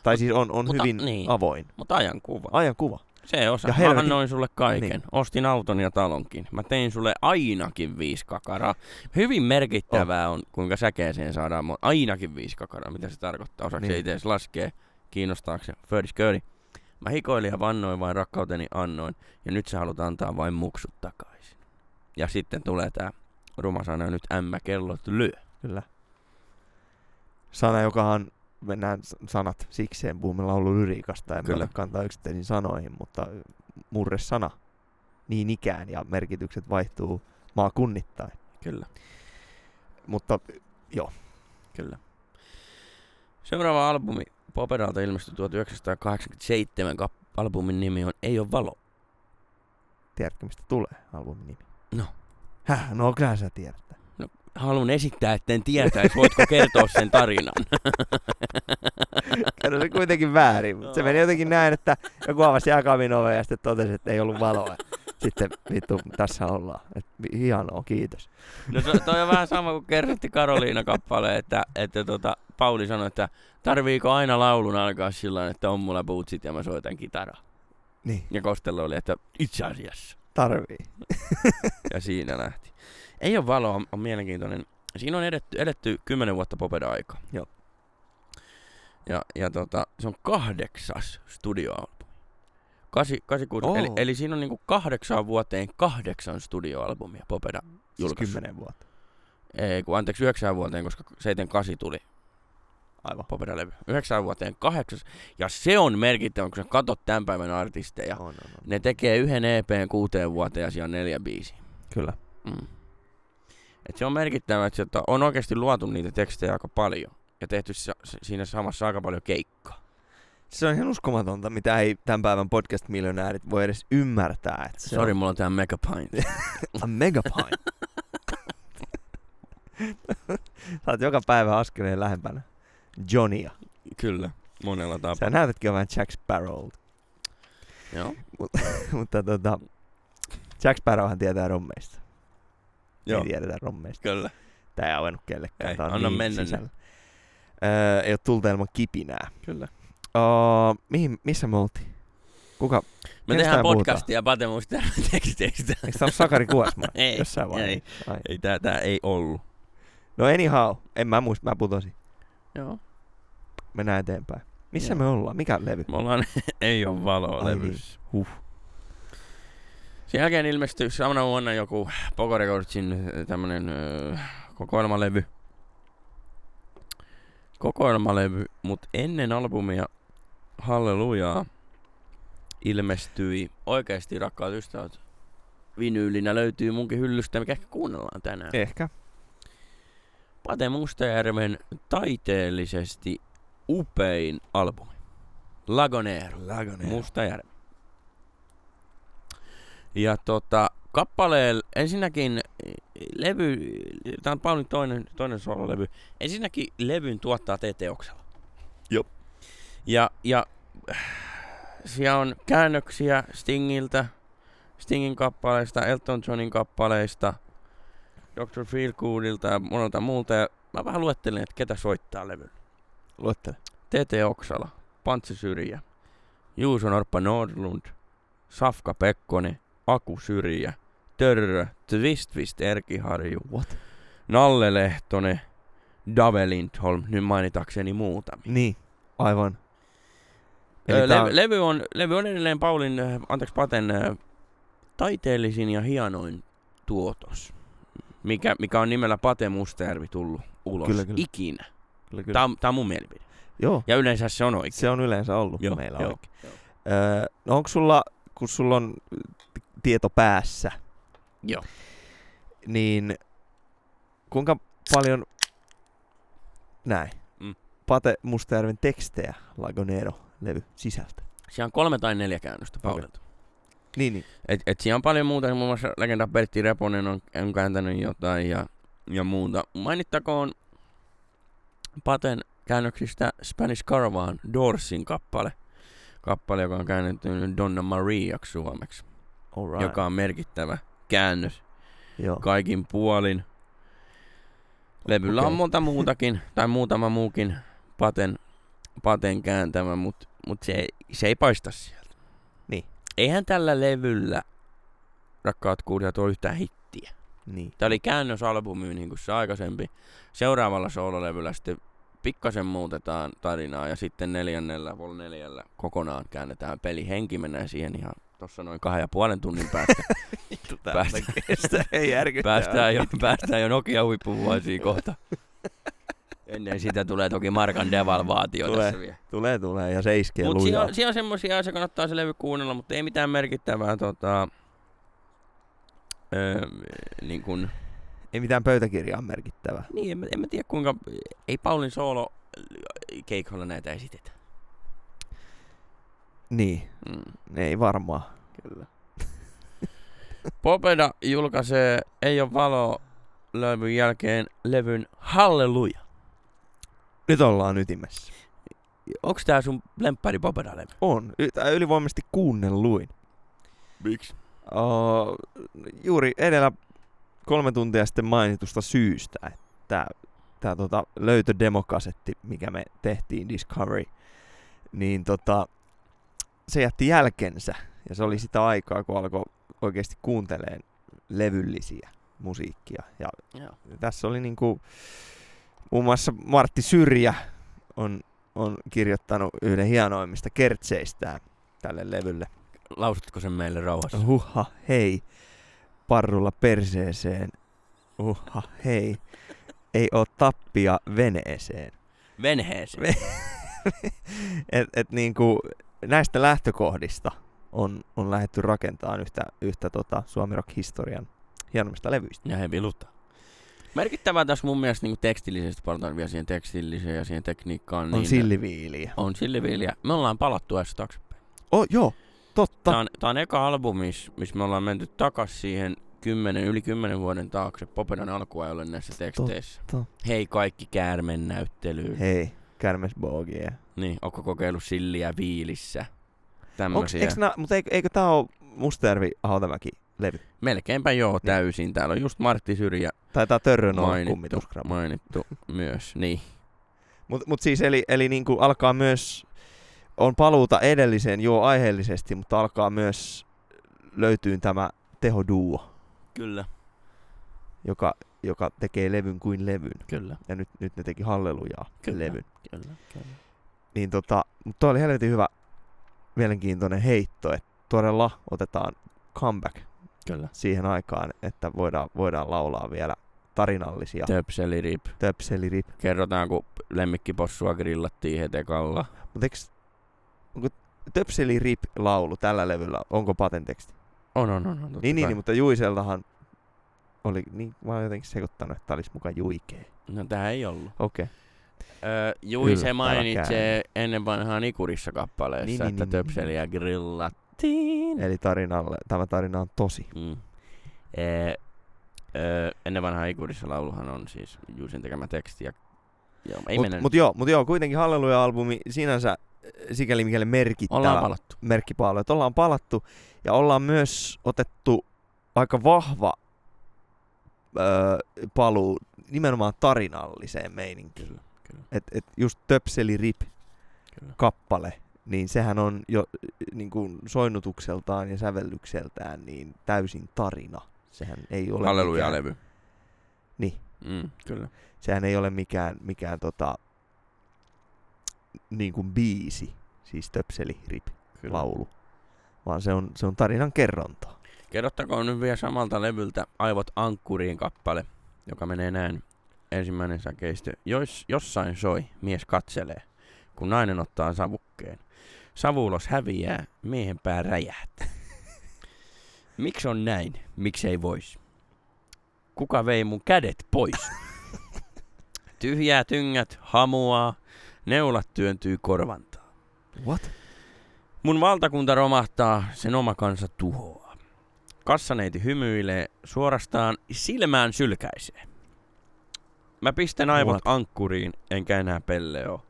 Speaker 2: Tai siis on, on
Speaker 1: Mutta-
Speaker 2: hyvin
Speaker 1: niin.
Speaker 2: avoin.
Speaker 1: Mutta ajankuva.
Speaker 2: Ajan kuva.
Speaker 1: Se osa.
Speaker 2: Ja
Speaker 1: Ja
Speaker 2: helvetin-
Speaker 1: Mä annoin sulle kaiken.
Speaker 2: Niin.
Speaker 1: Niin. Ostin auton ja talonkin. Mä tein sulle ainakin viisi kakaraa. Hyvin
Speaker 2: Oh.
Speaker 1: merkittävää on, kuinka säkeeseen saadaan mo- ainakin viisi kakaraa. Mitä se tarkoittaa? Osaksi
Speaker 2: Niin.
Speaker 1: niin. itse edes laskee. Kiinnostaako se? Fördis Kööri. Mä hikoilin ja vannoin vain rakkauteni annoin. Ja nyt sä haluat antaa vain muksut takaisin. Ja sitten tulee tää ruma sana nyt ämmä kellot lyö.
Speaker 2: Kyllä. Sana, joka on, mennään s- sanat sikseen, puhumme laululyriikasta, en
Speaker 1: Kyllä.
Speaker 2: Kyllä. kantaa yksittäisiin sanoihin, mutta murresana niin ikään ja merkitykset vaihtuu maakunnittain.
Speaker 1: Kyllä.
Speaker 2: Mutta
Speaker 1: Kyllä. Seuraava albumi Poperalta ilmestyi 1987 kap- albumin nimi on Ei ole valo.
Speaker 2: Tiedätkö, mistä tulee albumin nimi?
Speaker 1: No.
Speaker 2: Häh, no kyllä sä tiedät. (laughs) tän.
Speaker 1: Haluan esittää, etten tietäisi, voitko kertoa sen tarinan.
Speaker 2: Kyllä se kuitenkin väärin, mutta se meni jotenkin näin, että joku avasi jakamin oven ja sitten totesi, että ei ollut valoa. Sitten vittu, tässä ollaan. Et, vi- hienoa, kiitos.
Speaker 1: (laughs) No to, toi on vähän sama kuin kerrotti Karoliina kappale, että, että tota, Pauli sanoi, että tarviiko aina laulun alkaa sillä tavalla, että on mulla bootsit ja mä soitan kitaraa.
Speaker 2: Niin,
Speaker 1: Ja Kostello oli, että itse asiassa.
Speaker 2: tarvii. Siis
Speaker 1: Ja siinä lähti. Ei ole valoa, on- on mielenkiintoinen. Siinä on edetty, edetty 10 vuotta popeda aika.
Speaker 2: Joo.
Speaker 1: Ja, ja tota, se on kahdeksas studioalbumi. Kasi, kasi kuusi,
Speaker 2: Oo.
Speaker 1: eli, eli, siinä on niinku kahdeksaan vuoteen kahdeksan studioalbumia Popeda
Speaker 2: Siis
Speaker 1: julkaissut.
Speaker 2: kymmenen vuotta.
Speaker 1: Ei, kun anteeksi, yhdeksään vuoteen, koska 78 tuli
Speaker 2: Aivan.
Speaker 1: Popeda-levy. Yhdeksään vuoteen kahdeksas. Ja se on merkittävä, kun sä katot tämän päivän artisteja.
Speaker 2: On, on, on.
Speaker 1: Ne tekee yhden EPn kuuteen vuoteen ja siellä on neljä biisiä.
Speaker 2: Kyllä.
Speaker 1: Mm. Et se on merkittävä, että sieltä on oikeasti luotu niitä tekstejä aika paljon. Ja tehty sa- si- siinä samassa aika paljon keikkaa.
Speaker 2: Se on ihan uskomatonta, mitä ei tämän päivän podcast-miljonäärit voi edes ymmärtää. Että se
Speaker 1: Sori, mulla on tää Megapint.
Speaker 2: on a megapint. Sä oot joka päivä askeleen lähempänä Johnia.
Speaker 1: (laughs) Kyllä, monella tapaa.
Speaker 2: Sä näytätkin jo vähän Jack Sparrow.
Speaker 1: Joo.
Speaker 2: (laughs) Mutta tota, Jack Sparrowhan tietää rommeista. Joo.
Speaker 1: Joo.
Speaker 2: Ei tiedetä rommeista.
Speaker 1: Kyllä.
Speaker 2: Tää ei avennut kellekään.
Speaker 1: Ei,
Speaker 2: Tää on
Speaker 1: anna
Speaker 2: niin
Speaker 1: mennä
Speaker 2: sisällä. Öö, ei ole tulta ilman kipinää.
Speaker 1: Kyllä.
Speaker 2: Oh, mihin, missä me oltiin? Kuka?
Speaker 1: Me
Speaker 2: Kenestä
Speaker 1: tehdään
Speaker 2: me puhutaan?
Speaker 1: podcastia Patemusta (laughs) teksteistä.
Speaker 2: Eikö tää ollut Sakari Kuosmaa?
Speaker 1: (laughs) Ei,
Speaker 2: Jossain
Speaker 1: ei.
Speaker 2: vaiheessa. Ai.
Speaker 1: Ei, tää, tää ei ollut.
Speaker 2: No anyhow, en mä muista, mä putosin.
Speaker 1: Joo.
Speaker 2: Mennään eteenpäin. Missä
Speaker 1: Joo. Mm.
Speaker 2: me ollaan? Mikä levy?
Speaker 1: Me ollaan (laughs) Ei ole valoa
Speaker 2: Ai
Speaker 1: levyssä. Huh. Sen jälkeen ilmestyi samana vuonna joku Pogo Recordsin tämmönen öö, kokoelmalevy. Kokoelmalevy, mut ennen albumia Hallelujaa ilmestyi Oikeesti rakkaat ystävät. Vinyylinä löytyy munkin hyllystä, mikä ehkä kuunnellaan tänään.
Speaker 2: Ehkä.
Speaker 1: Pate Mustajärven taiteellisesti upein albumi. Lagonero.
Speaker 2: Lagonero.
Speaker 1: Mustajärvi. Ja tota, kappaleen ensinnäkin eh, levy, tämä on Paulin toinen, toinen sololevy, ensinnäkin levyn tuottaa T-teoksella.
Speaker 2: Jop.
Speaker 1: Ja, ja äh, siellä on käännöksiä Stingiltä, Stingin kappaleista, Elton Johnin kappaleista, Dr. Feelgoodilta ja monelta muulta. Ja mä vähän luettelen, että ketä soittaa levyllä.
Speaker 2: Luettele.
Speaker 1: TT Oksala, Pantsi Syrjä, Juuso Norppa Nordlund, Safka Pekkonen, Aku Syrjä, Törrö, Twist Twist Erki Harju,
Speaker 2: What?
Speaker 1: Nalle Lehtonen, Dave Lindholm, nyt mainitakseni muutamia.
Speaker 2: Niin. Aivan.
Speaker 1: Ö,
Speaker 2: tää
Speaker 1: le- levy, on, levy on edelleen Paulin, äh, anteeksi Paten, äh, taiteellisin ja hienoin tuotos, mikä, mikä on nimellä Pate Mustajärvi tullut ulos
Speaker 2: Kyllä, kyllä.
Speaker 1: ikinä.
Speaker 2: Kyllä, kyllä.
Speaker 1: Tämä on, tää on mun mielipide.
Speaker 2: Joo.
Speaker 1: Ja yleensä se on oikein.
Speaker 2: Se on yleensä ollut
Speaker 1: Joo,
Speaker 2: joo, meillä
Speaker 1: joo,
Speaker 2: joo. oikein. Öö, no onko sulla, kun sulla on äh, t- tieto päässä,
Speaker 1: Joo.
Speaker 2: niin kuinka paljon näin,
Speaker 1: Mm.
Speaker 2: mm. Pate Mustajärven tekstejä Lagonero-levy sisältä?
Speaker 1: Siellä on kolme tai neljä käännöstä
Speaker 2: Okei.
Speaker 1: Paulilta.
Speaker 2: Niin, niin.
Speaker 1: Et, et siinä on paljon muuta, muun muassa legenda Pertti Reponen on, on kääntänyt jotain ja, ja muuta. Mainittakoon Paten käännöksistä Spanish Caravan Dorsin kappale, kappale joka on käännetty Donna Mariaksi suomeksi,
Speaker 2: All
Speaker 1: right. joka on merkittävä käännös
Speaker 2: Joo.
Speaker 1: kaikin puolin. Levyllä okay. on
Speaker 2: Okei.
Speaker 1: monta muutakin, tai muutama muukin Paten, paten kääntämä, mutta mut se, ei- se ei paista sieltä.
Speaker 2: Niin.
Speaker 1: Eihän tällä levyllä, rakkaat kuulijat, ole yhtään hittiä.
Speaker 2: Niin.
Speaker 1: Tämä oli käännösalbumi, niin kuin se aikaisempi. Seuraavalla soololevyllä sitten pikkasen muutetaan tarinaa ja sitten neljännellä, vol neljällä kokonaan käännetään peli. Henki menee siihen ihan tuossa noin kahden ja puolen tunnin päästä. Päästä-
Speaker 2: Päästä. (laughs) ei järkyttää.
Speaker 1: päästään, jo, päästään jo Nokia huippuvuosiin kohta. Ennen sitä tulee toki markan devalvaatio
Speaker 2: Tulee.
Speaker 1: tässä vielä.
Speaker 2: Tulee, tulee ja se iskee
Speaker 1: Mutta siellä,
Speaker 2: lujaa.
Speaker 1: on- siellä on semmosia, se kannattaa se levy kuunnella, mutta ei mitään merkittävää tota, öö, niin kun,
Speaker 2: Ei mitään pöytäkirjaa merkittävää.
Speaker 1: Niin, en, mä- en mä tiedä kuinka... Ei Paulin soolo keikolla näitä esitetä.
Speaker 2: Niin,
Speaker 1: Mm,
Speaker 2: ei varmaan.
Speaker 1: kyllä. Popeda julkaisee Ei ole valo levyn jälkeen levyn Halleluja.
Speaker 2: Nyt ollaan ytimessä.
Speaker 1: Onks tää sun lemppäri Popeda-levy?
Speaker 2: On. Y- tää ylivoimaisesti kuunnelluin.
Speaker 1: Miksi?
Speaker 2: Oh, juuri edellä kolme tuntia sitten mainitusta syystä, että tämä, tämä tota, löytödemokasetti, mikä me tehtiin Discovery, niin tota, se jätti jälkensä. Ja se oli sitä aikaa, kun alkoi oikeasti kuunteleen levyllisiä musiikkia. Ja
Speaker 1: Joo.
Speaker 2: tässä oli niinku, muun muassa Martti Syrjä on, on kirjoittanut yhden hienoimmista kertseistään tälle levylle.
Speaker 1: Lausutko sen meille rauhassa?
Speaker 2: Huha, hei. Parrulla perseeseen. Huha, hei. Ei oo tappia veneeseen.
Speaker 1: Venheeseen.
Speaker 2: Et, et niinku, näistä lähtökohdista on, on lähdetty rakentamaan yhtä, yhtä tota Suomi Rock-historian hienommista levyistä.
Speaker 1: Ja he viluttaa. Merkittävää tässä mun mielestä niin tekstillisesti, palataan vielä siihen tekstilliseen ja siihen tekniikkaan.
Speaker 2: On
Speaker 1: niin-
Speaker 2: silliviiliä.
Speaker 1: On silliviiliä. Me ollaan palattu edes taaksepäin.
Speaker 2: Oh, joo, totta.
Speaker 1: Tämä on, tää on eka albumi, missä me ollaan menty takas siihen 10, yli 10 vuoden taakse Popedan alkuajalle näissä teksteissä.
Speaker 2: Totta.
Speaker 1: Hei kaikki käärmen näyttelyyn.
Speaker 2: Hei, Kärmesbogie.
Speaker 1: Niin, onko kokeillut silliä viilissä?
Speaker 2: Onks,
Speaker 1: Tämmöisiä.
Speaker 2: eiks nää, mutta eikö, eikö tää oo Mustervi Hautamäki levy?
Speaker 1: Melkeinpä joo täysin. Täällä on just Martti Syrjä
Speaker 2: Tai tää Törrön on
Speaker 1: mainittu,
Speaker 2: kummituskrama.
Speaker 1: mainittu myös. Niin.
Speaker 2: Mutta mut siis eli, eli niin kuin alkaa myös, on paluuta edelliseen jo aiheellisesti, mutta alkaa myös löytyy tämä tehoduo,
Speaker 1: Kyllä,
Speaker 2: joka, joka tekee levyn kuin levyn.
Speaker 1: kyllä,
Speaker 2: Ja nyt, nyt ne teki hallelujaa
Speaker 1: Kyllä.
Speaker 2: levyn.
Speaker 1: kyllä. kyllä.
Speaker 2: Niin tota, mutta toi oli helvetin hyvä, mielenkiintoinen heitto, että todella otetaan comeback
Speaker 1: kyllä.
Speaker 2: siihen aikaan, että voidaan, voidaan laulaa vielä tarinallisia
Speaker 1: Töpseli rip.
Speaker 2: töpselirip.
Speaker 1: Kerrotaan, kun lemmikkipossua grillattiin hetekalla.
Speaker 2: Mutta eiks, onko töpselirip laulu tällä levyllä, onko patenteksti?
Speaker 1: On, on, on. on totta
Speaker 2: Niin, niin,
Speaker 1: kai.
Speaker 2: niin, mutta Juiseltahan oli, niin, mä oon jotenkin sekoittanut, että tää olisi mukaan Juikee.
Speaker 1: No tähän ei ollut.
Speaker 2: Okei. Okay.
Speaker 1: Öö, Jui se
Speaker 2: Yltävä
Speaker 1: mainitsee ennen vanhaan Ikurissa kappaleessa,
Speaker 2: Niin,
Speaker 1: niin,
Speaker 2: niin,
Speaker 1: että niin,
Speaker 2: niin,
Speaker 1: töpseliä grillattiin.
Speaker 2: Eli tarinalle, tämä tarina on tosi.
Speaker 1: Mm. Öö, öö, ennen vanhaa Ikurissa lauluhan on siis Juisin tekemä teksti. Ja, joo, ei
Speaker 2: Mutta
Speaker 1: mennä.
Speaker 2: mut joo, mut joo, kuitenkin Halleluja-albumi sinänsä äh, sikäli mikäli merkittävä
Speaker 1: Ollaan palattu.
Speaker 2: merkkipaalu, että ollaan palattu ja ollaan myös otettu aika vahva öö, paluu nimenomaan tarinalliseen meininkiin.
Speaker 1: Kyllä, kyllä,
Speaker 2: Et, et just Töpseli Rip
Speaker 1: kyllä.
Speaker 2: kappale, niin sehän on jo niin kuin soinnutukseltaan ja sävellykseltään niin täysin tarina. Sehän ei ole mikään,
Speaker 1: Halleluja-levy.
Speaker 2: Niin.
Speaker 1: Mm, kyllä.
Speaker 2: sehän ei ole mikään, mikään tota, niin kuin biisi, siis töpseli, rip,
Speaker 1: kyllä.
Speaker 2: laulu, vaan se on, se on tarinan kerronta.
Speaker 1: Kerrottakoon nyt vielä samalta levyltä Aivot ankkuriin kappale, joka menee näin. Ensimmäinen säkeistö. Jos, jossain soi, mies katselee, kun nainen ottaa savukkeen. Savulos häviää, miehen pää (laughs) räjähtää. Miksi on näin? Miksei vois? Kuka vei mun kädet
Speaker 2: (laughs)
Speaker 1: pois? Tyhjää tyngät, hamuaa, neulat työntyy korvantaa.
Speaker 2: What?
Speaker 1: Mun valtakunta romahtaa, sen oma kansa tuhoaa. Kassaneiti hymyilee, suorastaan silmään sylkäisee. Mä pistän aivot
Speaker 2: What?
Speaker 1: ankkuriin, enkä enää pelle oo.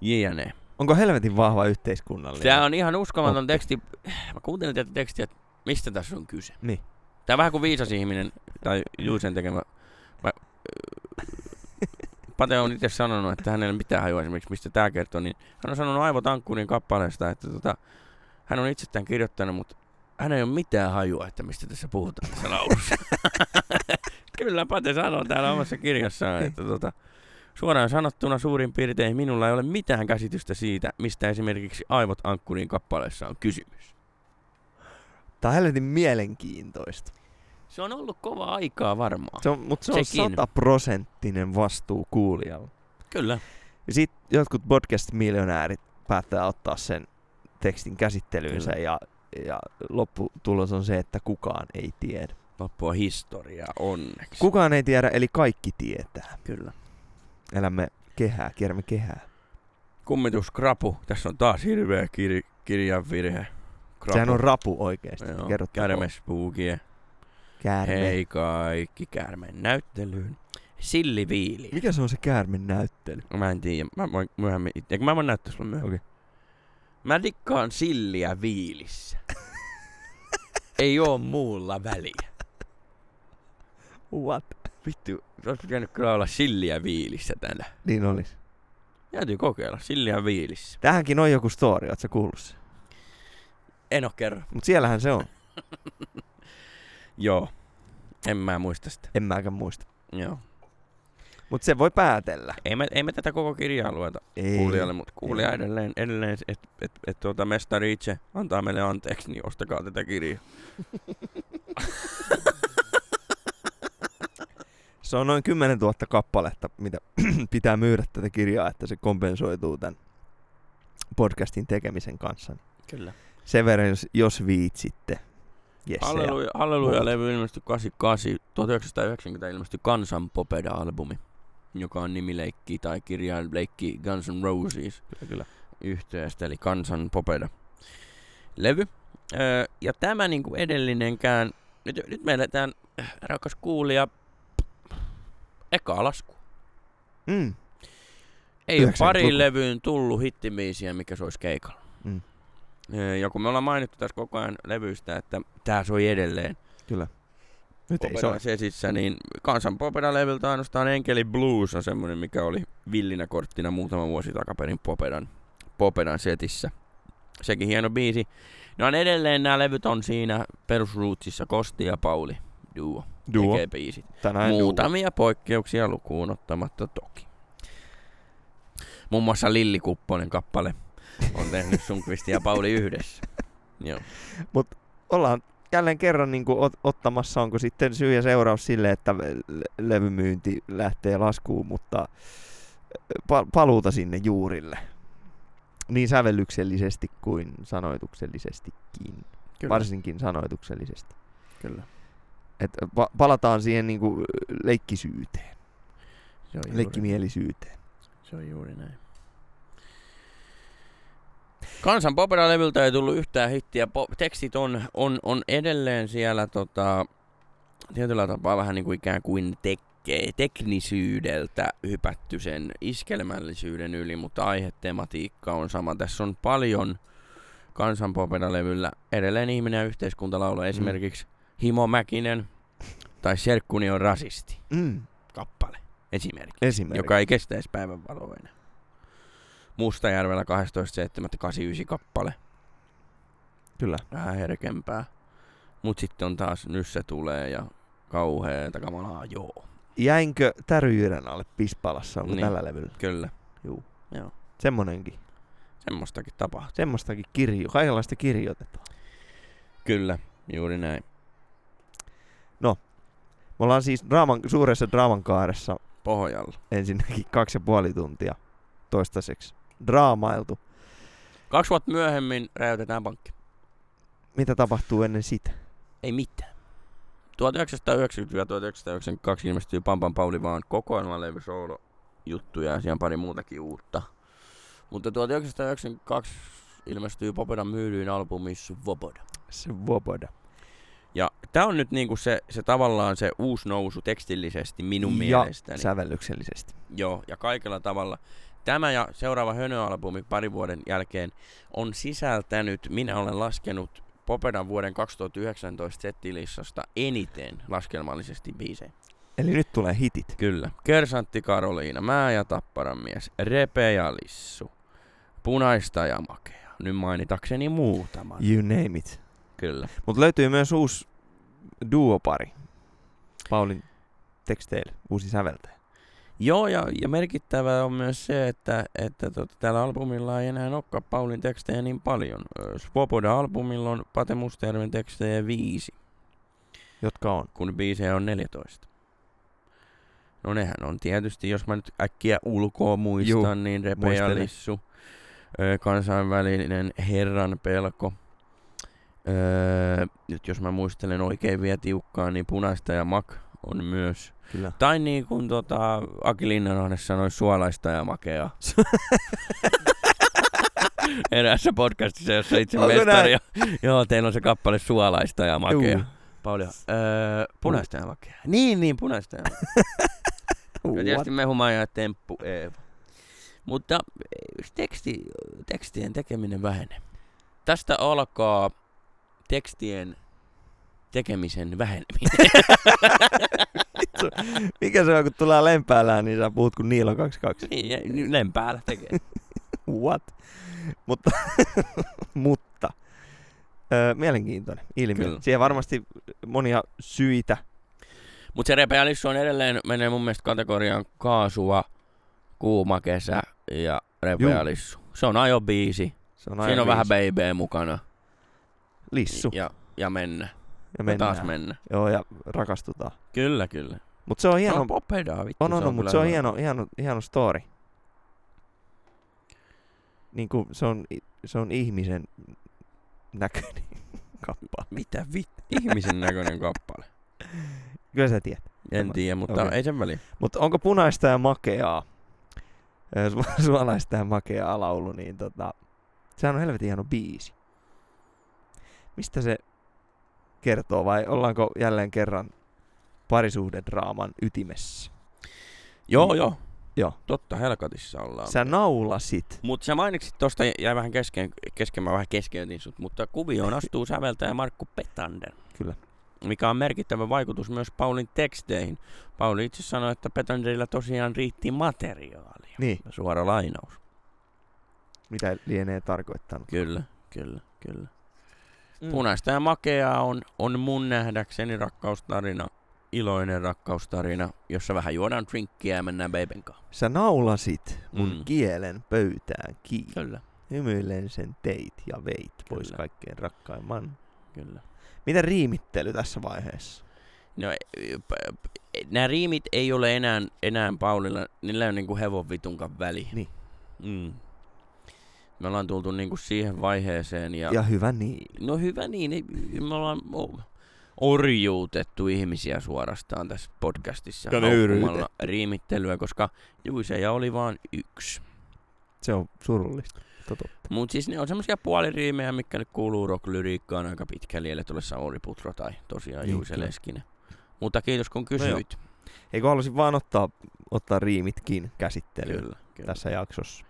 Speaker 1: Jne.
Speaker 2: Onko helvetin vahva yhteiskunnallinen?
Speaker 1: Tää on ihan uskomaton
Speaker 2: Otti.
Speaker 1: teksti. Mä kuuntelin tätä tekstiä, että mistä tässä on kyse.
Speaker 2: Niin.
Speaker 1: Tää on vähän kuin viisas ihminen, tai Juusen tekemä. Mä, äh, Pate on itse sanonut, että hänellä mitään hajua esimerkiksi, mistä tämä kertoo, niin hän on sanonut Aivo Tankkurin kappaleesta, että tota, hän on itse tämän kirjoittanut, mutta hän ei ole mitään hajua, että mistä tässä puhutaan tässä laulussa. Kyllä Pate sanoo täällä omassa kirjassaan, että tota, suoraan sanottuna suurin piirtein minulla ei ole mitään käsitystä siitä, mistä esimerkiksi Aivot Ankkurin kappaleessa on kysymys.
Speaker 2: Tää on helvetin mielenkiintoista.
Speaker 1: Se on ollut kova aikaa varmaan.
Speaker 2: Se on, mutta se on
Speaker 1: Sekin.
Speaker 2: sataprosenttinen vastuu kuulijalla.
Speaker 1: Kyllä.
Speaker 2: Ja sit jotkut podcast-miljonäärit päättää ottaa sen tekstin käsittelyynsä ja, ja lopputulos on se, että kukaan ei tiedä.
Speaker 1: Loppua historiaa onneksi.
Speaker 2: Kukaan ei tiedä, eli kaikki tietää.
Speaker 1: Kyllä.
Speaker 2: Elämme kehää, kierrämme kehää.
Speaker 1: Kummituskrapu. Tässä on taas hirveä kir- kirjan virhe. Krapu.
Speaker 2: Sehän on rapu oikeesti.
Speaker 1: Joo,
Speaker 2: kerrottakoon.
Speaker 1: Kärmespuukie.
Speaker 2: Käärme.
Speaker 1: Hei kaikki käärmeen näyttelyyn. Silliviili.
Speaker 2: Mikä se on se käärmen näyttely?
Speaker 1: Mä en tiedä. Mä voin myöhemmin itse. Eikö mä voin näyttää sulle myöhemmin?
Speaker 2: Okei.
Speaker 1: Mä dikkaan silliä viilissä. (laughs) Ei oo muulla väliä.
Speaker 2: What?
Speaker 1: Vittu, ois pitänyt kyllä olla silliä viilissä tänä.
Speaker 2: Niin olis.
Speaker 1: Täytyy kokeilla, silliä viilissä.
Speaker 2: Tähänkin on joku story, oot sä kuullut sen?
Speaker 1: En oo kerran.
Speaker 2: Mut siellähän se on.
Speaker 1: Joo. En mä muista sitä.
Speaker 2: En mäkään muista.
Speaker 1: Joo.
Speaker 2: Mut se voi päätellä.
Speaker 1: Ei me, ei me tätä koko kirjaa lueta
Speaker 2: Ei.
Speaker 1: kuulijalle, mutta kuulija
Speaker 2: Ei.
Speaker 1: edelleen, edelleen että et, et, et, tuota mestari itse antaa meille anteeksi, niin ostakaa tätä kirjaa.
Speaker 2: Se on noin 10 000 kappaletta, mitä (clears throat) pitää myydä tätä kirjaa, että se kompensoituu tämän podcastin tekemisen kanssa.
Speaker 1: Kyllä.
Speaker 2: Sen verran, jos, jos viitsitte. Yes,
Speaker 1: Halleluja,
Speaker 2: Muut.
Speaker 1: Halleluja-levy ilmestyi 88, 1990 ilmestyi Kansanpopeda-albumi, joka on nimileikki tai kirjainleikki Guns N' Roses.
Speaker 2: Kyllä, kyllä.
Speaker 1: yhteydestä, eli Kansan Popeda levy. Öö, ja tämä niin kuin edellinenkään, nyt, nyt me eletään, äh, rakas kuulija, eka lasku.
Speaker 2: Mm.
Speaker 1: Ei ole
Speaker 2: 90-luku.
Speaker 1: pari levyyn tullut hittibiisiä, mikä soisi keikalla.
Speaker 2: Mm.
Speaker 1: Öö, ja kun me ollaan mainittu tässä koko ajan levyistä, että tämä soi edelleen
Speaker 2: Nyt ei se ole.
Speaker 1: Popedan sesissä, niin Kansan Popeda-levyltä ainoastaan Enkeli Blues on semmoinen, mikä oli villinä korttina muutama vuosi takaperin Popedan, Popedan setissä. Sekin hieno biisi. No on edelleen nämä levyt on siinä perusrootsissa Kosti ja Pauli duo,
Speaker 2: Duo.
Speaker 1: tekee biisit.
Speaker 2: Tänään duo.
Speaker 1: Muutamia poikkeuksia lukuun ottamatta toki. Muun muassa Lilli Kupponen kappale on tehnyt Sunkvisti ja Pauli
Speaker 2: (laughs)
Speaker 1: yhdessä. Joo.
Speaker 2: Ollaan jälleen kerran niin kuin ottamassa, onko sitten syy ja seuraus sille, että le- levymyynti lähtee laskuun, mutta pa- paluuta sinne juurille. Niin sävellyksellisesti kuin sanoituksellisestikin. Kyllä. Varsinkin sanoituksellisesti.
Speaker 1: Kyllä.
Speaker 2: Et pa- palataan siihen niinku leikkisyyteen,
Speaker 1: Se on juuri-
Speaker 2: leikkimielisyyteen.
Speaker 1: Se on juuri näin. Kansan Popera-levyltä ei tullut yhtään hittiä. Po- tekstit on, on, on edelleen siellä tota, tietyllä tapaa vähän niin kuin ikään kuin tekke, teknisyydeltä hypätty sen iskelmällisyyden yli, mutta aihetematiikka on sama. Tässä on paljon Kansan Popera-levyllä edelleen ihminen ja yhteiskunta laulaa. Esimerkiksi Himo Mäkinen tai Serkkuni on rasisti
Speaker 2: Mm.
Speaker 1: kappale. Esimerkki
Speaker 2: Esimerkiksi.
Speaker 1: joka ei kestä edes päivänvaloa enää. Mustajärvellä 12.7.89 kappale,
Speaker 2: Kyllä.
Speaker 1: vähän herkempää. Mut sitten on taas nyt se tulee ja kauheeta kamalaa, joo.
Speaker 2: Jäinkö täryyden alle pispalassa, onko
Speaker 1: Niin.
Speaker 2: niin. tällä levyllä?
Speaker 1: Kyllä,
Speaker 2: Juu.
Speaker 1: Joo.
Speaker 2: Semmonenkin.
Speaker 1: semmoistakin tapahtuu.
Speaker 2: Semmoistakin kirjo, kaikenlaista kirjoitetaan.
Speaker 1: Kyllä, juuri näin.
Speaker 2: Me ollaan siis draaman, suuressa draaman kaaressa
Speaker 1: Pohjalla.
Speaker 2: ensinnäkin kaksi ja puoli tuntia toistaiseksi draamailtu.
Speaker 1: Kaksi vuotta myöhemmin räjäytetään pankki.
Speaker 2: Mitä tapahtuu ennen sitä?
Speaker 1: Ei mitään. 1990-1992 ilmestyy Pampan Pauli vaan kokoelmalevy solo juttuja ja siellä on pari muutakin uutta. Mutta 1992 ilmestyy Popedan myydyin albumi Svoboda.
Speaker 2: Svoboda.
Speaker 1: Ja tää on nyt niinku se, se tavallaan se uusi nousu tekstillisesti minun
Speaker 2: ja
Speaker 1: mielestäni.
Speaker 2: sävellyksellisesti.
Speaker 1: Joo, ja kaikella tavalla. Tämä ja seuraava Hönö-albumi parin vuoden jälkeen on sisältänyt, minä olen laskenut Popedan vuoden 2019 settilistasta eniten laskelmallisesti biisejä.
Speaker 2: Eli nyt tulee hitit.
Speaker 1: Kyllä. Kersantti Karoliina, Mä ja Tapparan mies, Repe ja Lissu, Punaista ja Makea. Nyt mainitakseni muutaman.
Speaker 2: You name it.
Speaker 1: Kyllä.
Speaker 2: Mutta löytyy myös uusi duopari. Paulin teksteillä, uusi säveltäjä.
Speaker 1: Joo, ja, ja merkittävää on myös se, että, että tota, tällä albumilla ei enää olekaan Paulin tekstejä niin paljon. Ö, Svoboda-albumilla on Pate Mustajärven tekstejä viisi,
Speaker 2: Jotka on.
Speaker 1: kun biisejä on 14. No nehän on tietysti, jos mä nyt äkkiä ulkoa muistan,
Speaker 2: Juu,
Speaker 1: niin Repe ja
Speaker 2: muistele.
Speaker 1: Lissu, ö, kansainvälinen herran pelko. Öö, nyt jos mä muistelen oikein vielä tiukkaan, niin Punaista ja Mak on myös
Speaker 2: Kyllä.
Speaker 1: tai niin kuin (laughs) tota, Aki Linnanahde sanoi, suolaista ja makeaa. eräässä podcastissa, jossa itse
Speaker 2: Onko
Speaker 1: mestari. Joo, teillä on se kappale suolaista ja makea.
Speaker 2: Juu.
Speaker 1: Paljon. Öö, punaista ja makea. Niin, niin, punaista ja makea. (laughs) Ja
Speaker 2: What?
Speaker 1: tietysti mehumaja ja temppu Eeva. Mutta eh, teksti, tekstien tekeminen vähenee. Tästä alkaa tekstien tekemisen (laughs) väheneminen.
Speaker 2: Mikä se on, kun tulee lempäälään, niin sä puhut kuin Niilo 22.
Speaker 1: niin, ja nyt näin päällä tekee.
Speaker 2: What? (laughs) Mutta, mutta öö, mielenkiintoinen ilmiö.
Speaker 1: Kyllä.
Speaker 2: Kyllä. Siihen varmasti monia syitä.
Speaker 1: Mutta se repeälissu on edelleen, menee mun mielestä kategoriaan kaasua, kuuma kesä ja repeälissu. Se on ajobiisi.
Speaker 2: Se on
Speaker 1: Siinä on
Speaker 2: aina
Speaker 1: vähän
Speaker 2: viisi.
Speaker 1: babyä mukana.
Speaker 2: lissu.
Speaker 1: Ja, ja mennä.
Speaker 2: Ja
Speaker 1: Ja
Speaker 2: mennään.
Speaker 1: taas mennä.
Speaker 2: Joo, ja rakastutaan.
Speaker 1: Kyllä, kyllä.
Speaker 2: Mutta se on hieno,
Speaker 1: Se on popedaa, vittu.
Speaker 2: On, on, on mutta se on
Speaker 1: kyllä hyvä.
Speaker 2: hieno, hieno, hieno story. Niin kuin se on, i- se on ihmisen näköinen (laughs) kappale.
Speaker 1: Mitä vittu? Ihmisen näköinen kappale.
Speaker 2: Kyllä sä tiedät.
Speaker 1: En tiedä, mutta
Speaker 2: Okei.
Speaker 1: ei sen väliä.
Speaker 2: Mutta onko punaista ja makeaa? Ö, su- (laughs) Suolaista ja makeaa laulu, niin tota... Sehän on helvetin hieno biisi. Mistä se kertoo vai ollaanko jälleen kerran parisuhdedraaman ytimessä?
Speaker 1: Joo,
Speaker 2: Niin.
Speaker 1: joo.
Speaker 2: Joo.
Speaker 1: Totta, helkatissa ollaan.
Speaker 2: Sä naulasit.
Speaker 1: Mutta sä mainitsit tosta, jäi vähän kesken, kesken mä vähän keskeytin sut, mutta kuvioon astuu säveltäjä Markku Petander.
Speaker 2: Kyllä.
Speaker 1: Mikä on merkittävä vaikutus myös Paulin teksteihin. Pauli itse sanoi, että Petanderilla tosiaan riitti materiaalia.
Speaker 2: Niin,
Speaker 1: Suora lainaus.
Speaker 2: mitä lienee tarkoittanut.
Speaker 1: Kyllä, kyllä, kyllä. Mm. Punaista ja makeaa on, on mun nähdäkseni rakkaustarina, iloinen rakkaustarina, jossa vähän juodaan drinkkiä ja mennään beiben kanssa.
Speaker 2: Sä naulasit mun
Speaker 1: Mm.
Speaker 2: mm. kielen pöytään kiinni.
Speaker 1: Kyllä,
Speaker 2: Hymyillen sen teit ja veit pois
Speaker 1: Kyllä.
Speaker 2: kaikkein rakkaimman.
Speaker 1: kyllä.
Speaker 2: Mitä riimittely tässä vaiheessa?
Speaker 1: No, nämä e, riimit ei ole enää, enää Paulilla, niillä on niinku hevon vitunkan väli.
Speaker 2: Niin.
Speaker 1: Mm. Me ollaan tultu niinku siihen vaiheeseen ja,
Speaker 2: Ja, ja hyvä niin.
Speaker 1: no hyvä niin, ei- me ollaan o- orjuutettu ihmisiä suorastaan tässä podcastissa
Speaker 2: Ja nöyryytetty.
Speaker 1: haukkumalla riimittelyä, koska juiseja oli vaan yksi.
Speaker 2: Se on surullista. Totu.
Speaker 1: Mutta siis ne on semmoisia puoliriimejä, mitkä nyt kuuluu rocklyriikkaan aika pitkälle, eli tuolla Sauri Putro tai tosiaan
Speaker 2: Niin,
Speaker 1: Juise
Speaker 2: kyllä. No
Speaker 1: Leskinen. Mutta kiitos kun
Speaker 2: joo.
Speaker 1: kysyit.
Speaker 2: Eikö halusin vaan ottaa, ottaa riimitkin käsittelyyn
Speaker 1: Kyllä, kyllä.
Speaker 2: tässä jaksossa?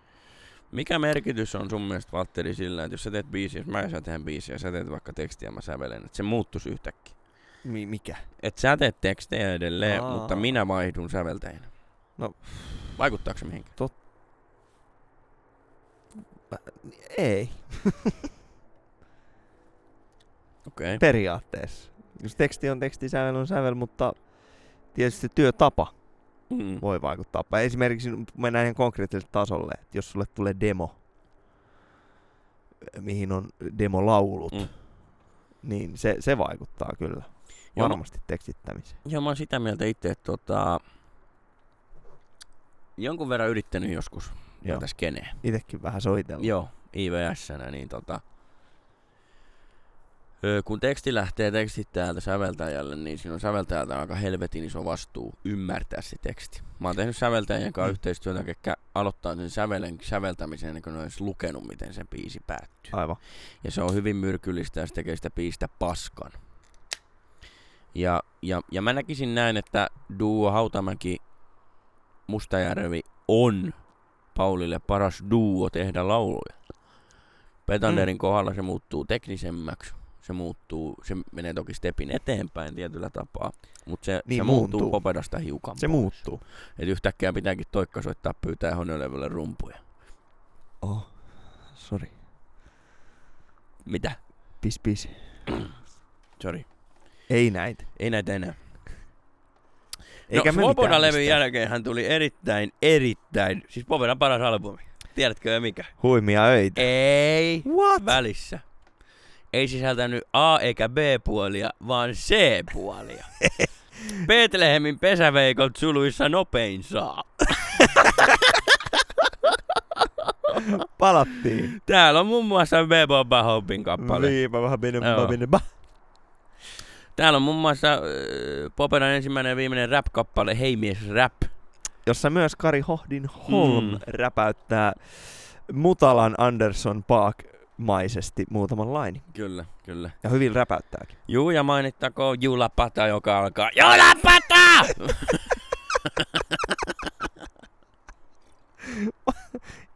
Speaker 1: Mikä merkitys on sun mielestä, Valtteri, sillä, että jos sä teet biisiä, jos mä ja sä teen biisiä, sä teet vaikka tekstiä ja mä sävelen, että se muuttuisi yhtäkkiä.
Speaker 2: Mi- mikä?
Speaker 1: Et sä teet tekstejä edelleen, Aa.
Speaker 2: Aa.
Speaker 1: mutta minä vaihdun säveltäjänä.
Speaker 2: No.
Speaker 1: Vaikuttaako se mihinkään?
Speaker 2: Ei.
Speaker 1: Okei. Okay.
Speaker 2: Periaatteessa. Jos teksti on teksti, sävel on sävel, mutta tietysti työtapa
Speaker 1: Mm.
Speaker 2: voi vaikuttaa. päin. Esimerkiksi kun mennään ihan konkreettiselle tasolle, että jos sulle tulee demo, mihin on demolaulut,
Speaker 1: Mm.
Speaker 2: mm. niin se, se vaikuttaa kyllä
Speaker 1: Joo, no. mä-
Speaker 2: varmasti tekstittämiseen.
Speaker 1: Joo, mä oon sitä mieltä itse, että tota, jonkun verran yrittänyt joskus
Speaker 2: Joo.
Speaker 1: tätä skeneä.
Speaker 2: Itekin vähän soitellut.
Speaker 1: Joo, ivs niin tota, ö, kun teksti lähtee tekstittäjältä säveltäjälle, niin siinä on säveltäjältä aika helvetin iso vastuu ymmärtää se teksti. Mä oon tehnyt säveltäjien kanssa
Speaker 2: Mm.
Speaker 1: yhteistyötä, ketkä aloittaa sen sävelen, säveltämisen ennen kuin ne on edes lukenut, miten se biisi päättyy.
Speaker 2: Aivan.
Speaker 1: Ja se on hyvin myrkyllistä ja se tekee sitä biistä paskan. Ja, ja, ja mä näkisin näin, että duo Hautamäki Mustajärvi on Paulille paras duo tehdä lauluja. Petanderin mm. kohdalla se muuttuu teknisemmäksi. Se muuttuu, se menee toki stepin eteenpäin tietyllä tapaa, mutta se, niin
Speaker 2: Niin,
Speaker 1: se muuttuu
Speaker 2: muuntuu.
Speaker 1: popedasta hiukan.
Speaker 2: Se muuttuu.
Speaker 1: Et yhtäkkiä pitääkin toikka soittaa pyytää honölevylle rumpuja.
Speaker 2: Oh, sorry.
Speaker 1: Mitä?
Speaker 2: Pis pis.
Speaker 1: Sorry.
Speaker 2: Ei näitä.
Speaker 1: Ei näitä enää. no,
Speaker 2: Eikä me mitään
Speaker 1: Svobodan-levyn
Speaker 2: mistään.
Speaker 1: jälkeen hän tuli erittäin, erittäin, siis Svobodan paras albumi. Tiedätkö jo mikä?
Speaker 2: Huimia öitä.
Speaker 1: Ei
Speaker 2: What?
Speaker 1: välissä. Ei sisältänyt A eikä B-puolia, vaan
Speaker 2: (laughs)
Speaker 1: C-puolia. Betlehemin pesäveikot suluissa nopein saa. (laughs)
Speaker 2: Palattiin.
Speaker 1: Täällä on muun muassa Beboppa Hopin kappale.
Speaker 2: Viipa vähän bidin
Speaker 1: Joo.
Speaker 2: bidin ba.
Speaker 1: Täällä on muun muassa äh, Popedan ensimmäinen ja viimeinen rap-kappale, Hei mies rap.
Speaker 2: Jossa myös Kari Hohdin Holm
Speaker 1: Mm.
Speaker 2: räpäyttää Mutalan Anderson Park maisesti muutaman laini.
Speaker 1: Kyllä, kyllä.
Speaker 2: Ja hyvin räpäyttääkin.
Speaker 1: Juu, ja mainittakoon Julapata, joka alkaa
Speaker 2: (laughs)
Speaker 1: Julapata!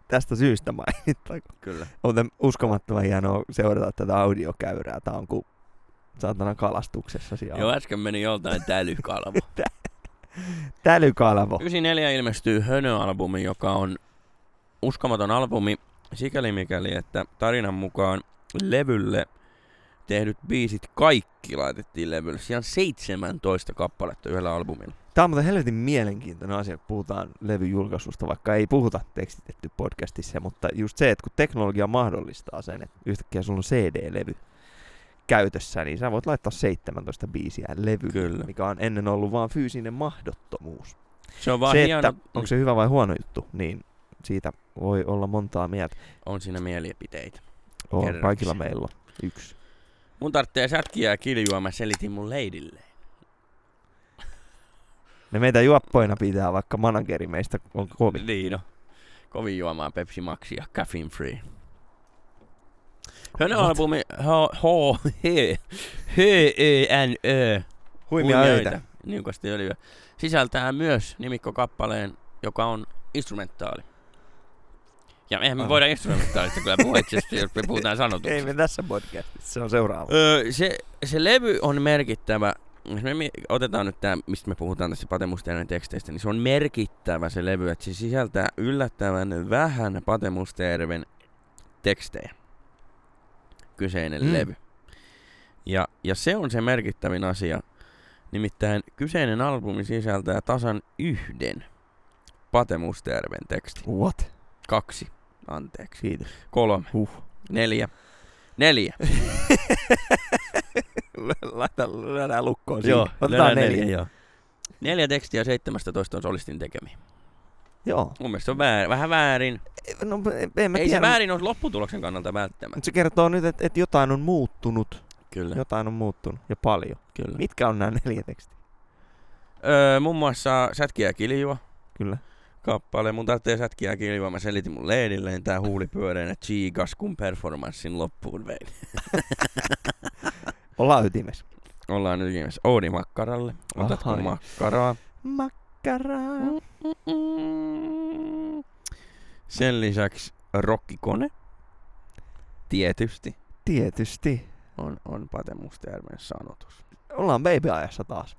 Speaker 2: Tästä syystä mainittakoon.
Speaker 1: kyllä.
Speaker 2: On tämän uskomattoman hienoa seurata tätä audiokäyrää. Tää on kuin saatana kalastuksessa siellä.
Speaker 1: Joo, äsken meni joltain tälykalvo. (laughs)
Speaker 2: Tälykalvo.
Speaker 1: 94 ilmestyy Hönö-albumi, joka on uskomaton albumi sikäli mikäli, että tarinan mukaan levylle tehdyt biisit kaikki laitettiin levylle. Siellä on 17 kappaletta yhdellä albumilla.
Speaker 2: Tämä on muuten helvetin mielenkiintoinen asia, kun puhutaan levyjulkaisusta, vaikka ei puhuta tekstitetty podcastissa, mutta just se, että kun teknologia mahdollistaa sen, että yhtäkkiä sulla on CD-levy käytössä, niin sä voit laittaa 17 biisiä levylle,
Speaker 1: Kyllä.
Speaker 2: mikä on ennen ollut vaan fyysinen mahdottomuus.
Speaker 1: Se on vaan
Speaker 2: se,
Speaker 1: hieno.
Speaker 2: että onko se hyvä vai huono juttu, niin siitä voi olla montaa mieltä.
Speaker 1: On siinä mielipiteitä.
Speaker 2: On,
Speaker 1: Kerrakseen.
Speaker 2: kaikilla meillä on yksi.
Speaker 1: Mun tarvitsee sätkiä ja kiljua, mä selitin mun leidille.
Speaker 2: Ne meitä juoppoina pitää, vaikka manageri meistä on kovin.
Speaker 1: Niin no. Kovin juomaan Pepsi Maxia, caffeine free. Hönö-albumi H, H, H, H, E, N, Ö.
Speaker 2: Huimia öitä.
Speaker 1: Niukasti öljyä. Sisältää myös nimikkokappaleen, joka on instrumentaali. Ja eihän me
Speaker 2: Aivan.
Speaker 1: voida instrumentaalista kyllä puhua itse asiassa, jos me
Speaker 2: (laughs)
Speaker 1: puhutaan sanotuksesta.
Speaker 2: Ah. Ei me tässä podcastissa, se on seuraava.
Speaker 1: Öö, se, se levy on merkittävä. Jos me mi- otetaan nyt tämä, mistä me puhutaan tässä Pate Mustajärven teksteistä, niin se on merkittävä se levy, että se sisältää yllättävän vähän Pate Mustajärven tekstejä. Kyseinen
Speaker 2: Mm.
Speaker 1: mm. levy. Ja, ja se on se merkittävin asia. Nimittäin kyseinen albumi sisältää tasan yhden Pate Mustajärven tekstin.
Speaker 2: What?
Speaker 1: Kaksi, anteeksi.
Speaker 2: Kiitos.
Speaker 1: Kolme,
Speaker 2: Huh.
Speaker 1: neljä, neljä.
Speaker 2: (laughs) Laita, lyödään lukkoon
Speaker 1: Joo,
Speaker 2: siinä. Otetaan
Speaker 1: lyödään
Speaker 2: neljä.
Speaker 1: neljä, joo. Neljä tekstiä 17 on solistin tekemiä.
Speaker 2: Joo.
Speaker 1: Mun mielestä se on väär, vähän väärin.
Speaker 2: No, en mä
Speaker 1: Ei
Speaker 2: tiedä.
Speaker 1: se väärin ole lopputuloksen kannalta välttämättä.
Speaker 2: Mutta se kertoo nyt, että et jotain on muuttunut.
Speaker 1: Kyllä,
Speaker 2: Jotain on muuttunut. Ja paljon.
Speaker 1: kyllä.
Speaker 2: Mitkä on nämä neljä tekstiä?
Speaker 1: Öö, muun muassa Sätkiä ja kiljua
Speaker 2: Kyllä.
Speaker 1: kappale. Mun tarvitsee sätkiä ja kiljua. Mä selitin mun leidilleen tää huulipyöreänä chiikas kun performanssin loppuun vein.
Speaker 2: Ollaan ytimessä.
Speaker 1: Ollaan nyt yhdessä Oodi Makkaralle. Otatko
Speaker 2: Aha.
Speaker 1: makkaraa?
Speaker 2: Makkaraa.
Speaker 1: Mm. Sen lisäksi rokkikone. Tietysti
Speaker 2: Tietysti.
Speaker 1: on, on Pate Mustajärven sanotus.
Speaker 2: Ollaan baby-ajassa taas.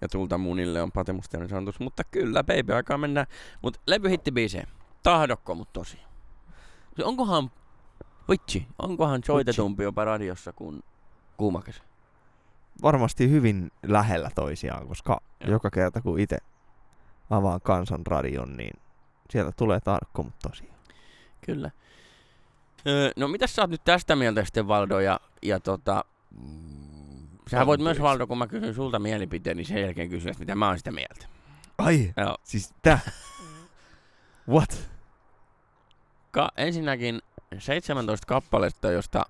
Speaker 1: ja tulta munille on patemusteinen sanotus, mutta kyllä, baby, aikaa mennään. Mutta levy hittibiiseen. Tahdokko, mut tosi. Se Onkohan, vitsi, onkohan soitetumpi jopa radiossa kuin kuuma kesä?
Speaker 2: Varmasti hyvin lähellä toisiaan, koska
Speaker 1: Joo.
Speaker 2: joka kerta kun itse avaan kansanradion, niin sieltä tulee tarkko, mutta tosiaan.
Speaker 1: Kyllä. Öö, no mitä sä oot nyt tästä mieltä sitten Valdo ja, ja tota, Sähän voit myös Valdo, kun mä kysyn sulta mielipiteen, niin sen jälkeen kysyä, että mitä mä oon sitä mieltä.
Speaker 2: Ai,
Speaker 1: Joo. Mm.
Speaker 2: siis tää. What?
Speaker 1: Ka- ensinnäkin 17 kappaletta, josta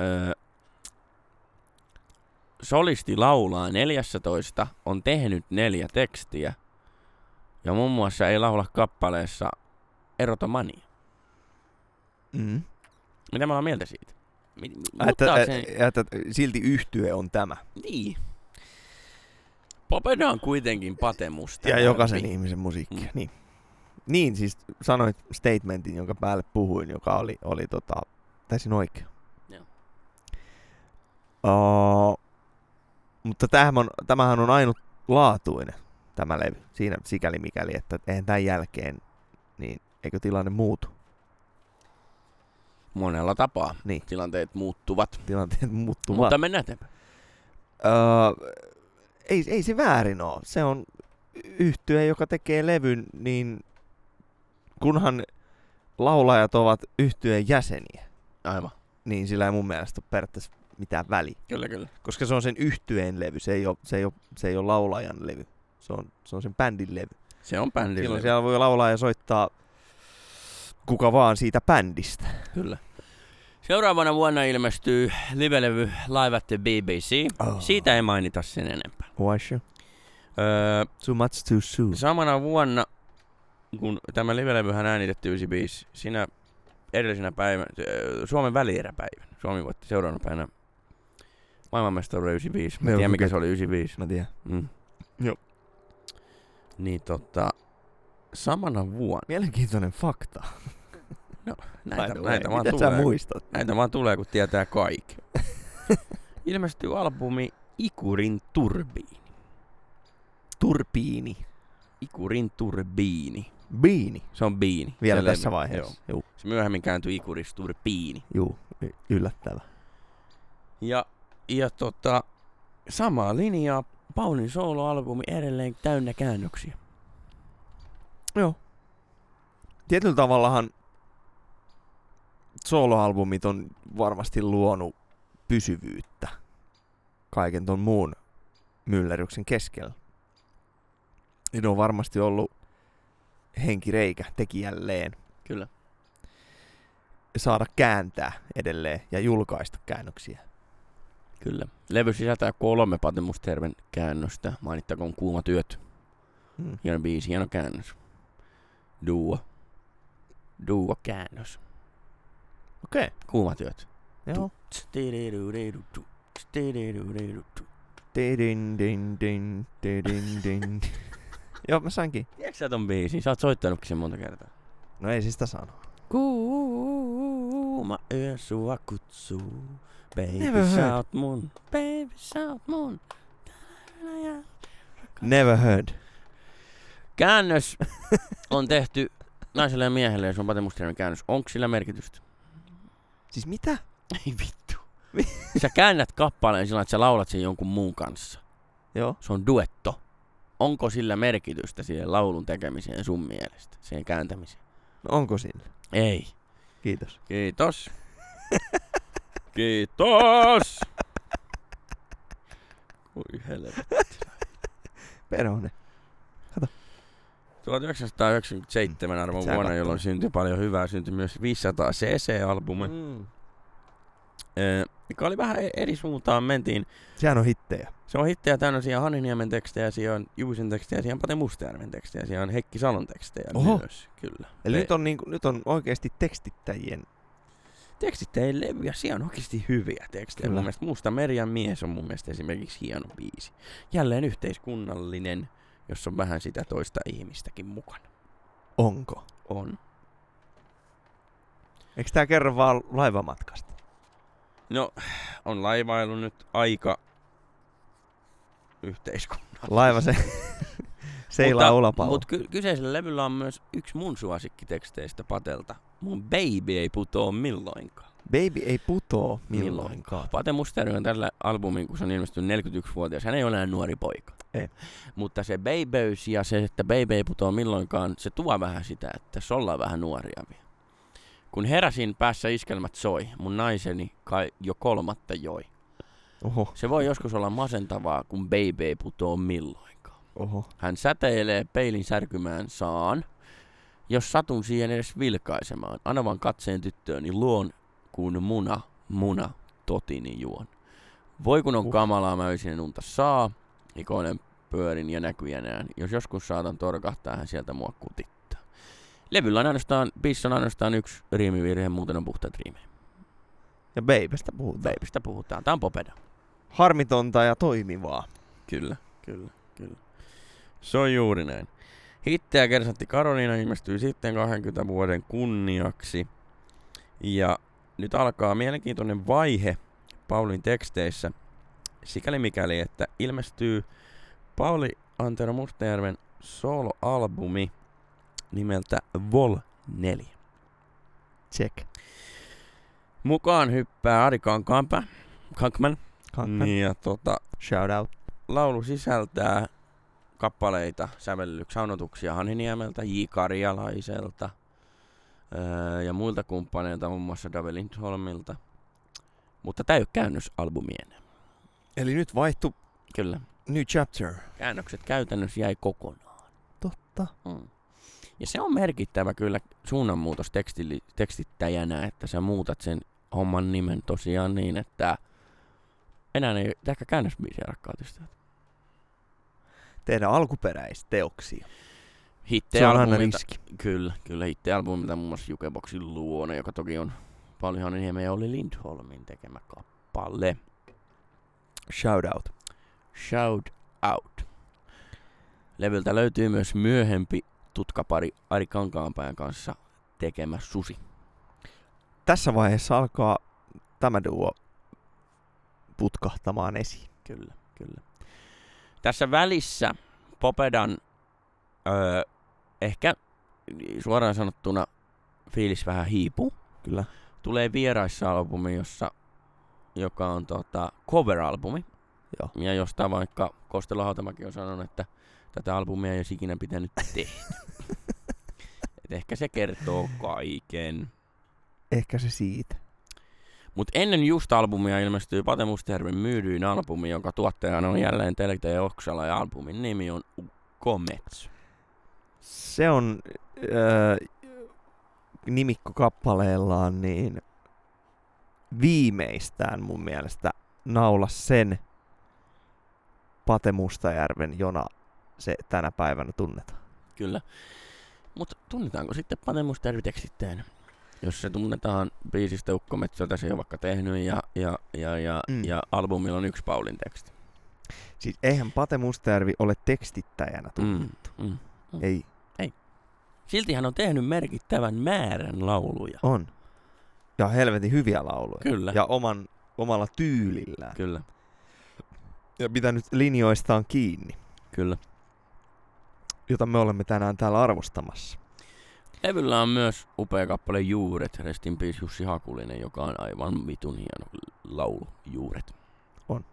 Speaker 1: öö, solisti laulaa 14, on tehnyt neljä tekstiä. Ja muun muassa ei laula kappaleessa Erota mani.
Speaker 2: Mm.
Speaker 1: Mitä me ollaan mieltä siitä? Mi- mi-
Speaker 2: Ah, Että, e-
Speaker 1: muuttaako se-
Speaker 2: että, että silti yhtye on tämä.
Speaker 1: Niin. Popeda on kuitenkin patemusta.
Speaker 2: ja jokaisen ihmisen musiikkia.
Speaker 1: Mm.
Speaker 2: Niin. niin, siis sanoit statementin, jonka päälle puhuin, joka oli, oli tota, täysin oikea.
Speaker 1: Joo.
Speaker 2: Uh, mutta tämähän on, tämähän on ainutlaatuinen, tämä levy. Siinä sikäli mikäli, että eihän tämän jälkeen, niin eikö tilanne muutu?
Speaker 1: Monella tapaa.
Speaker 2: Niin.
Speaker 1: Tilanteet muuttuvat.
Speaker 2: Tilanteet muuttuvat.
Speaker 1: Mutta mennään eteenpäin.
Speaker 2: Öö, ei, ei se väärin ole. Se on yhtyö, joka tekee levyn, niin kunhan laulajat ovat yhtyeen jäseniä,
Speaker 1: Aivan.
Speaker 2: niin sillä ei mun mielestä ole periaatteessa mitään väliä.
Speaker 1: Kyllä, kyllä.
Speaker 2: Koska se on sen yhtyeen levy, se ei ole, se ei ole, se ei ole laulajan levy. Se on, se on sen bändin levy.
Speaker 1: Se on bändillä.
Speaker 2: Silloin siellä voi laulaa ja soittaa kuka vaan siitä bändistä.
Speaker 1: Kyllä. Seuraavana vuonna ilmestyy livelevy Live at the BBC.
Speaker 2: Oh.
Speaker 1: Siitä ei mainita sen enempää.
Speaker 2: Why should?
Speaker 1: Öö,
Speaker 2: Too much too soon.
Speaker 1: samana vuonna kun tämä live-levyhän äänitettiin 95, sinä edellisenä päivänä, ö, Suomen välieräpäivän, Suomi voitti seuraavana päivänä maailmanmestaruuden 95, mä
Speaker 2: Joo,
Speaker 1: tiedän mikä
Speaker 2: kyllä.
Speaker 1: se oli 95.
Speaker 2: Mä tiedän.
Speaker 1: Mm.
Speaker 2: Joo.
Speaker 1: Niin tota, samana vuonna,
Speaker 2: Mielenkiintoinen fakta.
Speaker 1: näitä,
Speaker 2: by the way.
Speaker 1: näitä vaan
Speaker 2: Mitä
Speaker 1: tulee,
Speaker 2: sä muistat?
Speaker 1: näitä vaan tulee, kun tietää
Speaker 2: (laughs)
Speaker 1: kaikki. Ilmestyy albumi Ikurin Turbiini.
Speaker 2: Turbiini.
Speaker 1: Ikurin Turbiini.
Speaker 2: Biini.
Speaker 1: Se on biini.
Speaker 2: Vielä
Speaker 1: Se
Speaker 2: tässä
Speaker 1: levy.
Speaker 2: vaiheessa.
Speaker 1: Joo.
Speaker 2: Joo.
Speaker 1: Se myöhemmin kääntyi Ikuris Turbiini.
Speaker 2: Juu. y- yllättävä.
Speaker 1: Ja, ja tota, samaa linjaa Paulin soloalbumi edelleen täynnä käännöksiä.
Speaker 2: Joo. Tietyllä tavallahan soloalbumit on varmasti luonut pysyvyyttä kaiken ton muun myllerryksen keskellä. Ja ne on varmasti ollut henkireikä tekijälleen
Speaker 1: Kyllä.
Speaker 2: saada kääntää edelleen ja julkaista käännöksiä.
Speaker 1: Kyllä. Levy sisältää kolme Patemusterven käännöstä. Mainittakoon Kuuma työt.
Speaker 2: Mm.
Speaker 1: Hieno biisi, hieno käännös. Duo. Duo käännös.
Speaker 2: Okei.
Speaker 1: Kuuma työt.
Speaker 2: Joo.
Speaker 1: Tstidididididu, tstidididididu.
Speaker 2: Din, din, din, din, din, din. (laughs) Joo, mä sainkin.
Speaker 1: Tiedätkö sä ton biisin? Sä oot soittanutkin sen monta kertaa.
Speaker 2: No ei siis sitä sano.
Speaker 1: Kuuma yö sua kutsuu. Baby,
Speaker 2: Never
Speaker 1: sä
Speaker 2: heard.
Speaker 1: oot mun. Baby, sä oot mun. Ta-ra-ra-ra.
Speaker 2: Never heard. (laughs)
Speaker 1: Käännös on tehty naiselle ja miehelle, ja se on Pate Mustajärven käännös. Onko sillä merkitystä?
Speaker 2: Siis mitä?
Speaker 1: Ei vittu.
Speaker 2: Mi-
Speaker 1: Sä käännät kappaleen sillä, että sä laulat sen jonkun muun kanssa.
Speaker 2: Joo.
Speaker 1: Se on duetto. Onko sillä merkitystä siihen laulun tekemiseen sun mielestä, siihen kääntämiseen?
Speaker 2: No onko sillä?
Speaker 1: Ei.
Speaker 2: Kiitos.
Speaker 1: Kiitos. Kiitos! Oi helvetti.
Speaker 2: Perhonen.
Speaker 1: 1997 arvon
Speaker 2: Pitää
Speaker 1: vuonna,
Speaker 2: katsoa.
Speaker 1: jolloin syntyi paljon hyvää, syntyi myös 500cc-albumi, mm.
Speaker 2: Mm.
Speaker 1: joka oli vähän e- eri suuntaan mentiin.
Speaker 2: Sehän on hittejä.
Speaker 1: Se on hittejä täynnä siellä on Haniniemen tekstejä, siellä on Juusen tekstejä, siellä on Pate Mustajärven tekstejä, siellä on Heikki Salon tekstejä
Speaker 2: Oho.
Speaker 1: myös, kyllä.
Speaker 2: Eli
Speaker 1: Ei.
Speaker 2: nyt on, niinku, nyt on oikeasti tekstittäjien.
Speaker 1: Tekstit ei levy ja siellä on oikeasti hyviä tekstejä.
Speaker 2: Kyllä.
Speaker 1: Mun mielestä Musta Merian mies on mun mielestä esimerkiksi hieno biisi. Jälleen yhteiskunnallinen, jossa on vähän sitä toista ihmistäkin mukana.
Speaker 2: Onko?
Speaker 1: On.
Speaker 2: Eikö tää kerro vaan laivamatkasta?
Speaker 1: No, on laivailu nyt aika yhteiskunnallinen.
Speaker 2: Laiva se (laughs) seilaa ulapallo.
Speaker 1: Mutta ky- kyseisellä levyllä on myös yksi mun suosikkiteksteistä Patelta. Mun baby ei putoa milloinkaan.
Speaker 2: Baby ei putoo
Speaker 1: Milloinkaan.
Speaker 2: milloinkaan.
Speaker 1: Pate Musteri on tällä albumin, kun se on ilmestynyt 41-vuotias. Hän ei ole enää nuori poika.
Speaker 2: Ei.
Speaker 1: Mutta se babyys ja se, että baby ei putoa milloinkaan, se tuo vähän sitä, että tässä ollaan vähän nuoria vielä. Kun heräsin, päässä iskelmät soi. Mun naiseni kai jo kolmatta joi.
Speaker 2: Oho,
Speaker 1: Se voi joskus olla masentavaa, kun baby ei putoa milloinkaan.
Speaker 2: oho.
Speaker 1: Hän säteilee peilin särkymään saan. Jos satun siihen edes vilkaisemaan, anna vaan katseen tyttööni luon, kun muna, muna, totini juon. Voi kun on
Speaker 2: Uh.
Speaker 1: kamalaa, mä ysin en unta saa, ikoinen pyörin ja näkyjänään. Jos joskus saatan torkahtaa, hän sieltä mua kutittaa. Levyllä on ainoastaan, biisissä on ainoastaan yksi riimivirhe, muuten on puhtaat riimejä.
Speaker 2: Ja babystä puhutaan. Baby.
Speaker 1: Babystä puhutaan, tää on popeda.
Speaker 2: Harmitonta ja toimivaa.
Speaker 1: Kyllä, kyllä, kyllä. Se on juuri näin. Hittejä kersantti Karoliina ilmestyy sitten 20 vuoden kunniaksi. Ja nyt alkaa mielenkiintoinen vaihe Paulin teksteissä. Sikäli mikäli, että ilmestyy Pauli Antero Mustajärven soloalbumi nimeltä Vol 4.
Speaker 2: Check.
Speaker 1: Mukaan hyppää Ari Kankaanpää, Kankman,
Speaker 2: Kankan. Niin.
Speaker 1: ja tota,
Speaker 2: Shout out.
Speaker 1: laulu sisältää kappaleita, sävellyksiä, sanotuksia Haniniemeltä, J. Karjalaiselta öö, ja muilta kumppaneilta, muun muassa Dave Lindholmilta. Mutta tämä ei ole käännösalbumi enää.
Speaker 2: Eli nyt vaihtu
Speaker 1: Kyllä.
Speaker 2: new chapter.
Speaker 1: Käännökset käytännössä jäi kokonaan.
Speaker 2: Totta.
Speaker 1: Mm. Ja se on merkittävä kyllä suunnanmuutos tekstili, tekstittäjänä, että sä muutat sen homman nimen tosiaan niin, että enää ei ehkä käännösbiisiä rakkautista.
Speaker 2: Tehdään alkuperäisteoksia. Se on
Speaker 1: hittejä
Speaker 2: aina riski.
Speaker 1: Kyllä, kyllä hittialbumilta muun muassa Jukeboxin luona, joka toki on paljon enemmän ja oli Lindholmin tekemä kappale.
Speaker 2: Shout out.
Speaker 1: Shout out. Levyltä löytyy myös myöhempi tutkapari Ari Kankaanpään kanssa tekemä Susi.
Speaker 2: Tässä vaiheessa alkaa tämä duo putkahtamaan esiin.
Speaker 1: Kyllä, kyllä. Tässä välissä Popedan öö, ehkä suoraan sanottuna fiilis vähän hiipuu.
Speaker 2: Kyllä.
Speaker 1: Tulee vieraissa albumi, jossa, joka on tota, cover-albumi.
Speaker 2: Joo.
Speaker 1: Ja josta vaikka Kostelo Hautamäki on sanonut, että tätä albumia ei olisi ikinä pitänyt tehdä.
Speaker 2: (laughs)
Speaker 1: Et ehkä se kertoo kaiken.
Speaker 2: Ehkä se siitä.
Speaker 1: Mutta ennen just albumia ilmestyy Pate Mustervin myydyin albumi, jonka tuottajana on jälleen Telkte ja Oksala ja albumin nimi on Ukkomets.
Speaker 2: Se on öö, nimikko kappaleellaan niin viimeistään mun mielestä naula sen Pate Mustajärven, jona se tänä päivänä tunnetaan.
Speaker 1: Kyllä. Mutta tunnetaanko sitten Pate Mustervi tekstitteen? Jos se tunnetaan biisistä Ukkomets, jota se on vaikka tehnyt ja, ja, ja, ja,
Speaker 2: Mm.
Speaker 1: mm. ja albumilla on yksi Paulin teksti.
Speaker 2: Siis eihän Pate Mustajärvi ole tekstittäjänä tunnettu.
Speaker 1: Mm. Mm.
Speaker 2: Mm. Ei,
Speaker 1: Silti hän on tehnyt merkittävän määrän lauluja.
Speaker 2: on. Ja helvetin hyviä lauluja.
Speaker 1: Kyllä,
Speaker 2: Ja oman, omalla tyylillään.
Speaker 1: kyllä,
Speaker 2: Ja pitänyt linjoistaan kiinni,
Speaker 1: kyllä.
Speaker 2: jota me olemme tänään täällä arvostamassa.
Speaker 1: Levyllä on myös upea kappale Juuret, Restin Peace Jussi Hakulinen, joka on aivan vitun hieno laulu, Juuret.
Speaker 2: On.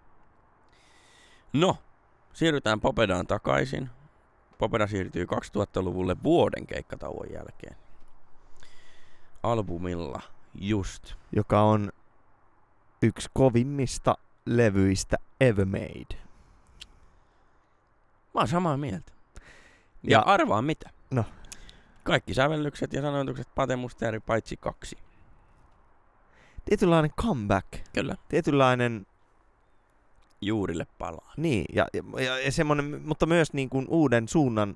Speaker 1: No, siirrytään Popedaan takaisin. Popeda siirtyy 2000-luvulle vuoden keikkatauon jälkeen. Albumilla just.
Speaker 2: joka on yksi kovimmista levyistä ever made.
Speaker 1: Mä oon samaa mieltä. Ja,
Speaker 2: Ja-
Speaker 1: ja arvaa mitä.
Speaker 2: No.
Speaker 1: Kaikki sävellykset ja sanoitukset Pate Musteri paitsi kaksi.
Speaker 2: Tietynlainen comeback,
Speaker 1: Kyllä.
Speaker 2: tietynlainen,
Speaker 1: Juurille palaa.
Speaker 2: niin, ja, ja- ja, ja semmoinen, mutta myös niin kuin uuden suunnan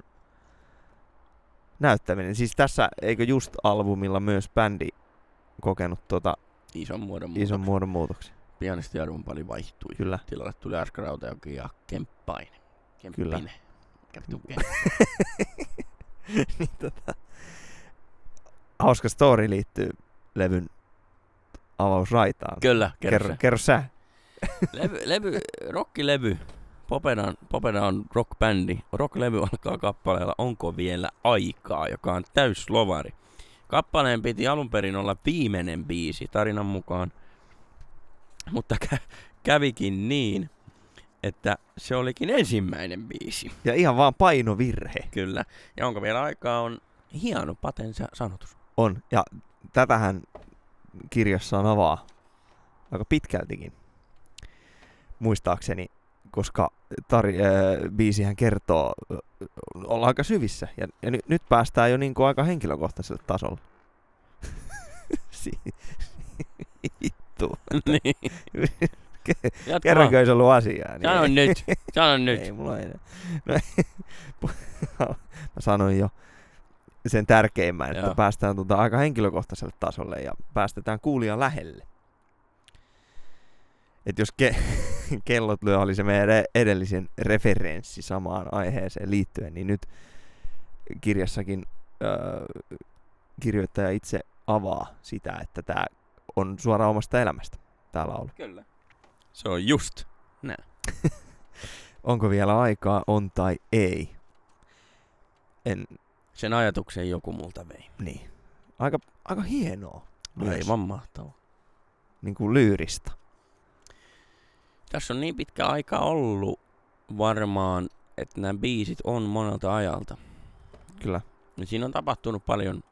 Speaker 2: näyttäminen. Siis tässä, eikö just albumilla myös bändi kokenut tuota
Speaker 1: Ison muodon
Speaker 2: ison
Speaker 1: muutoksen.
Speaker 2: muodon muutoksia?
Speaker 1: pianisti ja rumpali vaihtui.
Speaker 2: Kyllä.
Speaker 1: Tilalle tuli Asko Rautajoki ja Kemppainen.
Speaker 2: Kyllä.
Speaker 1: Kemppinen. Kemptu Kemppinen.
Speaker 2: (laughs) niin, tota, hauska story liittyy levyn avausraitaan.
Speaker 1: Kyllä, kerro.
Speaker 2: kerro,
Speaker 1: se.
Speaker 2: kerro sä.
Speaker 1: Levy, levy, rockilevy. Popeda on, Popeda on rockbändi. Rocklevy alkaa kappaleella Onko vielä aikaa, joka on täyslovari. Kappaleen piti alun perin olla viimeinen biisi tarinan mukaan, mutta kä- kävikin niin, että se olikin ensimmäinen biisi.
Speaker 2: Ja ihan vaan painovirhe.
Speaker 1: Kyllä. Ja onko vielä aikaa on hieno patensa sanotus.
Speaker 2: On, ja tätähän kirjassaan avaa aika pitkältikin, muistaakseni, koska tari, äh, biisihän kertoo, äh, ollaan aika syvissä, ja, ja ny, nyt päästään jo niinku aika henkilökohtaiselle tasolle. (laughs) si- Vittu.
Speaker 1: niin. Jatka
Speaker 2: Kerranko ei se ollut asiaa?
Speaker 1: vaan. Sano nyt, (laughs) sano nyt.
Speaker 2: Ei, mulla (laughs) ei. No, (laughs) Mä sanoin jo sen tärkeimmän, että
Speaker 1: Joo.
Speaker 2: päästään tuota aika henkilökohtaiselle tasolle ja päästetään kuulija lähelle. Et jos ke- (laughs) kellot lyö oli se meidän re- edellisen referenssi samaan aiheeseen liittyen, niin nyt kirjassakin öö, kirjoittaja itse avaa sitä, että tämä on suoraan omasta elämästä tämä laulu.
Speaker 1: Kyllä. Se on just.
Speaker 2: Onko vielä aikaa, on tai ei? En,
Speaker 1: Sen ajatuksen joku multa vei.
Speaker 2: niin. Aika, aika hienoa. Myös.
Speaker 1: Aivan mahtava.
Speaker 2: Niin kuin lyyristä.
Speaker 1: Tässä on niin pitkä aika ollut varmaan, että nämä biisit on monelta ajalta.
Speaker 2: Kyllä.
Speaker 1: Ja siinä on tapahtunut paljon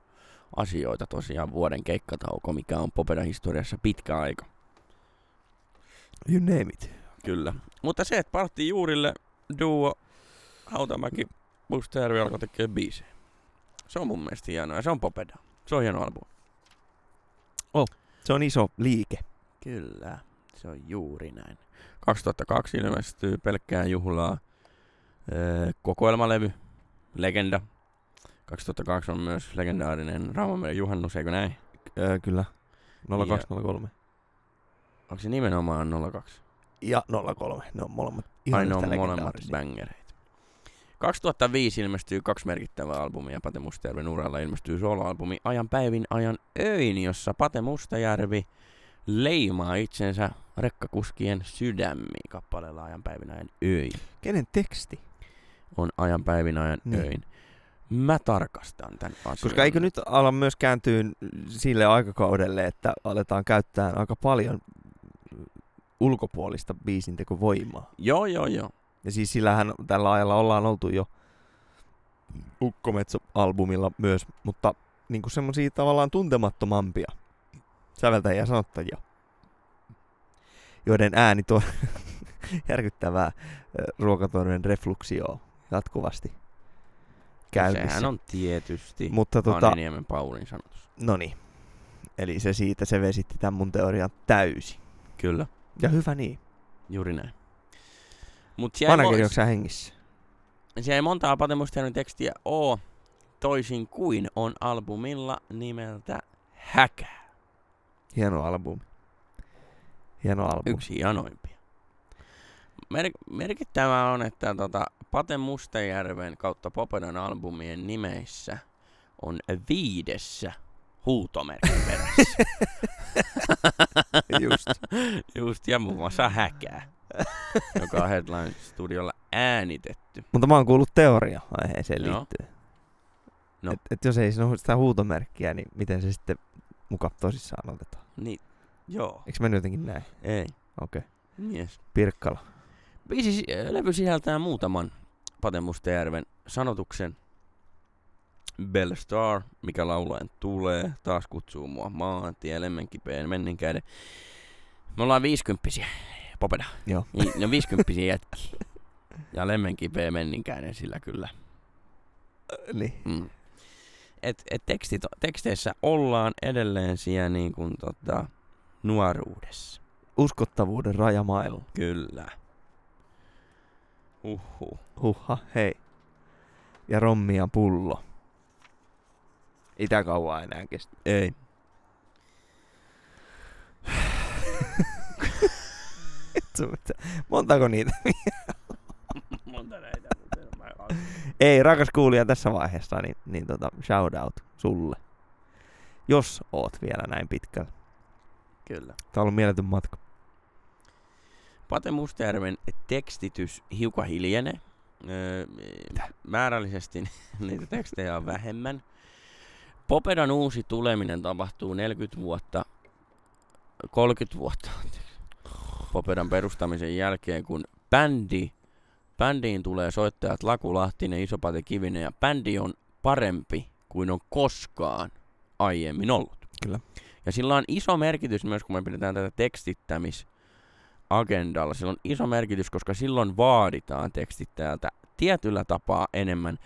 Speaker 1: asioita tosiaan vuoden keikkatauko, mikä on Popedan historiassa pitkä aika.
Speaker 2: You name it.
Speaker 1: Kyllä. Mutta se, että Partti Juurille, Duo, Hautamäki, Bustervi alkoi tekemään biisejä. Se on mun mielestä hienoa ja se on Popeda. Se on hieno albumi.
Speaker 2: Se on iso liike.
Speaker 1: Kyllä, se on juuri näin. 2002 ilmestyy pelkkää juhlaa. Öö, kokoelmalevy, legenda. 2002 on myös legendaarinen Raumameren juhannus, eikö näin?
Speaker 2: Öö, kyllä. 0203.
Speaker 1: Onko se nimenomaan 02?
Speaker 2: Ja 03. Ne on molemmat.
Speaker 1: Ai
Speaker 2: ihan
Speaker 1: ne
Speaker 2: yhtä
Speaker 1: on molemmat
Speaker 2: legendaarisia.
Speaker 1: bangereita. 2005 ilmestyy kaksi merkittävää albumia. Pate Mustajärven uralla ilmestyy soloalbumi Ajan päivin ajan öin, jossa Pate Mustajärvi leimaa itsensä rekkakuskien sydämiin kappaleella Ajan päivin ajan öin.
Speaker 2: Kenen teksti?
Speaker 1: On Ajan päivin ajan
Speaker 2: Niin.
Speaker 1: öin. Mä tarkastan tämän asian.
Speaker 2: Koska eikö nyt ala myös kääntyä sille aikakaudelle, että aletaan käyttää aika paljon ulkopuolista biisintekovoimaa.
Speaker 1: Joo, joo, joo.
Speaker 2: Ja siis sillähän tällä ajalla ollaan oltu jo Ukkometso-albumilla myös, mutta niin kuin semmoisia tavallaan tuntemattomampia säveltäjiä ja sanottajia, joiden ääni tuo (laughs) järkyttävää ö, ruokatorven refluksioa jatkuvasti käynnissä.
Speaker 1: Sehän on tietysti Mutta
Speaker 2: Mutta
Speaker 1: tota...
Speaker 2: tota,
Speaker 1: Anniniemen Paulin sanotus.
Speaker 2: No niin. Eli se siitä, se vesitti tämän mun teorian täysin.
Speaker 1: Kyllä,
Speaker 2: Ja hyvä niin.
Speaker 1: juuri näin. Mut siellä ei
Speaker 2: Manageri, onko sä hengissä?
Speaker 1: Siellä ei montaa Pate Mustajärven tekstiä oo, toisin kuin on albumilla nimeltä Häkä.
Speaker 2: Hieno albumi. Hieno albumi.
Speaker 1: Yksi hienoimpia. Mer- merkittävää on, että tota, Pate Mustajärven kautta Popedan albumien nimeissä on viidessä huutomerkki perässä.
Speaker 2: (laughs) Just.
Speaker 1: Just, ja muun muassa
Speaker 2: (laughs)
Speaker 1: Häkää, joka on Headline Studiolla äänitetty.
Speaker 2: Mutta mä oon kuullut teoria aiheeseen
Speaker 1: Joo.
Speaker 2: liittyen.
Speaker 1: No.
Speaker 2: Et, et jos ei siinä ole sitä huutomerkkiä, niin miten se sitten muka tosissaan otetaan?
Speaker 1: Niin, joo.
Speaker 2: Eikö mennyt jotenkin näin?
Speaker 1: Ei.
Speaker 2: Okei.
Speaker 1: Yes.
Speaker 2: Pirkkala.
Speaker 1: Biisi, si- äh, levy sisältää muutaman Pate Mustajärven sanotuksen. Bell Star, mikä laulaen tulee, taas kutsuu mua maantie, lemmenkipeen, menninkäiden. Me ollaan viisikymppisiä, Popeda.
Speaker 2: Joo.
Speaker 1: Ni- Ne on viisikymppisiä jätki. Ja lemmenkipeen menninkäinen sillä kyllä.
Speaker 2: Niin.
Speaker 1: Mm. Et, et tekstit, teksteissä ollaan edelleen siellä niin kuin tota, nuoruudessa.
Speaker 2: Uskottavuuden rajamailla.
Speaker 1: Kyllä. Uhu.
Speaker 2: Huhha, hei. Ja rommia pullo. Ei tää kauan enää kestä. (laughs)
Speaker 1: Ei.
Speaker 2: Montako niitä?
Speaker 1: Monta näitä.
Speaker 2: Ei, rakas kuulija tässä vaiheessa, niin, niin tota, shout out sulle. Jos oot vielä näin pitkällä.
Speaker 1: Kyllä.
Speaker 2: Tää on ollut mieletön matka.
Speaker 1: Pate Mustajärven tekstitys hiukan hiljenee. Öö, määrällisesti (laughs) niitä tekstejä on vähemmän. Popedan uusi tuleminen tapahtuu 40 vuotta, 30 vuotta anteeksi, Popedan perustamisen jälkeen, kun bändi, bändiin tulee soittajat Lakulahtinen, Isopate Kivinen ja bändi on parempi kuin on koskaan aiemmin ollut.
Speaker 2: Kyllä.
Speaker 1: Ja sillä on iso merkitys myös, kun me pidetään tätä tekstittämis agendalla. Sillä on iso merkitys, koska silloin vaaditaan tekstittäjältä tietyllä tapaa enemmän.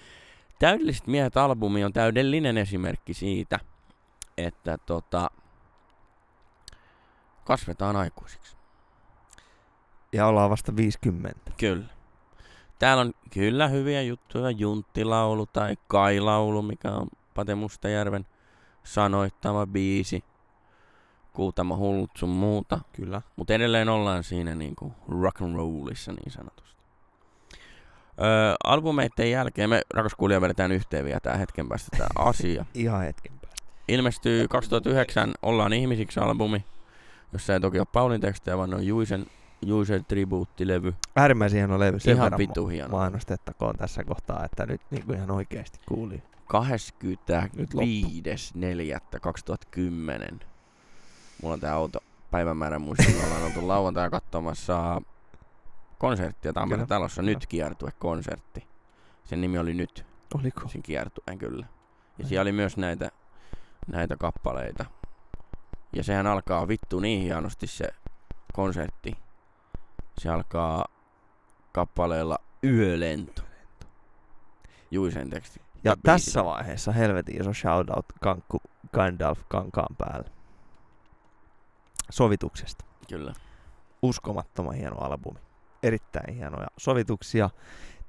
Speaker 1: Täydelliset miehet albumi on täydellinen esimerkki siitä, että tota, kasvetaan aikuisiksi.
Speaker 2: Ja ollaan vasta 50.
Speaker 1: Kyllä. Täällä on kyllä hyviä juttuja, junttilaulu tai kailaulu, mikä on Pate Mustajärven sanoittama biisi. Kuutama hullut sun muuta.
Speaker 2: Kyllä.
Speaker 1: Mutta edelleen ollaan siinä niinku rock and rollissa niin sanotusti. Öö, albumeiden jälkeen me, rakas kuulija, vedetään yhteen vielä tää hetken päästä
Speaker 2: (laughs)
Speaker 1: tää asia.
Speaker 2: Ihan hetken päästä.
Speaker 1: Ilmestyy 2009 Ollaan ihmisiksi albumi, jossa ei toki ole Paulin tekstejä, vaan ne on Juisen, Juisen tribuuttilevy.
Speaker 2: Äärimmäisen hieno levy. Sen
Speaker 1: Ihan
Speaker 2: verran
Speaker 1: vitu hieno.
Speaker 2: mainostettakoon tässä kohtaa, että nyt niin kuin ihan oikeasti kuuli.
Speaker 1: 25.4.2010. Mulla on tää auto päivämäärän muistilla. Ollaan oltu lauantai katsomassa konserttia Tampereen
Speaker 2: Kyllä.
Speaker 1: talossa.
Speaker 2: Kyllä.
Speaker 1: Nyt kiertue konsertti. Sen nimi oli Nyt,
Speaker 2: Oliko?
Speaker 1: sen kiertueen kyllä. Ja
Speaker 2: Ai.
Speaker 1: siellä oli myös näitä, näitä kappaleita. Ja sehän alkaa vittu niin hienosti se konsertti. Se alkaa kappaleella Yölento. Juisen teksti.
Speaker 2: Ja
Speaker 1: biisi.
Speaker 2: tässä vaiheessa helvetin iso shout out Kankku Gandalf kankaan päälle. Sovituksesta.
Speaker 1: Kyllä.
Speaker 2: uskomattoman hieno albumi. Erittäin hienoja sovituksia,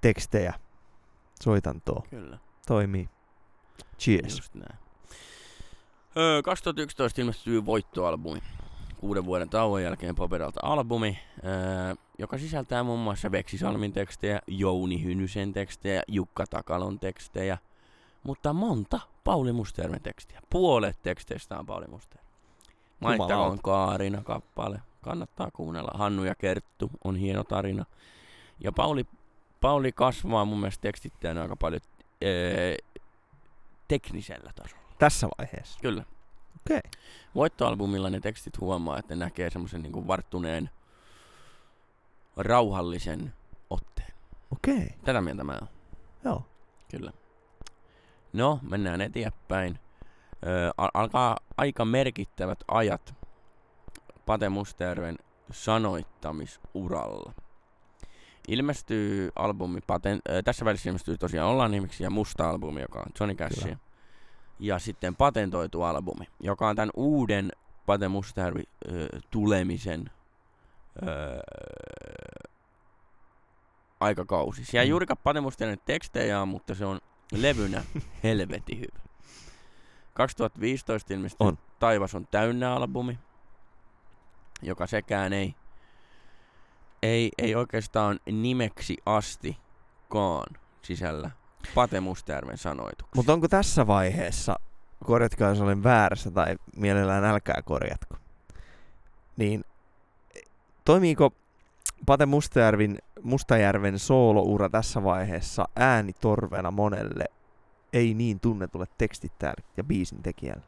Speaker 2: tekstejä, soitantoa,
Speaker 1: Kyllä.
Speaker 2: toimii. Cheers.
Speaker 1: Just näin. Öö, 2011 ilmestyy Voittoalbumi. Kuuden vuoden tauon jälkeen Paperalta albumi, öö, joka sisältää muun muassa Veksi Salmin tekstejä, Jouni Hynysen tekstejä, Jukka Takalon tekstejä, mutta monta Pauli Musterven tekstiä. Puolet teksteistä on Pauli Musterve. Mainittakoon
Speaker 2: Jumalauta.
Speaker 1: Kaarina kappale. Kannattaa kuunnella. Hannu ja Kerttu on hieno tarina. Ja Pauli, Pauli kasvaa mun mielestä tekstittäjänä aika paljon öö, teknisellä tasolla.
Speaker 2: Tässä vaiheessa.
Speaker 1: Kyllä.
Speaker 2: Okei.
Speaker 1: Voittoalbumilla ne tekstit huomaa, että ne näkee semmoisen niinku varttuneen, rauhallisen otteen.
Speaker 2: Okei.
Speaker 1: Tätä mieltä mä oon.
Speaker 2: Joo.
Speaker 1: Kyllä. No, mennään eteenpäin. Öö, al- alkaa aika merkittävät ajat Pate Musterven sanoittamisuralla. Ilmestyy albumi Paten, öö, tässä välissä ilmestyy tosiaan Ollaan nimiksi ja musta albumi, joka on Johnny Cashia.
Speaker 2: Kyllä.
Speaker 1: Ja sitten patentoitu albumi, joka on tämän uuden Pate Mustervi öö, tulemisen öö, aikakausi. Siellä ei
Speaker 2: Mm.
Speaker 1: juurikaan Pate Mustervin tekstejä, on, mutta se on
Speaker 2: (laughs)
Speaker 1: levynä helvetin hyvä. 2015 ilmestyi
Speaker 2: On.
Speaker 1: Taivas on täynnä albumi, joka sekään ei, ei, ei oikeastaan nimeksi astikaan sisällä Pate Musterven sanoituksia.
Speaker 2: Mutta onko tässä vaiheessa, korjatkaa jos olen väärässä tai mielellään älkää korjatko, niin toimiiko Pate Mustajärvin, Mustajärven sooloura tässä vaiheessa äänitorvena monelle ei niin tunnetulle tekstittäjälle ja biisin tekijälle?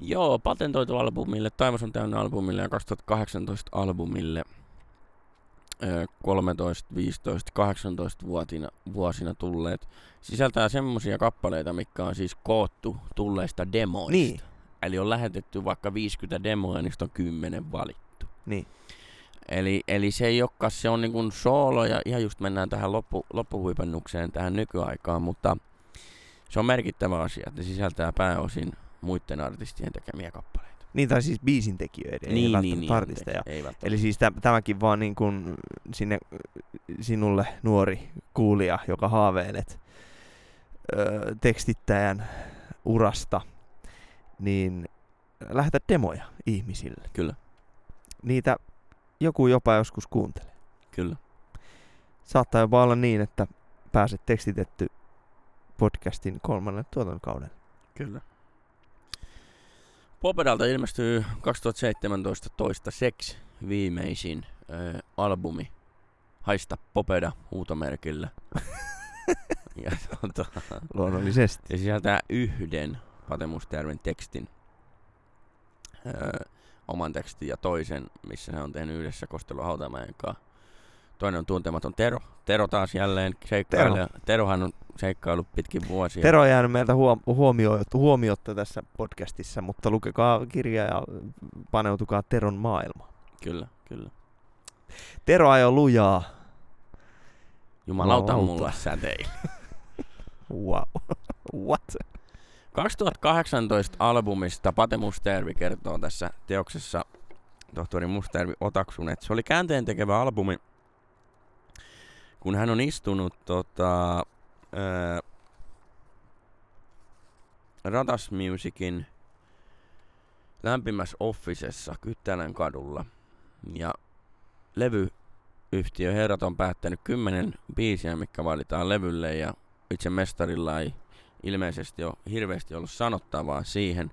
Speaker 1: Joo, patentoitu albumille, Taivas on täynnä albumille ja 2018 albumille ö, 13, 15, 18 vuotina, vuosina tulleet. Sisältää semmosia kappaleita, mitkä on siis koottu tulleista demoista.
Speaker 2: Niin.
Speaker 1: Eli on lähetetty vaikka 50 demoa ja niistä on 10 valittu.
Speaker 2: Niin.
Speaker 1: Eli, eli se ei olekaan, se on niin kuin soolo ja ihan just mennään tähän loppu, loppuhuipennukseen tähän nykyaikaan, mutta se on merkittävä asia, että se sisältää pääosin muiden artistien tekemiä kappaleita. Niin,
Speaker 2: Niin, tai siis biisintekijöiden, ei välttämättä artisteja.
Speaker 1: Ei välttämättä.
Speaker 2: Eli siis tä- tämäkin vaan niin kuin sinne sinulle nuori kuulija, joka haaveilet öö, tekstittäjän urasta, niin lähetä demoja ihmisille.
Speaker 1: Kyllä.
Speaker 2: Niitä joku jopa joskus kuuntelee.
Speaker 1: Kyllä,
Speaker 2: Saattaa jopa olla niin, että pääset tekstitetty podcastin kolmannen tuotantokauden.
Speaker 1: kyllä. Popedalta ilmestyy 2017 toistaiseksi viimeisin ö, albumi Haista Popeda
Speaker 2: (laughs)
Speaker 1: huutomerkillä. ja tuota,
Speaker 2: Luonnollisesti.
Speaker 1: Se sisältää yhden Patemustjärven tekstin, öö, oman tekstin ja toisen, missä hän on tehnyt yhdessä Kostelo Hautamäen kanssa. Toinen on tuntematon Tero. Tero taas jälleen seikkailee. Terohan on seikkaillut pitkin vuosia.
Speaker 2: Tero on jäänyt meiltä huom- huomioitu- huomiotta tässä podcastissa, mutta lukekaa kirjaa ja paneutukaa Teron maailmaan.
Speaker 1: Kyllä, kyllä.
Speaker 2: Tero ajoi lujaa.
Speaker 1: Jumalauta
Speaker 2: Jumalauta.
Speaker 1: mulla säteillä.
Speaker 2: Wow. (laughs) What?
Speaker 1: 2018 albumista Pate Mustervi kertoo tässä teoksessa tohtori Mustervi Otaksun, että se oli käänteen tekevä albumi, kun hän on istunut tota, ää, Radas Musicin lämpimässä officessa Kyttälän kadulla. Ja levyyhtiö Herrat on päättänyt kymmenen biisiä, mitkä valitaan levylle ja itse mestarilla ei ilmeisesti ole hirveästi ollut sanottavaa siihen.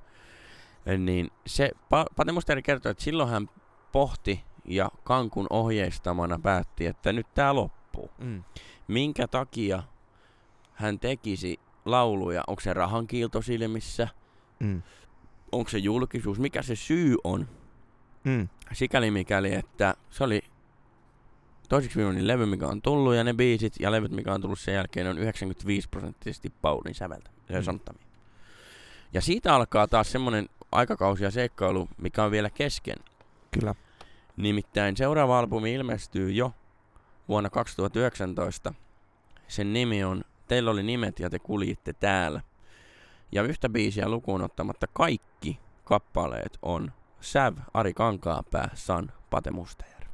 Speaker 1: Niin se, Pa- Pate Musteri kertoi, että silloin hän pohti ja Kankun ohjeistamana päätti, että nyt tämä loppuu.
Speaker 2: Mm.
Speaker 1: Minkä takia hän tekisi lauluja? Onko se rahan kiilto silmissä?
Speaker 2: Mm.
Speaker 1: Onko se julkisuus? Mikä se syy on?
Speaker 2: Mm.
Speaker 1: sikäli mikäli, että se oli toiseksi viimeinen levy, mikä on tullut, ja ne biisit ja levyt, mikä on tullut sen jälkeen, on 95 prosenttisesti Paulin säveltä, mm.
Speaker 2: Mm.
Speaker 1: sanottamia. Ja siitä alkaa taas semmoinen aikakausi ja seikkailu, mikä on vielä kesken.
Speaker 2: Kyllä.
Speaker 1: Nimittäin seuraava albumi ilmestyy jo vuonna 2019. Sen nimi on Teillä oli nimet ja te kuljitte täällä. Ja yhtä biisiä lukuun ottamatta kaikki kappaleet on Säv, Ari Kankaanpää, San, Pate Mustajärvi.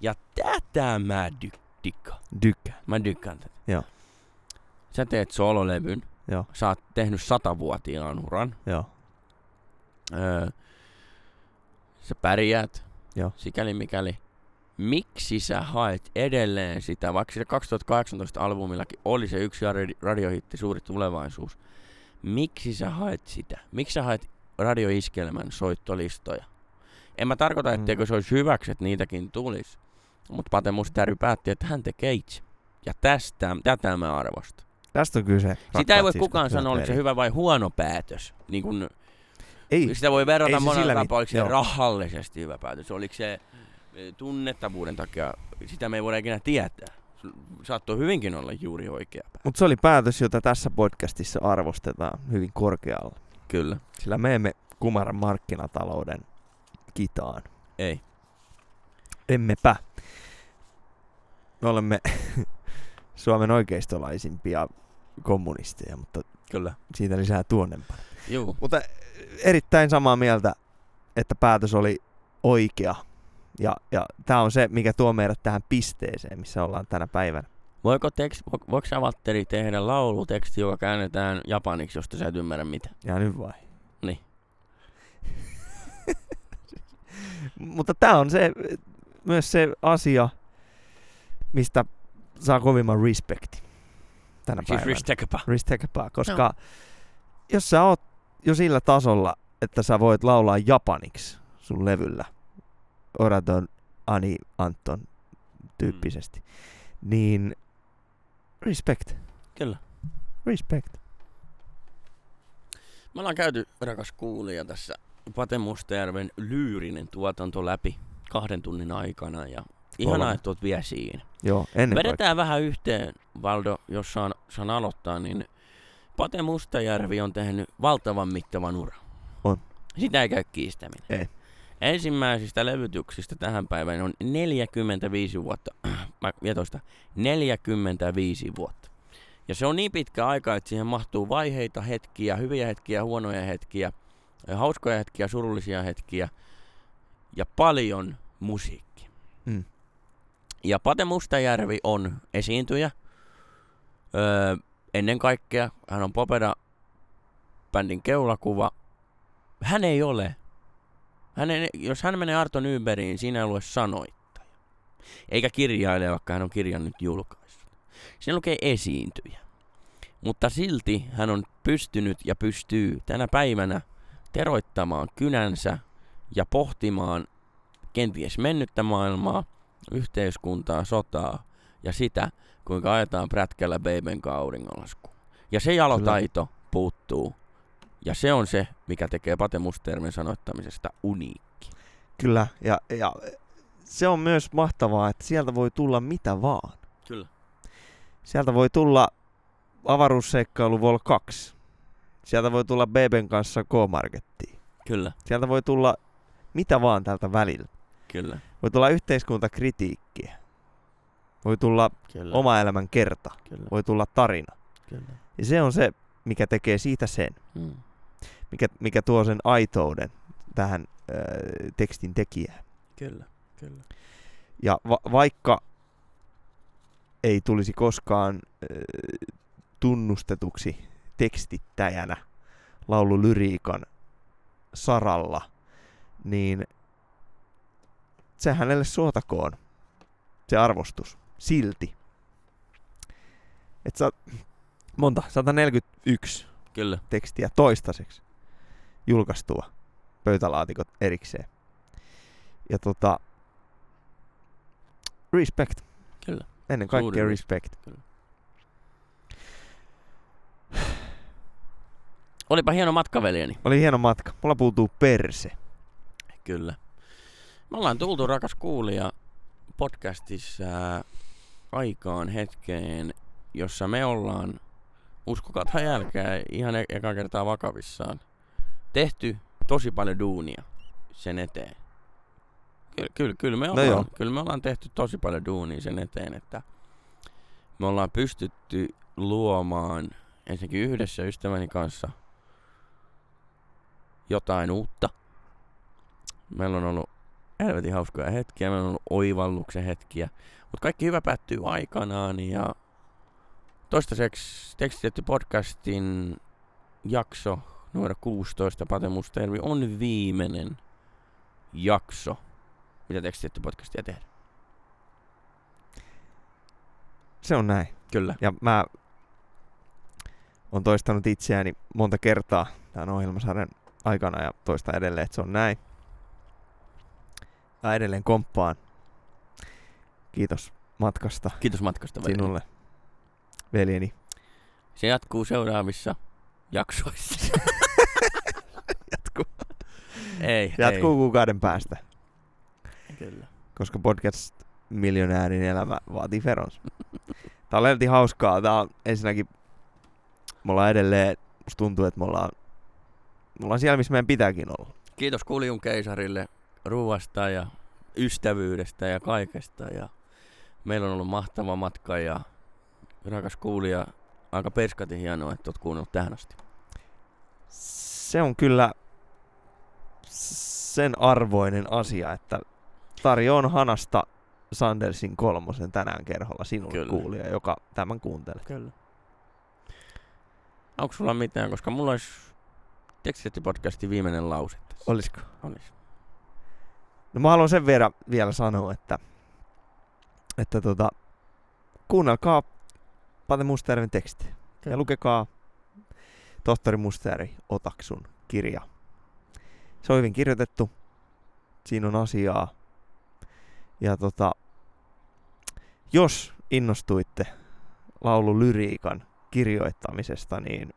Speaker 1: Ja tätä mä dy- dikkaan.
Speaker 2: Dykkää.
Speaker 1: Mä dykkään tätä.
Speaker 2: Joo.
Speaker 1: Sä teet sololevyn,
Speaker 2: Joo,
Speaker 1: Sä oot tehnyt satavuotiaan uran.
Speaker 2: joo.
Speaker 1: Öö, sä pärjäät.
Speaker 2: Joo.
Speaker 1: Sikäli mikäli. Miksi sä haet edelleen sitä, vaikka sillä 2018 albumillakin oli se yksi radi- radiohitti Suuri tulevaisuus. Miksi sä haet sitä? Miksi sä haet radioiskelmän soittolistoja? En mä tarkoita,
Speaker 2: Mm.
Speaker 1: etteikö se olisi hyväksi, että niitäkin tulisi. Mutta Pate Mustary päätti, että hän tekee itse. Ja tästä, tätä mä arvostan.
Speaker 2: Tästä on kyse.
Speaker 1: Sitä ei
Speaker 2: rakkaat siis
Speaker 1: voi
Speaker 2: siskot,
Speaker 1: kukaan
Speaker 2: hyvät
Speaker 1: sanoa, oliko se
Speaker 2: veljet.
Speaker 1: hyvä vai huono päätös. Niin kun,
Speaker 2: Ei,
Speaker 1: sitä voi verrata
Speaker 2: ei se
Speaker 1: monella
Speaker 2: sillä mit-
Speaker 1: tapaa, oliko se
Speaker 2: joo.
Speaker 1: rahallisesti hyvä päätös, oliko se eh, tunnettavuuden takia, sitä me ei voida ikinä tietää. S- Saattoi hyvinkin olla juuri oikea päätös.
Speaker 2: mutta se oli päätös, jota tässä podcastissa arvostetaan hyvin korkealla.
Speaker 1: Kyllä.
Speaker 2: Sillä me emme kumara markkinatalouden kitaan.
Speaker 1: Ei.
Speaker 2: Emmepä. Me olemme (laughs) Suomen oikeistolaisimpia kommunisteja, mutta
Speaker 1: Kyllä.
Speaker 2: siitä lisää tuonnempana.
Speaker 1: Juu.
Speaker 2: Mutta erittäin samaa mieltä, että päätös oli oikea. Ja, ja tämä on se, mikä tuo meidät tähän pisteeseen, missä ollaan tänä päivänä.
Speaker 1: Voiko tekst, vo- voiko Savatteri tehdä lauluteksti, joka käännetään japaniksi, josta sä et ymmärrä mitä?
Speaker 2: Ja nyt vai?
Speaker 1: Niin.
Speaker 2: (laughs) Mutta tämä on se, myös se asia, mistä saa kovimman respekti tänä
Speaker 1: Siis
Speaker 2: päivänä.
Speaker 1: Ristekapa.
Speaker 2: Ristekapaa, koska jos sä oot jo sillä tasolla, että sä voit laulaa japaniksi sun levyllä, Oraton Ani Anton tyyppisesti,
Speaker 1: Mm.
Speaker 2: niin respect,
Speaker 1: Kyllä.
Speaker 2: respect.
Speaker 1: Me ollaan käyty, rakas kuulija, tässä Pate Mustajärven lyyrinen tuotanto läpi kahden tunnin aikana ja ihanaa,
Speaker 2: Kolme.
Speaker 1: että oot vielä siinä.
Speaker 2: Joo, ennen kaikkea.
Speaker 1: Vedetään vähän yhteen, Valdo, jos saan, saan aloittaa, niin Pate Mustajärvi on tehnyt valtavan mittavan uran.
Speaker 2: On.
Speaker 1: Sitä ei käy kiistäminen.
Speaker 2: Ei.
Speaker 1: Ensimmäisistä levytyksistä tähän päivään on 45 vuotta. (clears throat) Mä vietoista. 45 vuotta. Ja se on niin pitkä aika, että siihen mahtuu vaiheita, hetkiä, hyviä hetkiä, huonoja hetkiä, hauskoja hetkiä, surullisia hetkiä ja paljon musiikkia.
Speaker 2: Mm.
Speaker 1: Ja Pate Mustajärvi on esiintyjä. Öö, ennen kaikkea hän on Popeda bändin keulakuva. Hän ei ole. Hän ei, jos hän menee Arto Nyberiin, siinä ei lue sanoittaja. Eikä kirjailija, vaikka hän on kirjan nyt julkaissut. Siinä lukee esiintyjä. Mutta silti hän on pystynyt ja pystyy tänä päivänä teroittamaan kynänsä ja pohtimaan kenties mennyttä maailmaa, yhteiskuntaa, sotaa ja sitä, kuinka ajetaan prätkällä beiben kanssa auringonlaskuun. Ja se jalotaito puuttuu. Ja se on se, mikä tekee Pate Mustermin sanoittamisesta uniikki.
Speaker 2: Kyllä, ja, ja se on myös mahtavaa, että sieltä voi tulla mitä vaan.
Speaker 1: Kyllä.
Speaker 2: Sieltä voi tulla avaruusseikkailu Vol 2. Sieltä voi tulla Beben kanssa K-Markettiin.
Speaker 1: Kyllä,
Speaker 2: Sieltä voi tulla mitä vaan tältä välillä.
Speaker 1: kyllä.
Speaker 2: Voi tulla yhteiskuntakritiikkiä. Voi tulla
Speaker 1: Kyllä,
Speaker 2: oma elämän kerta.
Speaker 1: kyllä,
Speaker 2: Voi tulla tarina.
Speaker 1: kyllä.
Speaker 2: Ja se on se, mikä tekee siitä sen.
Speaker 1: Mm.
Speaker 2: Mikä, mikä tuo sen aitouden tähän ö, tekstin tekijään.
Speaker 1: Kyllä, kyllä.
Speaker 2: Ja va- vaikka ei tulisi koskaan äh, tunnustetuksi tekstittäjänä laululyriikan saralla, niin se hänelle suotakoon se arvostus silti. Et sa- monta? 141
Speaker 1: Kyllä,
Speaker 2: tekstiä toistaiseksi julkaistua pöytälaatikot erikseen. Ja tota, respect.
Speaker 1: Kyllä.
Speaker 2: Ennen
Speaker 1: Suuri
Speaker 2: kaikkea
Speaker 1: res-
Speaker 2: respect.
Speaker 1: olipa hieno matka, veljeni.
Speaker 2: Oli hieno matka. Mulla puutuu perse.
Speaker 1: Kyllä. Me ollaan tultu, rakas kuulija, podcastissa aikaan hetkeen, jossa me ollaan, uskokaa tai jälkää, ihan e- eka kertaa vakavissaan, tehty tosi paljon duunia sen eteen. Kyllä, kyllä, kyllä, me, ollaan,
Speaker 2: joo.
Speaker 1: kyllä me ollaan tehty tosi paljon duunia sen eteen, että me ollaan pystytty luomaan ensinnäkin yhdessä ystäväni kanssa jotain uutta. Meillä on ollut helvetin hauskoja hetkiä, meillä on ollut oivalluksen hetkiä. Mutta kaikki hyvä päättyy aikanaan ja Toistaiseksi tekstitetty podcastin jakso numero 16 Pate Mustervi on viimeinen jakso, mitä tekstitetty podcastia tehdään.
Speaker 2: Se on näin.
Speaker 1: Kyllä.
Speaker 2: Ja mä oon toistanut itseäni monta kertaa tämän ohjelmasarjan aikana ja toista edelleen, että se on näin. Ja edelleen komppaan. Kiitos matkasta
Speaker 1: Kiitos matkasta. veli.
Speaker 2: sinulle, veljeni.
Speaker 1: Se jatkuu seuraavissa jaksoissa.
Speaker 2: (laughs) Jatkuu.
Speaker 1: Ei,
Speaker 2: Jatkuu kuukauden päästä,
Speaker 1: Ei. Kyllä.
Speaker 2: koska podcast-miljonäärin elämä
Speaker 1: (laughs)
Speaker 2: vaatii veronsa. Tää on lelti hauskaa. Tää on ensinnäkin, me ollaan edelleen, musta tuntuu, että me ollaan, me ollaan siellä, missä meidän pitääkin olla.
Speaker 1: Kiitos Kuljun keisarille ruuasta ja ystävyydestä ja kaikesta. Ja meillä on ollut mahtava matka ja rakas kuulija, aika perskati hienoa, että oot kuunnellut tähän asti.
Speaker 2: Se on kyllä sen arvoinen asia, että tarjoan Hanasta Sandersin kolmosen tänään kerholla sinulle
Speaker 1: Kyllä.
Speaker 2: kyllä. kuulija, joka tämän kuuntelee.
Speaker 1: Kyllä. Onko sulla mitään, koska mulla olisi tekstittipodcastin viimeinen lause tässä.
Speaker 2: Olisiko?
Speaker 1: Olis.
Speaker 2: No mä haluan sen verran vielä sanoa, että, että tota, kuunnelkaa Pate Mustervin teksti ja lukekaa tohtori Musteri Otaksun kirja. Se on hyvin kirjoitettu, siinä on asiaa. Ja tota, jos innostuitte laululyriikan kirjoittamisesta, niin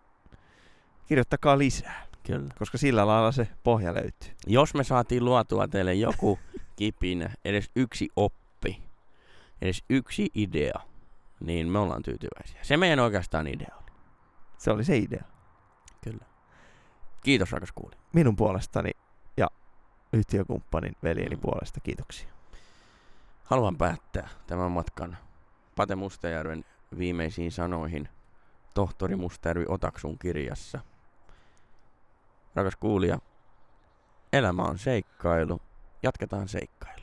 Speaker 2: kirjoittakaa lisää,
Speaker 1: Kyllä.
Speaker 2: koska sillä lailla se pohja löytyy.
Speaker 1: Jos me saatiin luotua teille joku (laughs) kipinä, edes yksi oppi, edes yksi idea, niin me ollaan tyytyväisiä. Se meidän oikeastaan idea oli.
Speaker 2: Se oli se idea.
Speaker 1: Kyllä. Kiitos rakas kuulija.
Speaker 2: minun puolestani ja yhtiökumppanin veljeni puolesta kiitoksia.
Speaker 1: Haluan päättää tämän matkan Pate Mustajärven viimeisiin sanoihin tohtori Mustajärvi Otaksun kirjassa. Rakas kuulija, elämä on seikkailu. Jatketaan seikkailua.